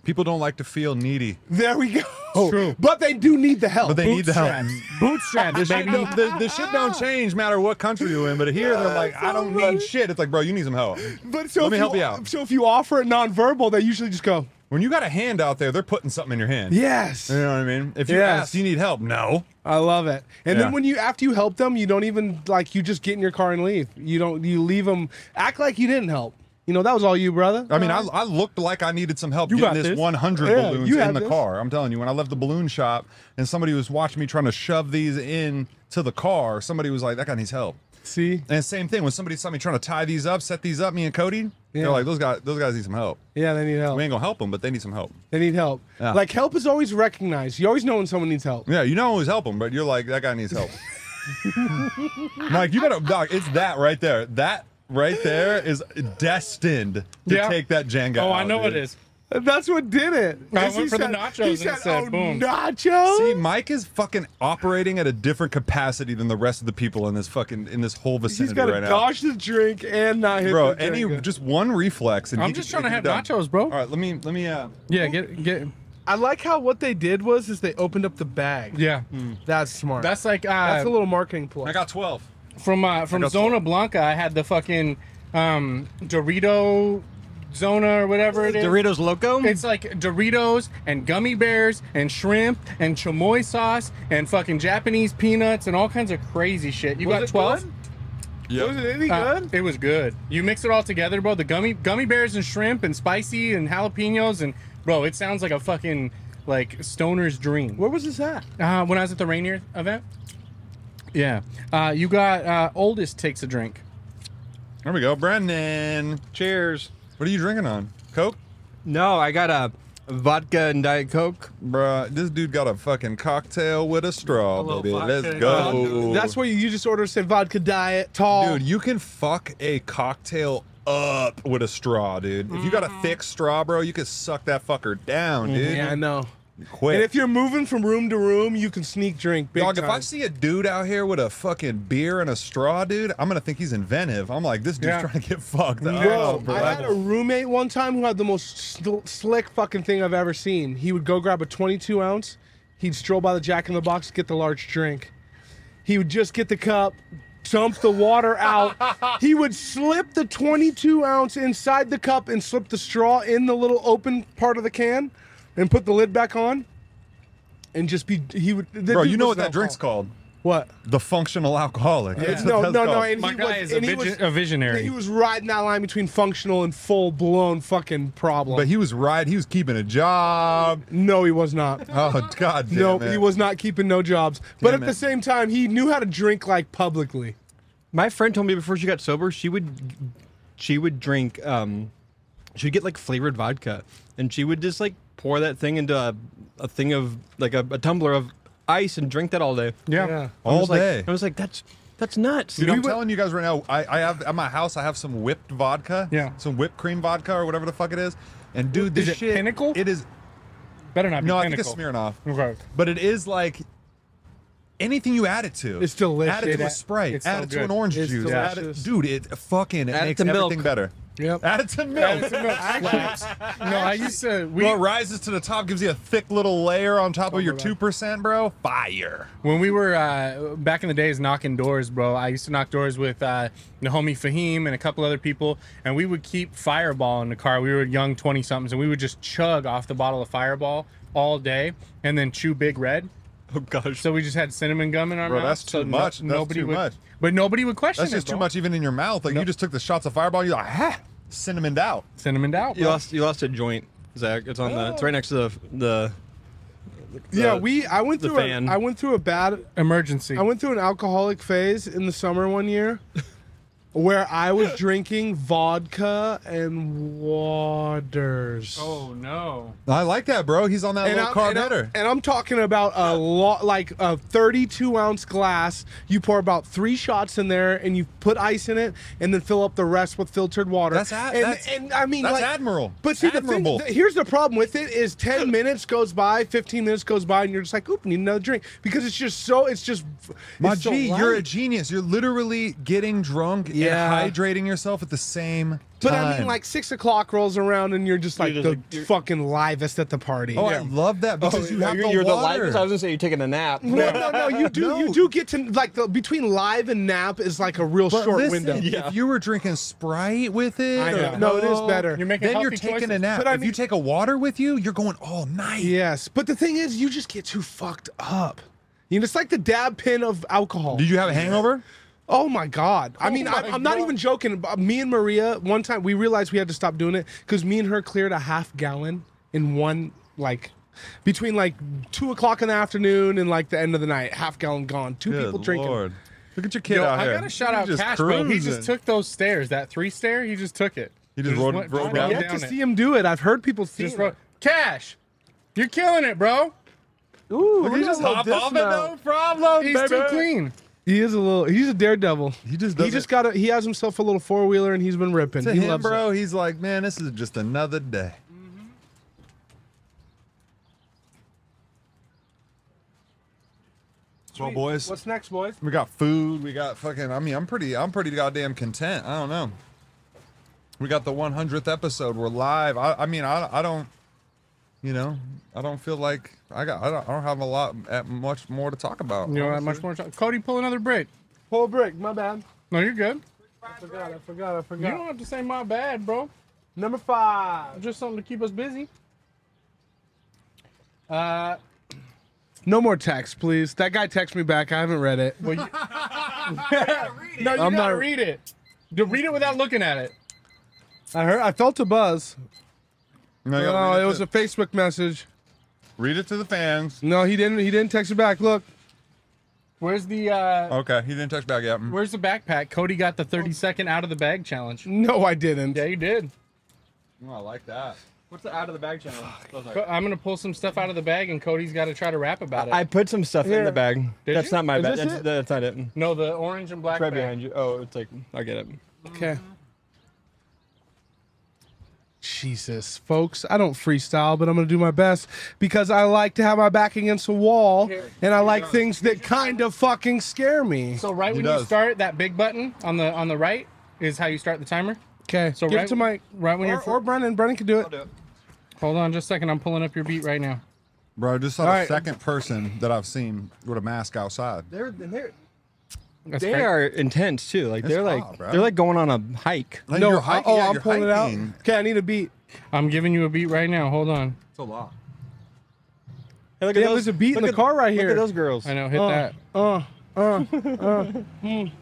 S4: People don't like to feel needy.
S10: There we go. But they do need the help.
S4: But they need the help.
S10: Bootstraps,
S4: This shit,
S10: baby.
S4: don't, the, the shit don't change matter what country you're in. But here they're like, I don't need shit. It's like, bro, you need some help.
S10: But so
S4: let
S10: if
S4: me
S10: you,
S4: help you out.
S10: So if you offer it nonverbal, they usually just go.
S4: When you got a hand out there, they're putting something in your hand.
S10: Yes.
S4: You know what I mean? If you
S10: Yes.
S4: ask, you need help. No.
S10: I love it. And
S4: Yeah.
S10: then when you after you help them, you don't even like you just get in your car and leave. You don't you leave them act like you didn't help. You know that was all you, brother.
S4: I mean, I, I looked like I needed some help
S10: You got
S4: getting this,
S10: this.
S4: 100
S10: Yeah,
S4: balloons
S10: you
S4: in
S10: have
S4: the
S10: this.
S4: car. I'm telling you, when I left the balloon shop and somebody was watching me trying to shove these in to the car, somebody was like, "That guy needs help."
S10: See.
S4: And same thing when somebody saw me trying to tie these up, set these up, me and Cody,
S10: Yeah.
S4: they're like, "Those guys, those guys need some help."
S10: Yeah, they need help.
S4: We ain't gonna help them, but they need some help.
S10: They need help.
S4: Yeah.
S10: Like help is always recognized. You always know when someone needs help.
S4: Yeah, you don't always help them, but you're like, "That guy needs help." Mike, you better, dog. It's that right there. That right there is destined to
S7: Yeah.
S4: take that Jenga.
S7: Oh, I
S4: out,
S7: know
S4: dude.
S7: it is.
S10: That's what did it.
S7: I
S10: Yes,
S7: went
S10: he
S7: for the
S10: said-
S7: nachos
S10: he
S7: and
S10: said,
S7: it said
S10: "Oh,
S7: boom.
S10: Nachos.
S4: See, Mike is fucking operating at a different capacity than the rest of the people in this fucking in this whole
S10: He's
S4: vicinity
S10: got to
S4: right
S10: dodge the drink and not
S4: now.
S10: hit
S4: Bro,
S10: the
S4: any
S10: Jenga.
S4: just one reflex and
S10: I'm
S4: he
S10: just
S4: could-
S10: trying to
S4: he could
S10: have
S4: be done.
S10: nachos, bro.
S4: All right, let me let me uh
S10: Yeah, get get. I like how what they did was is they opened up the bag.
S7: Yeah.
S10: that's smart.
S7: That's like, uh,
S10: that's a little marketing ploy.
S4: I got 12.
S7: From uh, from
S10: got
S7: Zona Blanca, I had the fucking um, Dorito Zona or whatever it is.
S12: Doritos Loco.
S7: It's like Doritos and gummy bears and shrimp and chamoy sauce and fucking Japanese peanuts and all kinds of crazy shit. You
S10: Was
S7: got
S10: it
S7: twelve.
S4: Yeah.
S10: Was it any
S7: Uh,
S10: good?
S7: it was good. You mix it all together, bro. The gummy gummy bears and shrimp and spicy and jalapenos and bro, it sounds like a fucking like stoner's dream.
S10: Where was this at?
S7: Uh, when I was at the Rainier event. Yeah. Uh, you got uh, oldest takes a drink.
S4: There we go. Brendan.
S12: Cheers.
S4: What are you drinking on? Coke?
S12: No, I got a vodka and diet coke.
S4: Bruh, this dude got a fucking cocktail with a straw, baby. Let's go.
S10: That's what you, you just order. Say vodka diet, tall.
S4: Dude, you can fuck a cocktail up with a straw, dude. If you got a thick straw, bro, you could suck that fucker down, dude.
S10: Mm-hmm. Yeah, I know.
S4: Quick.
S10: And if you're moving from room to room, you can sneak drink. Big
S4: Dog, if
S10: time.
S4: I see a dude out here with a fucking beer and a straw, dude, I'm gonna think he's inventive. I'm like, this dude's
S10: Yeah.
S4: trying to get fucked up,
S10: Bro,
S4: bro.
S10: I had a roommate one time who had the most sl- slick fucking thing I've ever seen. He would go grab a 22 ounce, he'd stroll by the Jack in the Box, get the large drink. He would just get the cup, dump the water out. he would slip the 22 ounce inside the cup and slip the straw in the little open part of the can, and put the lid back on, and just be he would. the
S4: Bro,
S10: dude
S4: you know
S10: was
S4: what
S10: an
S4: that drink's
S10: alcohol.
S4: called?
S10: What?
S4: The functional alcoholic. That's what
S10: No,
S4: that's
S10: no, no.
S4: called.
S10: And
S7: My
S10: he
S7: guy is
S10: was,
S7: a
S10: and he
S7: vision-
S10: was-
S7: a visionary.
S10: He was riding that line between functional and full blown fucking problem. Um,
S4: But he was right. He was keeping a job.
S10: No, he was not.
S4: Oh God damn
S10: no,
S4: it.
S10: he was not keeping no jobs. But
S4: Damn
S10: at
S4: it.
S10: the same time, he knew how to drink like publicly.
S12: My friend told me before she got sober, she would she would drink um she'd get like flavored vodka and she would just like pour that thing into a, a thing of like a, a tumbler of ice and drink that all day.
S10: Yeah. Yeah.
S4: All
S12: I was like-
S4: day.
S12: I was like, that's that's nuts.
S4: Dude,
S12: We
S4: I'm
S12: went-
S4: telling you guys right now, I, I have at my house I have some whipped vodka. Yeah. Some whipped cream vodka or whatever the fuck it is. And dude, this
S7: Is it
S4: shit pinnacle? It is
S7: better not be
S4: No, I
S7: Pinnacle.
S4: think it's Smirnoff.
S7: Okay.
S4: But it is like anything you add it to.
S7: It's delicious.
S4: Add it to a
S7: It's
S4: Sprite.
S7: so
S4: add it to
S7: good.
S4: an orange
S7: It's
S4: juice. Add it,
S7: delicious.
S4: dude, it fucking it
S7: Add it
S4: makes
S7: to milk.
S4: everything better.
S7: Yep.
S4: Add it to
S7: Add
S4: milk.
S7: it to milk. Actually- no, I used to. We,
S4: Bro, it rises to the top, gives you a thick little layer on top of your two percent, bro. Fire.
S7: When we were uh, back in the days knocking doors, bro, I used to knock doors with uh, Nahomi Fahim and a couple other people, and we would keep Fireball in the car. We were young 20 somethings, and we would just chug off the bottle of Fireball all day and then chew Big Red.
S4: Oh, gosh.
S7: So we just had cinnamon gum in our
S4: Bro,
S7: mouth.
S4: that's
S7: so
S4: too much. That's too
S7: would,
S4: much.
S7: But nobody would question
S4: That's
S7: it.
S4: just too
S7: bro.
S4: much even in your mouth. Like you just took the shots of fireball, you're like, ha, cinnamoned out.
S7: Cinnamoned out.
S12: You lost. You lost a joint, Zach. It's on the. It's right next to the. the the-
S4: Uh,
S10: yeah, we. I went
S12: the
S10: through. A,
S12: fan.
S10: I went through a bad
S7: emergency.
S10: I went through an alcoholic phase in the summer one year, where I was drinking vodka and waters.
S7: Oh, no.
S4: I like that, bro. He's on that
S10: And
S4: little
S10: I'm-
S4: car
S10: and I'm-
S4: better.
S10: and I'm talking about a lot, like a 32 ounce glass. You pour about three shots in there, and you put ice in it, and then fill up the rest with filtered water.
S4: That's ad-
S10: and,
S4: that's-
S10: and I mean,
S4: that's
S10: like,
S4: admiral.
S10: But see,
S4: Admirable.
S10: the thing, th- here's the problem with it: is 10 minutes goes by, 15 minutes goes by, and you're just like, "Oop, need another drink," because it's just so. It's just.
S4: My
S10: it's so
S4: G, you're a
S10: light.
S4: genius. You're literally getting drunk
S10: Yeah.
S4: and hydrating yourself at the same
S10: But
S4: time.
S10: I mean, like six o'clock rolls around and you're just like
S12: just
S10: the
S12: like- you're-
S10: fucking livest at the party.
S12: Oh, I Yeah.
S4: love that
S12: Oh, you're, you're lightest. I was gonna say you're taking a nap.
S10: No, no, no. You do. You do get to like the between live and nap is like a real
S4: But
S10: short
S4: listen,
S10: window.
S4: If you were drinking Sprite with it,
S10: I
S4: or
S10: know. No, it is
S4: Coke,
S10: better. You're making
S4: then you're
S10: healthy
S4: taking a
S10: choices.
S4: nap.
S10: But I
S4: if you
S10: mean-
S4: take a water with you, you're going all night.
S10: Yes, but the thing is, you just get too fucked up. You know, it's like the dab pin of alcohol. Did
S4: you have a hangover?
S10: Oh my god! I mean, I, I'm not even joking. Uh, Me and Maria, one time we realized we had to stop doing it because me and her cleared a half gallon in one like. Between like two o'clock in the afternoon and like the end of the night, half gallon gone. Two
S4: Good
S10: people drinking.
S4: Lord. Look at your kid
S7: Yo,
S4: out
S7: I
S4: here.
S7: gotta shout
S4: He's
S7: out
S4: just
S7: Cash, bro. He
S4: cruising.
S7: just took those stairs, that three stair. He just took it.
S4: He just rode-
S7: went-
S4: rode
S7: rode
S4: down
S10: I've yet
S7: down
S10: to
S7: it.
S10: see him do it. I've heard people see
S7: Just
S10: it.
S7: wrote, Cash, you're killing it, bro.
S10: Ooh,
S4: Look, he just hopped off it, no problem.
S7: He's
S4: baby.
S7: too clean.
S10: He is a little. He's a daredevil. He
S4: just
S10: he just got a. He has himself a little four wheeler and he's been ripping.
S4: To
S10: he
S4: him,
S10: loves it.
S4: bro, he's like, man, this is just another day. Well, boys,
S10: What's next, boys?
S4: we got food. We got fucking. I mean, I'm pretty. I'm pretty goddamn content. I don't know. We got the 100th episode. We're live. I, I mean, I, I don't. You know, I don't feel like I got. I don't, I don't have a lot, uh, much more to talk about.
S7: You know, not much more. to- Cody, pull another brick.
S10: Pull a brick. My bad.
S7: No, you're good.
S10: I forgot. I forgot. I
S7: You don't
S10: forgot.
S7: have to say my bad, bro.
S10: Number five.
S7: Just something to keep us busy. Uh,
S10: No more text, please. That guy texted me back. I haven't read it.
S7: well, you, no, you gotta
S10: I'm not-
S7: read it. To read it without looking at it.
S10: I heard. I felt a buzz.
S4: No, you gotta
S10: No,
S4: read
S10: it
S4: it
S10: was
S4: to-
S10: a Facebook message.
S4: Read it to the fans.
S10: No, he didn't. He didn't text it back. Look.
S7: Where's the uh,
S4: Okay, he didn't touch back yet. Mm.
S7: Where's the backpack? Cody got the 30 second out of the bag challenge.
S10: No, I didn't.
S7: Yeah, you did.
S4: Oh, I like that.
S11: What's the out of the bag channel?
S7: Co- I'm gonna pull some stuff out of the bag, and Cody's got to try to rap about it.
S12: I put some stuff in
S7: Here.
S12: the bag.
S7: Did
S12: that's
S7: you?
S12: not my
S7: Is
S12: bag.
S7: this
S12: That's,
S7: it?
S12: that's not it.
S7: no, the orange and black
S12: It's right
S7: bag.
S12: behind you. Oh, it's like I get it.
S10: Okay.
S7: Mm-hmm.
S10: Jesus, folks, I don't freestyle, but I'm gonna do my best because I like to have my back against a wall, and I like things that kind of fucking scare me.
S7: So right
S10: He
S7: when you
S10: does.
S7: start that big button on the on the right is how you start the timer.
S10: Okay,
S7: So
S10: so give
S7: right-
S10: it to Mike.
S7: right when
S10: or,
S7: you're fir-
S10: or Brennan. Brennan can do it.
S7: Hold on just a second. I'm pulling up your beat right now.
S4: Bro, I just saw
S7: All
S4: the
S7: right.
S4: second person that I've seen with a mask outside.
S10: They're they're.
S12: they are intense too. Like
S4: It's
S12: they're like
S4: hot, bro.
S12: they're like going on a hike.
S4: No, uh, you're hiking-
S10: oh,
S4: yeah,
S10: I'm
S4: you're
S10: pulling it out.
S4: hiking.
S10: Okay, I need a beat.
S7: I'm giving you a beat right now. Hold on.
S4: It's a lot.
S12: Hey, look
S10: yeah,
S12: at those.
S10: there's a beat in
S12: look
S10: the
S12: at-
S10: car right
S12: look
S10: here.
S12: at those girls.
S7: I know. Hit
S10: Uh,
S7: that.
S10: Uh, uh, uh. mm.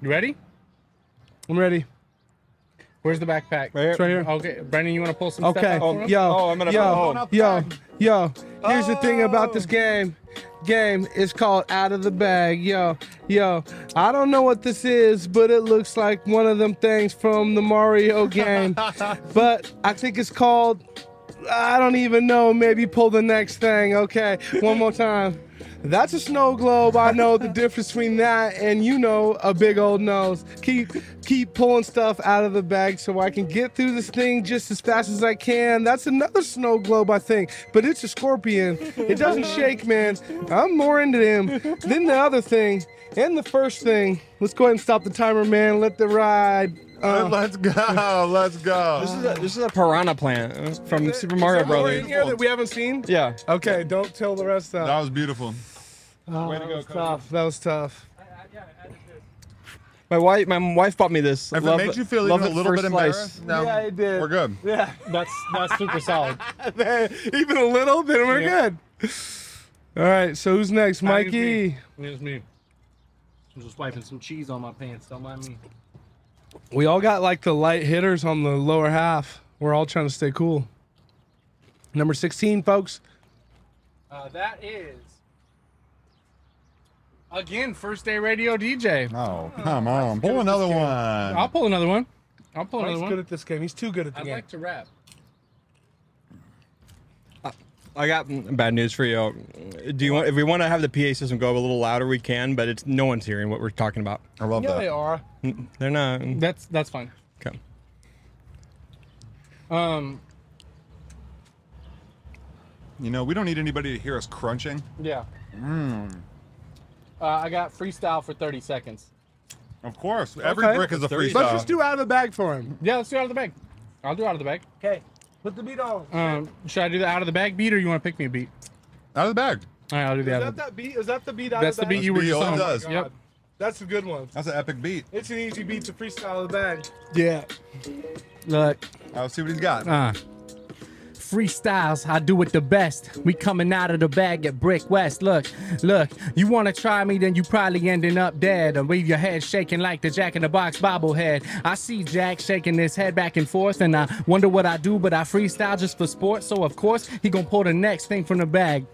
S7: You ready?
S10: I'm ready.
S7: Where's the backpack?
S10: here. It's right here.
S7: Okay, Brendan, you want to pull some stuff
S10: Okay. Oh.
S7: out for us?
S10: yo. yo. yo. Yo. Here's the thing about
S7: Oh.
S10: this game. Game. It's called Out of the Bag. Yo. Yo. I don't know what this is, but it looks like one of them things from the Mario game. but I think it's called. I don't even know. Maybe pull the next thing. Okay. One more time. That's a snow globe. I know the difference between that and you know a big old nose. Keep keep pulling stuff out of the bag so I can get through this thing just as fast as I can. That's another snow globe, I think, but it's a scorpion. It doesn't shake, man. I'm more into them than the other thing and the first thing. Let's go ahead and stop the timer, man. Let the ride. uh,
S4: let's go. Let's go.
S12: This is a, this is a piranha plant uh, from Super Mario
S10: Is there more in
S12: Brothers.
S10: here that we haven't seen?
S12: Yeah.
S10: Okay, don't tell the rest out.
S4: That was beautiful.
S10: Oh,
S4: Way to
S10: that
S4: go,
S10: was
S4: Cody.
S10: tough. That was tough.
S12: My wife, my wife bought me this.
S4: If
S12: Love-
S4: it made you feel
S12: love
S4: even a
S12: at
S4: little
S12: first
S4: bit
S12: slice.
S4: embarrassed, no,
S10: Yeah, it did.
S4: we're good.
S10: Yeah,
S12: that's that's super solid.
S10: Even a little, then we're
S29: Yeah.
S10: good. All right, so who's next? Mikey.
S7: It was me. I'm just wiping some cheese on my pants. Don't mind me.
S10: We all got like the light hitters on the lower half. We're all trying to stay cool. Number 16, folks.
S29: Uh, that is again first day radio DJ.
S4: Oh, come on. Pull another one.
S29: I'll pull another one. I'll pull
S10: Mike's
S29: another one.
S10: good at this game. He's too good at the
S29: I'd
S10: game.
S29: like to rap.
S12: I got bad news for you. Do you want? If we want to have the PA system go up a little louder, we can. But it's no one's hearing what we're talking about. Mm,
S4: I love
S10: Yeah, they are.
S12: They're not.
S29: That's that's fine.
S12: Okay.
S29: Um,
S4: You know, we don't need anybody to hear us crunching.
S29: yeah.
S4: Mm.
S29: Uh, I got freestyle for 30 seconds.
S4: Of course. Every brick is a freestyle.
S10: Let's just do out of the bag for him.
S29: Yeah, let's do out of the bag. I'll do out of the bag.
S10: Okay, put the beat on.
S29: Um, should I do the out of the bag beat, or you want to pick me a beat?
S4: Out of the bag.
S29: All right, I'll do the
S10: Is
S29: out of
S10: that
S29: the.
S10: that beat? Is that the beat out
S29: That's
S10: of the
S29: the
S10: bag?
S29: beat you were
S4: That's
S29: just
S4: the beat
S29: on.
S4: all it does.
S10: God.
S29: Yep.
S10: That's a good one.
S4: That's an epic beat.
S10: It's an easy beat to freestyle the bag.
S29: Yeah. Look.
S4: I'll see what he's got.
S7: Uh, freestyles, I do it the best. We coming out of the bag at Brick West. Look, look, you wanna try me, then you probably ending up dead. Or leave your head shaking like the Jack in the Box bobblehead. I see Jack shaking his head back and forth, and I wonder what I do, but I freestyle just for sport. So of course he gonna pull the next thing from the bag.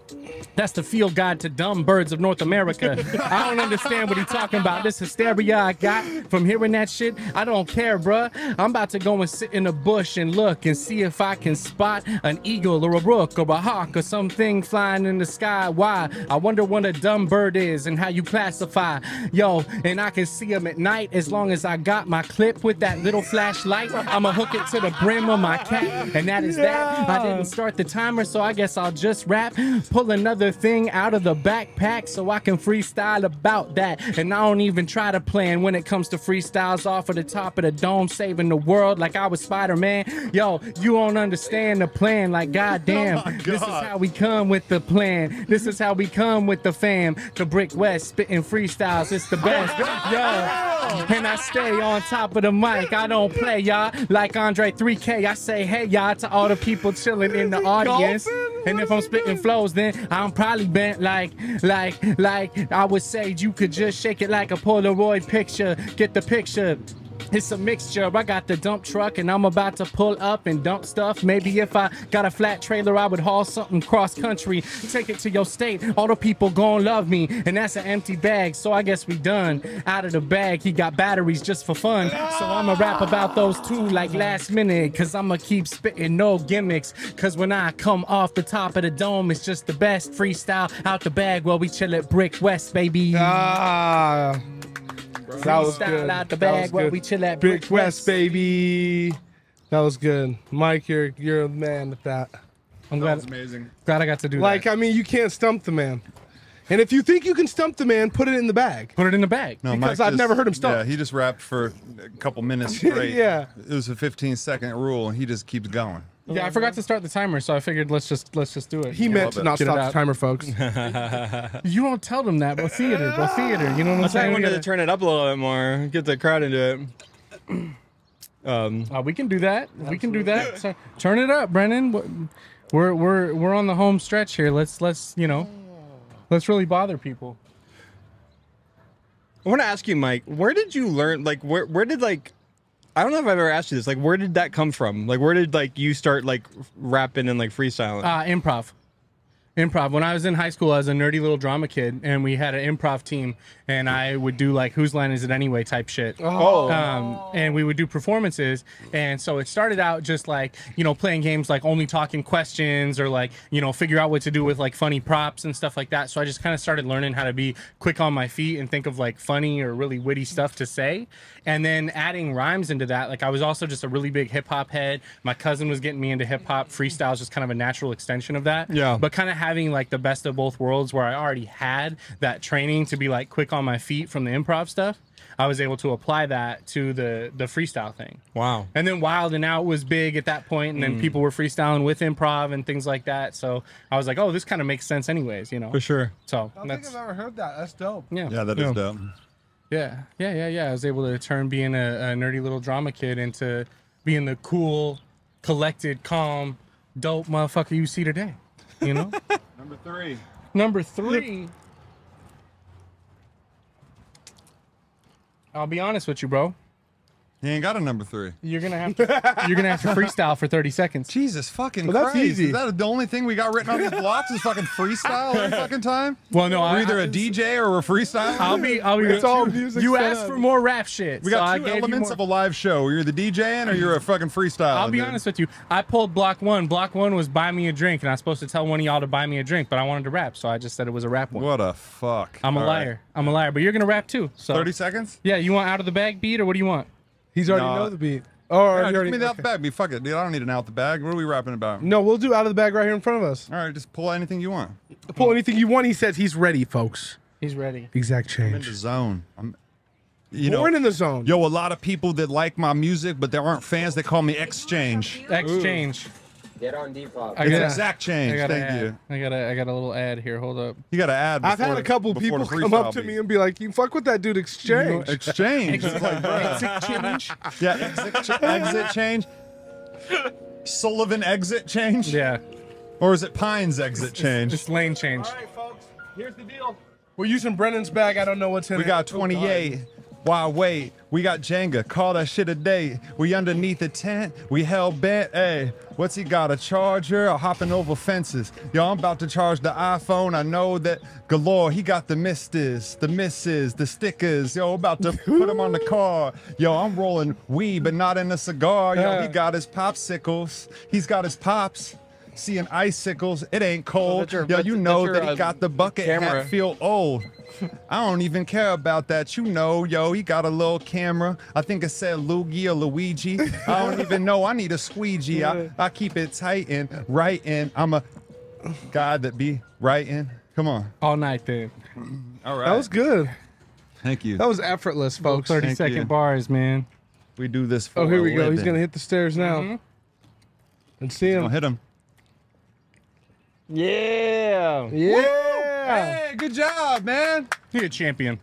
S7: That's the field guide to dumb birds of North America. I don't understand what he's talking about. This hysteria I got from hearing that shit, I don't care, bruh. I'm about to go and sit in a bush and look and see if I can spot an eagle or a rook or a hawk or something flying in the sky. Why? I wonder what a dumb bird is and how you classify. Yo, and I can see him at night as long as I got my clip with that little flashlight. I'ma hook it to the brim of my cap, and that is that. I didn't start the timer, so I guess I'll just rap. Pull another thing out of the backpack so I can freestyle about that. And I don't even try to plan when it comes to freestyles off of the top of the dome, saving the world like I was Spider Man. Yo, you don't understand the plan. Like, goddamn, this is how we come with the plan. This is how we come with the fam. The Brick West spitting freestyles. It's the best. Yo, and I stay on top of the mic. I don't play, y'all. Like Andre 3K, I say, hey, y'all, to all the people chilling in the audience. And if I'm spitting flows, then I'm probably bent like, like, like I would say you could just shake it like a Polaroid picture. Get the picture. It's a mixture. I got the dump truck and I'm about to pull up and dump stuff. Maybe if I got a flat trailer, I would haul something cross country. Take it to your state. All the people gon' love me. And that's an empty bag. So I guess we done. Out of the bag, he got batteries just for fun. So I'ma rap about those two like last minute. Cause I'ma keep spitting no gimmicks. Cause when I come off the top of the dome, it's just the best freestyle out the bag while we chill at Brick West, baby.
S10: Ah, that
S7: Freestyle
S10: was good.
S7: out the
S10: That
S7: bag
S10: was
S7: while
S10: good.
S7: we chill at
S10: Big
S7: Brick
S10: West,
S7: West.
S10: baby. That was good, Mike. You're you're a man with that.
S7: I'm
S4: glad. That was amazing.
S7: Glad I got to do
S10: like, I mean, you can't stump the man. And if you think you can stump the man, put it in the bag.
S7: Put it in the bag.
S4: No,
S10: because
S4: Mike
S10: I've
S4: just-
S10: never heard him stump.
S4: Yeah, he just rapped for a couple minutes straight.
S10: Yeah.
S4: It was a 15 second rule, and he just keeps going.
S29: Yeah, I forgot to start the timer, so I figured let's just let's just do it.
S10: He meant to not stop the timer, folks.
S29: You don't tell them that, but theater, but theater. You know what I'm
S12: I'll tell
S29: saying?
S12: you when
S29: We
S12: to
S29: gotta-
S12: turn it up a little bit more. Get the crowd into it. Um,
S29: Uh, we can do that. We can do that. So, turn it up, Brennan. Wh- We're we're we're on the home stretch here. Let's let's you know, let's really bother people.
S12: I want to ask you, Mike. Where did you learn? Like, where where did like? I don't know if I've ever asked you this. Like, where did that come from? Like, where did like you start like rapping and like freestyling?
S29: Uh, improv.
S7: improv. When I was in high school, I was a nerdy little drama kid, and we had an improv team, and I would do like "Whose Line Is It Anyway" type shit.
S3: Oh.
S7: Um, and we would do performances, and so it started out just like you know playing games like only talking questions or like you know figure out what to do with like funny props and stuff like that. So I just kind of started learning how to be quick on my feet and think of like funny or really witty stuff to say, and then adding rhymes into that. Like I was also just a really big hip hop head. My cousin was getting me into hip hop. Freestyle is just kind of a natural extension of that.
S12: Yeah.
S7: But kind of having like the best of both worlds where I already had that training to be like quick on my feet from the improv stuff, I was able to apply that to the the freestyle thing.
S30: Wow.
S7: And then Wild and Out was big at that point, and then
S30: Mm.
S7: people were freestyling with improv and things like that. So I was like, oh, this kind of makes sense, anyways, you know.
S12: For sure.
S7: So
S31: I don't
S7: that's
S31: think I've ever heard that. That's dope.
S7: Yeah.
S31: that
S7: that
S31: is
S7: is Yeah. dope. yeah, yeah, yeah, yeah. I was able to turn being a, a nerdy little drama kid into being the cool, collected, calm, dope motherfucker you see today. You know.
S4: Number three.
S7: Number three. I'll be honest with you, bro.
S4: He ain't got a number three.
S7: You're gonna have to. you're gonna have to freestyle for 30 seconds.
S4: Jesus fucking
S7: Well, that's
S4: Christ,
S7: easy.
S4: Is that the only thing we got written on these blocks is fucking freestyle every fucking time?
S7: Well, no,
S4: we're
S7: I-
S4: either a DJ or we're freestyle.
S7: I'll be. I'll be. You asked for more rap shit.
S4: We
S7: so
S4: got two
S7: I gave you
S4: elements
S7: more-
S4: of a live show. You're the DJing or you're a fucking freestyle.
S7: I'll be honest with you. I pulled block one. Block one was buy me a drink, and I was supposed to tell one of y'all to buy me a drink, but I wanted to rap, so I just said it was a rap one.
S4: What a fuck.
S7: I'm a
S4: All right.
S7: liar. I'm a liar. But you're gonna rap too. So
S4: 30 seconds?
S7: Yeah. You want out of the bag beat or what do you want?
S10: He's
S4: already No. know the
S10: beat. Oh,
S4: yeah, give me the out the bag. Me fuck it, dude. I don't need an out the bag. What are we rapping about?
S7: Mm.
S10: No, we'll do out of the bag right here in front of us.
S4: All right, just pull anything you want.
S10: Pull anything you want. He says he's ready, folks.
S7: He's ready.
S10: Exact change.
S4: I'm in the zone. I'm, you
S10: Born
S4: know,
S10: in the zone.
S4: Yo, a lot of people that like my music, but there aren't fans. They call me Exchange.
S7: Exchange.
S32: Get on Depop.
S4: It's exact change.
S7: I got
S4: Thank
S7: ad.
S4: you.
S7: I got a. I got a little ad here. Hold up.
S4: You got to add.
S10: I've had a couple people come up to me and be like, "You fuck with that dude, exchange,
S4: Exchange. It's like, bro. Yeah, exit, ch- exit change. Sullivan exit change.
S7: Yeah.
S4: Or is it Pine's exit change?
S7: Just lane change.
S10: Here's the deal. We're using Brennan's bag. I don't know what's in
S4: We
S10: it.
S4: got 28. Why wait? We got Jenga. Call that shit a day. We underneath the tent. We hell bent. Hey, what's he got? A charger or hopping over fences? Yo, I'm about to charge the iPhone. I know that galore. He got the misters, the misses, the stickers. Yo, about to put him on the car. Yo, I'm rolling weed, but not in a cigar. Yo, he got his popsicles. He's got his pops. Seeing icicles, it ain't cold. Yo, you know that he got the bucket
S6: camera.
S4: hat feel old. I don't even care about that. You know, yo, he got a little camera. I think it said Luigi or Luigi. I don't even know. I need a squeegee. I, I keep it tight and right, and I'm a guy that be writing. Come on.
S7: All night, dude.
S4: All right.
S10: That was good.
S4: Thank you.
S10: That was effortless, folks.
S7: 30 second bars, man. Mm-hmm.
S4: We do this for
S10: Oh, here
S4: a
S10: we go. He's
S4: living.
S10: gonna hit the stairs now. And see him.
S4: Don't hit him.
S12: Yeah.
S10: Yeah.
S4: Hey, good job, man.
S7: You're a champion.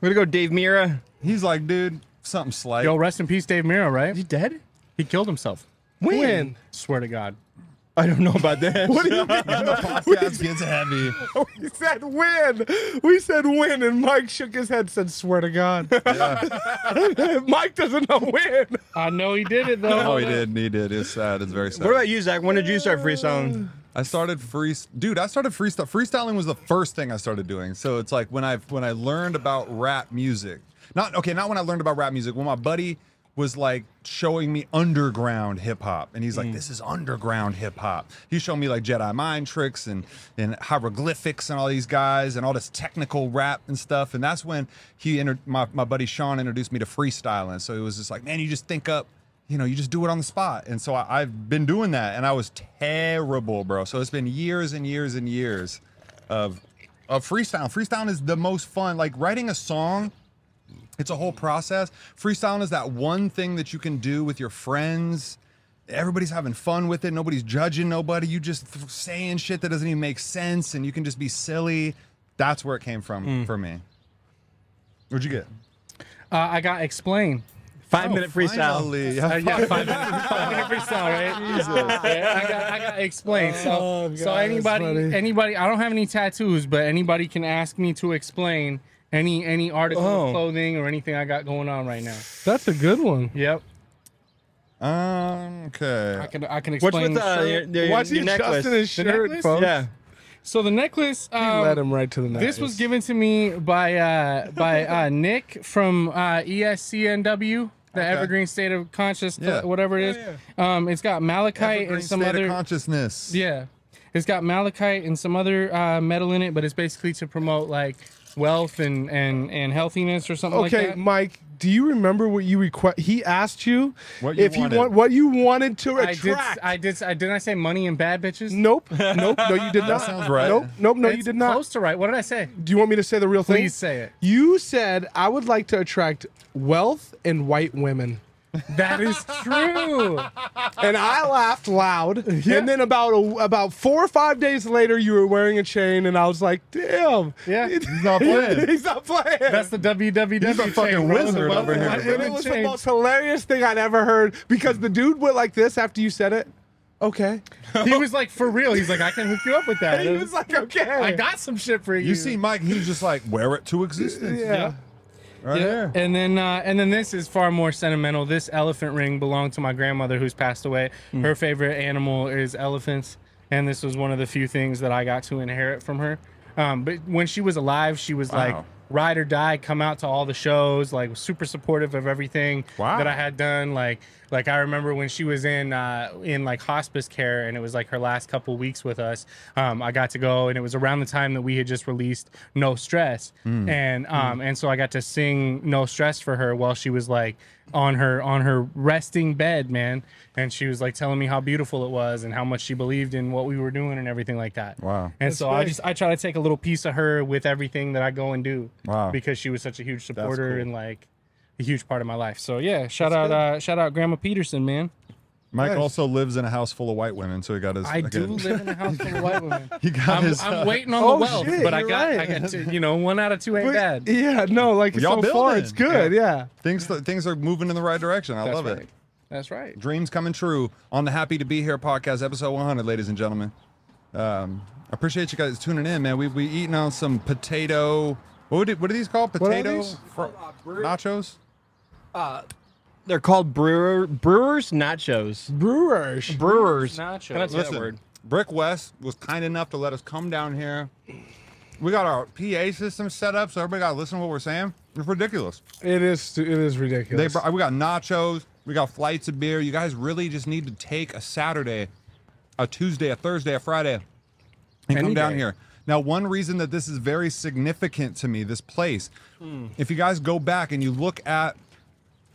S12: Way to go, Dave Mira.
S4: He's like, dude, something slight.
S7: Yo, rest in peace, Dave Miro. Right? He
S12: dead?
S7: He killed himself.
S10: When?
S7: Swear to God.
S12: I don't know about that.
S10: What do you mean?
S4: podcast gets heavy.
S10: we said win. We said win, and Mike shook his head. Said, "Swear to God." Mike doesn't know win.
S7: I know he did it
S4: Oh, he did. He did. It's sad. It's very sad.
S12: What about you, Zach? When did you start freestyling?
S4: I started free, dude. I started freestyle. Freestyling was the first thing I started doing. So it's like when I when I learned about rap music. Not okay. Not when I learned about rap music. When my buddy was like showing me underground hip hop, and he's like, "This is underground hip hop." He showed me like Jedi mind tricks and and hieroglyphics and all these guys and all this technical rap and stuff. And that's when he inter- my my buddy Sean introduced me to freestyling. So it was just like, man, you just think up you know, you just do it on the spot. And so I, I've been doing that, and I was terrible, bro. So it's been years and years and years of of freestyle. Freestyle is the most fun. Like writing a song, it's a whole process. Freestyle is that one thing that you can do with your friends. Everybody's having fun with it. Nobody's judging nobody. You just th- saying shit that doesn't even make sense, and you can just be silly. That's where it came from for me. What'd you get?
S7: Uh, I got explain.
S12: Five
S4: Oh, minute freestyle. finally.
S7: Uh, yeah, five minute, five minute freestyle, right?
S4: Jesus.
S7: Yeah, I got, I got explain. So,
S12: Oh, God,
S7: so
S12: that's
S7: anybody,
S12: funny.
S7: anybody, I don't have any tattoos, but anybody can ask me to explain any any article
S10: Oh.
S7: of clothing or anything I got going on right now.
S10: That's a good one.
S7: Yep.
S4: Um. Okay.
S7: I can I can
S12: What's
S4: Um,
S7: explain.
S12: with uh,
S7: the
S12: your,
S7: shirt.
S12: your, your necklace?
S7: The necklace?
S12: Yeah.
S7: So the necklace. Um,
S10: led him right to the
S7: This was
S10: necklace.
S7: given to me by uh, by uh, Nick from uh, ESCNW. The Evergreen State of Conscious,
S4: Yeah.
S7: whatever it is. Um, it's got malachite and
S4: Evergreen
S7: some
S4: state of
S7: other
S4: consciousness.
S7: Yeah, it's got malachite and some other uh, metal in it, but it's basically to promote like wealth and and and healthiness or something
S10: okay,
S7: like that.
S10: Mike, do you remember what you request? He asked you
S7: What you
S10: if
S7: wanted.
S10: you want what you wanted to
S7: I did.
S10: attract.
S7: I did. I didn't. I say money and bad bitches.
S10: Nope. Nope. No, you did not. Nope. Nope. No, you did not.
S7: Close to right. What did I say?
S10: Do you want me to say the real thing?
S7: Please say it.
S10: You said I would like to attract wealth and white women.
S7: That is true.
S10: and I laughed loud. And then about a, about four or five days later, you were wearing a chain, and I was like, "Damn,
S7: yeah,
S10: he's
S4: not playing.
S10: he's not playing."
S7: That's the WWE.
S4: He's a fucking
S10: chain, bro.
S4: wizard over here,
S10: And
S4: bro.
S10: it was the
S4: Chain.
S10: most hilarious thing I'd ever heard because the dude went like this after you said it. Okay,
S7: he was like for real. He's like, I can hook you up with that.
S10: he was like, "Okay,
S7: I got some shit for you.
S4: You see, Mike, he's just like wear it to existence.
S7: Yeah.
S4: Right
S7: Yeah.
S4: there.
S7: And then uh, and then this is far more sentimental. This elephant ring belonged to my grandmother who's passed away.
S10: Hmm.
S7: Her favorite animal is elephants, and this was one of the few things that I got to inherit from her. Um, but when she was alive, she was like
S4: Wow.
S7: ride or die, come out to all the shows, like was super supportive of everything that I had done. Like like I remember when she was in uh, in like hospice care and it was like her last couple weeks with us. Um, I got to go and it was around the time that we had just released No Stress
S3: Mm.
S7: and um and so I got to sing No Stress for her while she was like on her on her resting bed, man. And she was like telling me how beautiful it was and how much she believed in what we were doing and everything like that.
S4: Wow.
S7: And
S4: That's
S7: so I
S4: big.
S7: just I try to take a little piece of her with everything that I go and do.
S4: Wow.
S7: Because she was such a huge supporter
S4: cool.
S7: and like a huge part of my life. So yeah, shout
S4: That's
S7: out uh, shout out Grandma Peterson, man.
S4: Mike
S7: Nice.
S4: also lives in a house full of white women, so he got his.
S7: I do live in a house full of white women.
S4: He got
S7: I'm,
S4: his.
S7: I'm
S4: uh,
S7: waiting on
S10: Oh,
S7: the wealth,
S10: shit,
S7: but I
S10: you're
S7: got I
S10: right.
S7: got to, you know one out of two ain't bad.
S10: Yeah, no, like
S4: Y'all
S10: so far,
S4: building.
S10: it's good. Yeah.
S4: Things things are moving in the right direction. I
S7: That's
S4: love
S7: right.
S4: it.
S7: That's right.
S4: Dreams coming true on the Happy to Be Here podcast, episode 100, ladies and gentlemen. Um, I appreciate you guys tuning in, man. We we eating on some potato. What would it, what are these called?
S5: What are
S4: Potato
S5: these?
S4: fr- nachos.
S5: Uh,
S12: They're called brewer brewers nachos.
S10: Brewers.
S12: Brewers.
S7: Nachos.
S12: That's that
S4: Listen,
S12: word.
S4: Brick West was kind enough to let us come down here. We got our PA system set up, so everybody got to listen to what we're saying. It's ridiculous.
S10: It is. It is
S4: They
S10: ridiculous.
S4: brought, we got nachos. We got flights of beer. You guys really just need to take a Saturday, a Tuesday, a Thursday, a Friday, and
S5: Any
S4: come down
S5: day.
S4: here. Now, one reason that this is very significant to me, this place,
S5: Mm.
S4: if you guys go back and you look at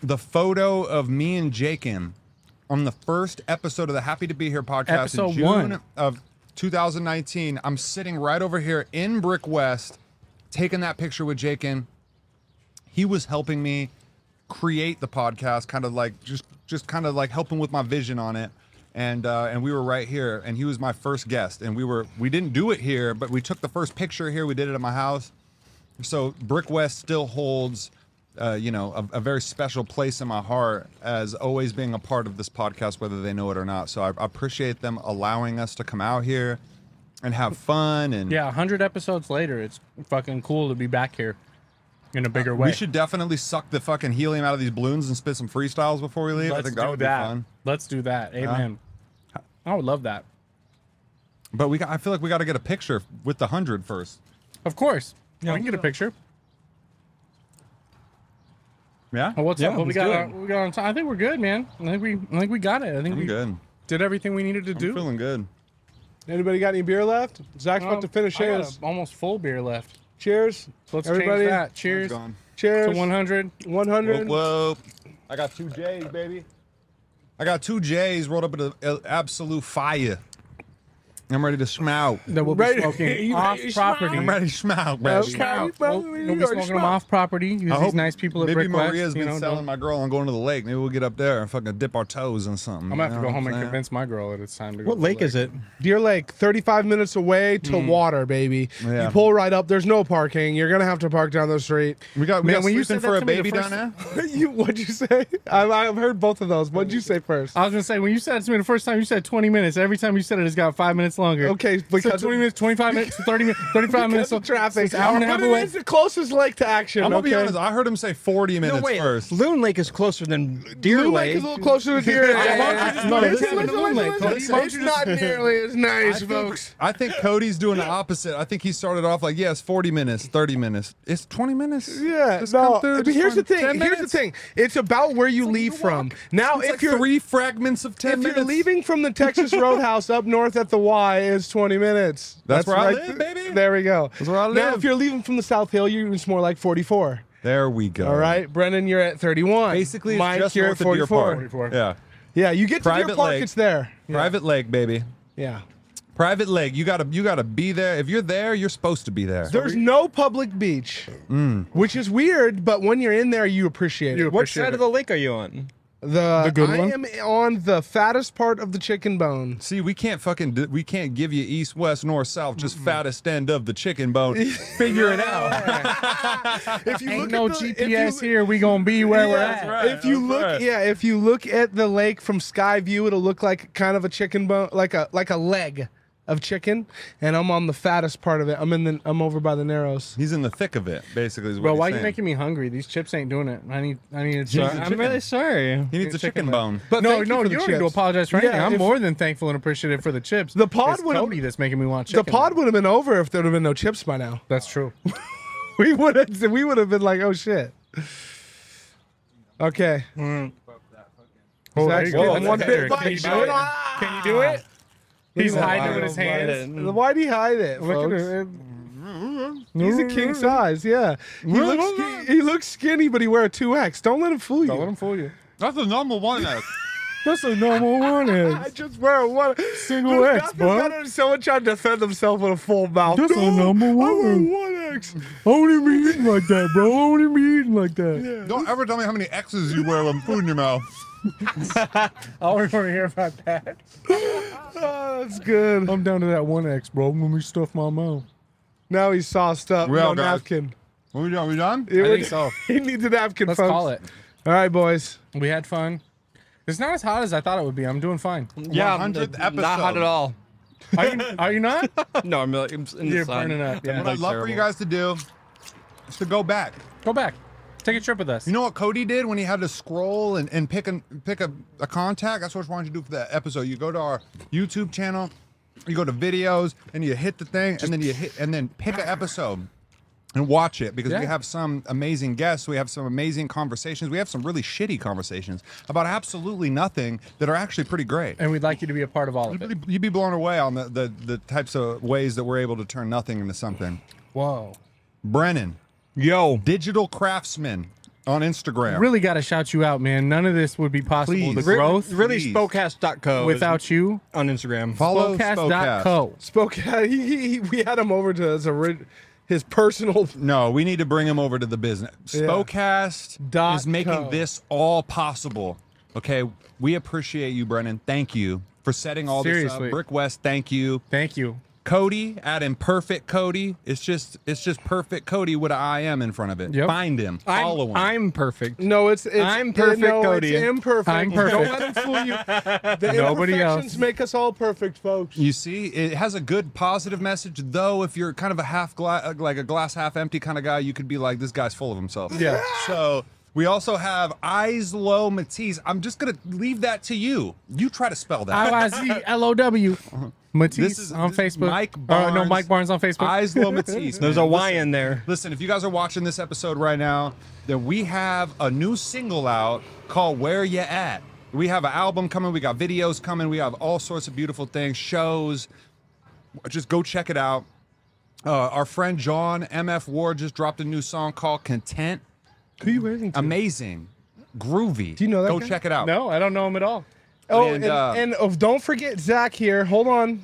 S4: the photo of me and Jakin on the first episode of the Happy to Be Here podcast in
S7: Episode
S4: June
S7: one.
S4: of 2019, I'm sitting right over here in Brick West taking that picture with Jakin he was helping me create the podcast kind of like just just kind of like helping with my vision on it and uh, and we were right here and he was my first guest and we were we didn't do it here but we took the first picture here we did it at my house so brick west still holds uh, you know a, a very special place in my heart as always being a part of this podcast whether they know it or not so i, I appreciate them allowing us to come out here and have fun and
S7: Yeah, hundred episodes later, it's fucking cool to be back here in a bigger way.
S4: We should definitely suck the fucking helium out of these balloons and spit some freestyles before we leave. I
S7: Let's
S4: think
S7: do
S4: that would
S7: that.
S4: be fun.
S7: Let's do that. Amen. I would love that.
S4: But we got, I feel like we got to get a picture with the hundred first.
S7: Of course. Yeah, we can get a picture.
S4: Yeah.
S7: Well, what's
S4: yeah,
S7: up? What we
S4: let's
S7: got?
S4: do
S7: uh,
S4: it.
S7: what we got on time. I think we're good, man. I think we. I think we got it. I think
S4: I'm
S7: we
S4: good.
S7: did everything we needed to do.
S4: feeling good.
S10: Anybody got any beer left? Zach's
S7: Um,
S10: about to finish
S7: I got
S10: his.
S7: a almost full beer left.
S10: Cheers.
S7: Let's
S10: Everybody-
S7: change that. Cheers.
S10: Mine's gone. Cheers.
S7: To 100.
S10: 100.
S4: Whoa, I got two J's, baby. I got two J's rolled up in an absolute fire. I'm ready to smout.
S7: That we'll be Ready- smoking you off ready to property. smout?
S4: I'm ready to smout, bro.
S7: Okay, Smout. well, we'll be smoking 'em off property. These
S4: I hope-
S7: nice people at
S4: maybe
S7: Brick West,
S4: Maria's
S7: you
S4: been
S7: know,
S4: selling
S7: don't-
S4: my girl on going to the lake. Maybe we'll get up there and fucking dip our toes in something.
S7: I'm
S4: you
S7: gonna have to
S4: know
S7: go
S4: what
S7: home and
S4: saying?
S7: convince my girl that it's time to go. to the
S10: it? Deer Lake, 35 minutes away to
S7: Mm.
S10: water, baby.
S7: Yeah.
S10: You pull right up. There's no parking. You're gonna have to park down the street.
S4: We got
S7: we got sleeping for a baby down
S10: there. you, what'd you say? I, I've heard both of those. What'd you say first?
S7: I was gonna say when you said it to me the first time, you said 20 minutes. Every time you said it, it's got five minutes minutes longer.
S10: Okay,
S7: so 20 minutes, 25 minutes, 30 minutes, 35 minutes.
S10: of traffic.
S7: It's an hour and a half
S10: But
S7: away.
S10: it is the closest lake to action.
S4: I'm gonna
S10: okay?
S4: be honest. I heard him say 40 minutes
S10: wait.
S4: first.
S12: Loon Lake is closer than Deer
S10: Loon Lake is a little closer to Deer Lake. Why don't you just-
S4: No,
S10: listen,
S4: this is-
S10: listen, listen, listen. It's not nearly as
S4: I
S10: nice,
S4: think-
S10: folks.
S4: I think Cody's doing the opposite. I think he started off like, yes, 40 minutes, 30 minutes. It's 20 minutes.
S10: Yeah,
S4: Just
S10: no.
S4: come through,
S10: but
S4: just
S10: here's the
S4: find 10
S10: thing. Here's the
S4: minutes.
S10: thing. It's about where you leave from. Now, if
S4: like
S10: you're
S4: three fragments of ten,
S10: if you're leaving from the Texas Roadhouse up north at the Y, is 20 minutes.
S4: That's where I
S10: live, baby. There we go. That's where I Now,
S4: live.
S10: if you're leaving from the South Hill, you're it's more like 44.
S4: There we go.
S10: All right, Brendan, you're at 31.
S4: Basically, it's
S10: Mike,
S4: just
S10: you're
S4: north
S10: at
S4: of Deer
S10: 44.
S4: Park. Yeah.
S10: Yeah, you get to
S4: Private
S10: Deer Park,
S4: Lake.
S10: it's there.
S4: Private lake, baby.
S10: Yeah.
S4: Private lake. You gotta you gotta be there. If you're there, you're supposed to be there.
S10: There's no public beach,
S4: Mm.
S10: which is weird, but when you're in there, you appreciate it.
S12: What side of the lake are you on?
S10: The,
S12: The good
S10: I
S12: one?
S10: am on the fattest part of the chicken bone.
S4: See, we can't fucking do, we can't give you east, west, north, south. Just fattest end of the chicken bone. Figure it out.
S10: if you
S33: Ain't
S10: look
S33: no
S10: at the, if you-
S33: GPS here, we gonna be where we're
S10: Yeah,
S33: at.
S10: If you look, yeah, if you look at the lake from sky view, it'll look like kind of a chicken bone, like a like a leg of chicken. And I'm on the fattest part of it. I'm in the I'm over by the narrows.
S4: He's in the thick of it, basically. Is what
S7: Bro,
S4: he's
S7: why are you
S4: saying.
S7: making me hungry? These chips ain't doing it. I need, I need a
S4: needs a
S7: I'm
S4: chicken.
S7: really
S12: sorry.
S4: He needs a chicken bone.
S7: But no,
S10: thank you
S7: Oh, no,
S10: for
S7: you
S10: the
S7: don't need to
S10: chips.
S7: apologize for
S10: Yeah,
S7: anything. I'm
S10: if-
S7: more than thankful and appreciative for the chips.
S10: The pod
S7: It's
S10: would
S7: Cody that's making me want chicken.
S10: The pod would have been over if there would have been no chips by now.
S7: That's true.
S10: we would have we would have been like, oh shit. Okay.
S7: Oh, there
S10: Zach's
S7: you go.
S10: getting
S7: That's
S10: one
S7: better. Can
S10: big bite.
S7: you do it?
S10: Can you
S7: do it? He's
S10: Look at
S7: hiding
S10: that.
S7: with his hands.
S10: Why'd he hide it?
S7: Look at
S10: folks?
S7: it.
S10: He's a king size, yeah. He looks, ski- he looks skinny, but he wear a 2X. Don't let him fool you. Don't let him
S7: fool you.
S4: That's a normal one. X.
S10: That's a normal one. I just wear a one single
S7: X, bud.
S10: better than someone trying to defend themselves with a full mouth.
S7: That's a number one.
S10: one X.
S7: I won't even be eating like that, bro. I won't even be eating like that.
S4: Don't ever tell me how many X's you wear with food in your mouth.
S7: I don't want to hear about that.
S12: Oh,
S10: that's good.
S7: I'm down to that one X, bro. When we stuff my mouth.
S10: Now he's sauced up.
S4: Well,
S10: no
S4: guys.
S10: napkin.
S4: Are we done? We done?
S10: It
S7: I
S10: would-
S7: think so.
S10: he needs a napkin,
S7: Let's
S10: folks.
S7: call it.
S10: All right, boys.
S7: We had fun. It's not as hot as I thought it would be. I'm doing fine.
S12: Yeah, 100th not hot at all.
S7: Are you, are you not?
S12: No, I'm, like, I'm in
S7: You're
S12: the sun.
S7: burning up, yeah.
S12: I'm,
S4: What I'd love for you
S12: terrible.
S4: guys to do is to go back.
S7: Go back. Take a trip with us.
S4: You know what Cody did when he had to scroll and, and pick a pick a, a contact? That's what I wanted to do for that episode. You go to our YouTube channel, you go to videos, and you hit the thing, and then you hit and then pick an episode and watch it because we
S8: Yeah.
S4: have some amazing guests, we have some amazing conversations, we have some really shitty conversations about absolutely nothing that are actually pretty great.
S7: And we'd like you to be a part of all of it.
S4: You'd be- You'd be blown away on the, the, the types of ways that we're able to turn nothing into something.
S7: Whoa.
S4: Brennan.
S12: Yo.
S4: Digital craftsman on Instagram.
S7: Really got to shout you out, man. None of this would be possible. The
S4: Please. Re-
S7: growth.
S4: really
S7: Please.
S12: Spokecast.co.
S7: Without you.
S12: On Instagram.
S4: Follow
S7: Spokecast.co.
S10: Spoke. He, he, he- we had him over to his orig- his personal.
S4: Oh, No, we need to bring him over to the business.
S10: Yeah.
S4: Spocast
S10: Dot
S4: is making
S10: co.
S4: this all possible. Okay, we appreciate you, Brennan. Thank you for setting all this
S7: Seriously.
S4: up. Brick West, thank you.
S7: Thank you.
S4: Cody at imperfect Cody. It's just it's just perfect Cody with an I am in front of it.
S12: Yep.
S4: Find him.
S12: I'm,
S4: follow him.
S12: I'm perfect.
S10: No, it's, it's
S12: I'm perfect,
S10: no,
S12: Cody.
S10: It's imperfect.
S12: I'm
S10: Don't let
S12: perfect.
S10: him fool you. The
S12: Nobody
S10: imperfections
S12: else.
S10: make us all perfect, folks.
S4: You see, it has a good positive message, though. If you're kind of a half glass, like a glass half empty kind of guy, you could be like, this guy's full of himself.
S10: Yeah.
S4: So we also have Eyes Low Matisse. I'm just gonna leave that to you. You try to spell that.
S7: I Y Z L O W.
S4: This
S7: Matisse
S4: is-
S7: on
S4: this is
S7: Facebook.
S4: Mike
S7: Or, no,
S4: Barnes.
S7: Mike Barnes on Facebook.
S4: Eyes Low Matisse.
S12: There's
S4: man.
S12: a Y
S4: Listen-
S12: in there.
S4: Listen, if you guys are watching this episode right now, then we have a new single out called Where Ya At. We have an album coming, we got videos coming, we have all sorts of beautiful things, shows. Just go check it out. Uh, our friend John MF Ward just dropped a new song called Content.
S10: Who you waiting
S4: Amazing. Groovy. Do you know
S10: that
S4: Go
S10: guy?
S4: check it out.
S7: No, I don't know him at all.
S10: Oh, and,
S4: And, uh,
S10: and oh, don't forget Zach here. Hold on.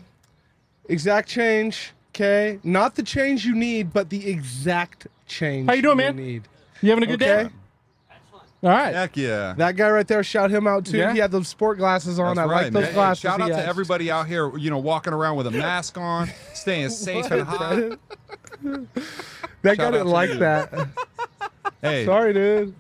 S10: Exact change. Okay, not the change you need, but the exact change.
S7: How you doing, man?
S10: Need.
S7: You having a good day? All right.
S4: Heck yeah.
S10: That guy right there, shout him out too.
S4: Yeah.
S10: He had those sport glasses on.
S4: That's
S10: I
S4: right,
S10: like those
S4: man.
S10: glasses.
S4: Shout out
S10: he
S4: to
S10: had.
S4: everybody out here, you know, walking around with a mask on, staying safe and hot.
S10: That
S4: Shout
S10: guy
S4: out
S10: didn't
S4: to
S10: like
S4: you.
S10: that.
S4: Hey,
S10: Sorry, dude.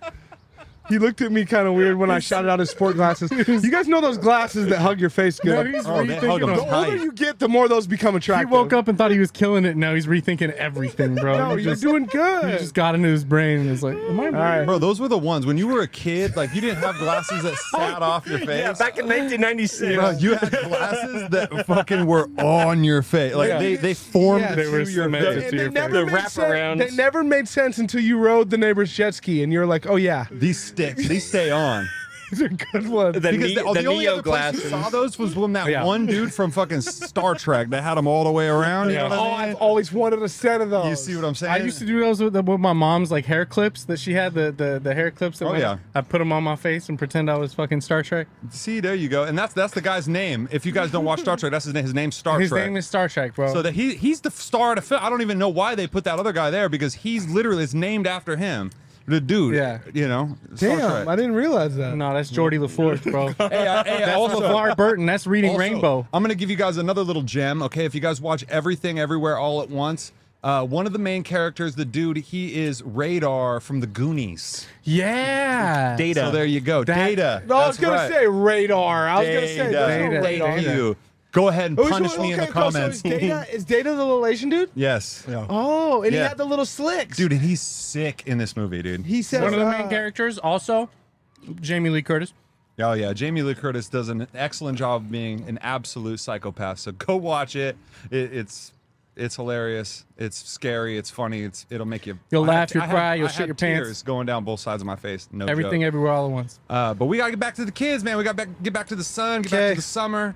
S10: He looked at me kind of weird when I shouted out his sport glasses. You guys know those glasses that hug your face good.
S7: No, he's Oh, they rethinking hug 'em them.
S10: the older you get, the more those become
S7: He
S10: attractive.
S7: woke up and thought he was killing it. Now he's rethinking everything, bro.
S10: No,
S7: He
S10: you're doing good.
S7: He just got into his brain and was like, "Am I right,
S4: bro?" Those were the ones when you were a kid. Like you didn't have glasses that sat off your face.
S12: Yeah, back in 1996.
S4: Bro, you had glasses that fucking were on your face. Like
S10: Yeah.
S4: they they formed
S10: Yeah,
S4: to
S10: they were
S4: your
S10: cemented
S4: face.
S10: to your face. They made sense- They never made sense until you rode the neighbor's jet ski, and you're like, oh yeah.
S4: These sticks, these stay on.
S10: These are good ones.
S4: because the, oh, the only other place you saw those was when that
S10: Yeah.
S4: one dude from fucking Star Trek that had them all the way around. You know what I
S10: Oh,
S4: mean?
S10: I've always wanted a set of those. You see
S4: what I'm saying?
S7: I used to do those with, the, with my mom's like hair clips that she had the the, the hair clips. That
S4: Oh,
S7: went-
S4: yeah.
S7: I put them on my face and pretend I was fucking Star Trek.
S4: See, there you go. And that's that's the guy's name. If you guys don't watch Star Trek, that's his name. His name's Star
S7: His
S4: Trek.
S7: name is Star Trek, bro.
S4: So that he he's the star of the film. I don't even know why they put that other guy there because he's literally it's named after him. The dude.
S7: Yeah.
S4: You know. Star
S10: Damn,
S4: Trek.
S10: I didn't realize that.
S7: No, that's Jordy LaForge, bro.
S4: Hey, I- hey, I
S7: that's
S4: also-
S7: LeVar Burton. That's reading
S4: Also,
S7: Rainbow.
S4: I'm gonna give you guys another little gem. Okay, if you guys watch everything everywhere all at once, uh, one of the main characters, the dude, he is Radar from the Goonies.
S7: Yeah.
S4: So there you go. Data.
S10: No, I was
S4: That's
S10: gonna
S4: right.
S10: say radar. I was gonna say
S4: Data.
S10: there's no
S4: Data.
S10: radar.
S4: Thank you. Go ahead and
S10: Who's-
S4: punish me in the
S10: okay, cool, so
S4: comments.
S10: is Data, is Data the little Asian dude?
S4: yes.
S10: Oh, and he
S4: Yeah.
S10: had the little slicks.
S4: Dude, and he's sick in this movie, dude.
S10: He says,
S7: One of the
S10: uh,
S4: Ah.
S7: main characters, also Jamie Lee Curtis.
S4: Oh yeah, Jamie Lee Curtis does an excellent job of being an absolute psychopath. So go watch it. it it's it's hilarious. It's scary. It's funny. It's it'll make you
S7: You'll
S4: I
S7: laugh,
S4: had-
S7: you'll
S4: I
S7: cry,
S4: had-
S7: you'll
S4: I
S7: shit
S4: had
S7: your pants.
S4: tears going down both sides of my face. No
S7: Everything,
S4: joke.
S7: everywhere, all at once.
S4: Uh, but we gotta get back to the kids, man. We gotta back, get back to the sun. Get back to the summer.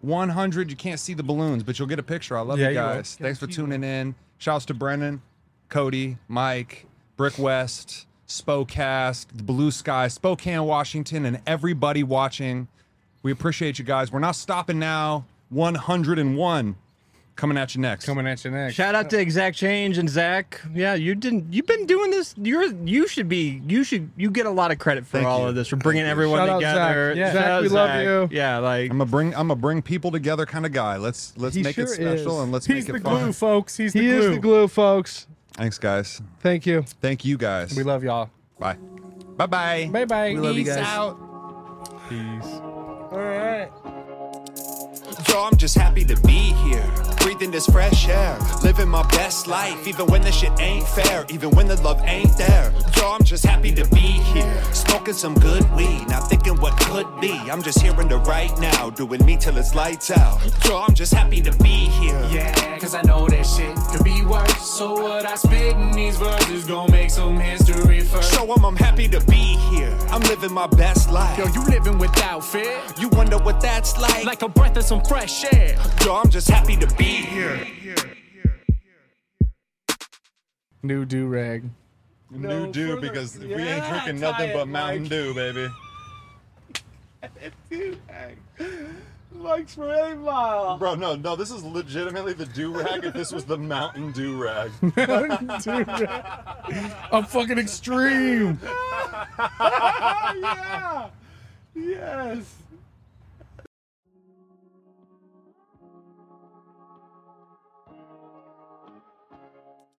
S4: 100. You can't see the balloons, but you'll get a picture. I love
S7: Yeah,
S4: you
S7: you will.
S4: guys. Thanks for tuning in. Shouts to Brennan, Cody, Mike, Brick West, Spocast, the Blue Sky, Spokane, Washington, and everybody watching. We appreciate you guys. We're not stopping now. 101 coming at you next.
S7: Coming at you next.
S12: Shout out to Exact Change and Zach. Yeah, you didn't. You've been doing this. You're. You should be. You should. You get a lot of credit for all of this for bringing everyone together. Shout out Zach. Yeah, like
S4: I'm gonna bring I'm gonna bring people together kind of guy. Let's let's
S10: He
S4: make it
S10: sure
S4: special
S10: is.
S4: and let's
S10: He's
S4: make
S10: the
S4: it fun.
S10: glue,
S7: folks. He's
S10: he is the glue, folks.
S4: Thanks, guys.
S10: Thank you.
S4: Thank you, guys. We
S7: love y'all.
S4: Bye. Bye bye.
S7: Bye bye.
S4: We love you
S7: Peace
S4: guys.
S7: out.
S4: Peace.
S10: All right.
S3: Yo, I'm just happy to be here. Breathing this fresh air, living my best life, even when the shit ain't fair, even when the love ain't there. Yo, I'm just happy to be here. Smoking some good weed, not thinking what could be. I'm just here in the right now, doing me till it's lights out. Yo, I'm just happy to be here.
S32: Yeah, cause I know that shit could be worse. So what I spit in these verses gon' make some history first.
S3: Show 'em I'm happy to be here. I'm living my best life.
S32: Yo, you living without fear?
S3: You wonder what that's like?
S32: Like a breath of some fresh air.
S3: Yo, I'm just happy to be here.
S7: New do rag.
S4: New Dew because we ain't drinking
S7: tie
S4: nothing
S7: it,
S4: but Mountain Dew, baby.
S10: Mike's parade mile.
S4: Bro, no, no, this is legitimately the do rag if this was the Mountain Dew rag.
S7: Mountain Dew I'm fucking extreme.
S10: yeah. Yes.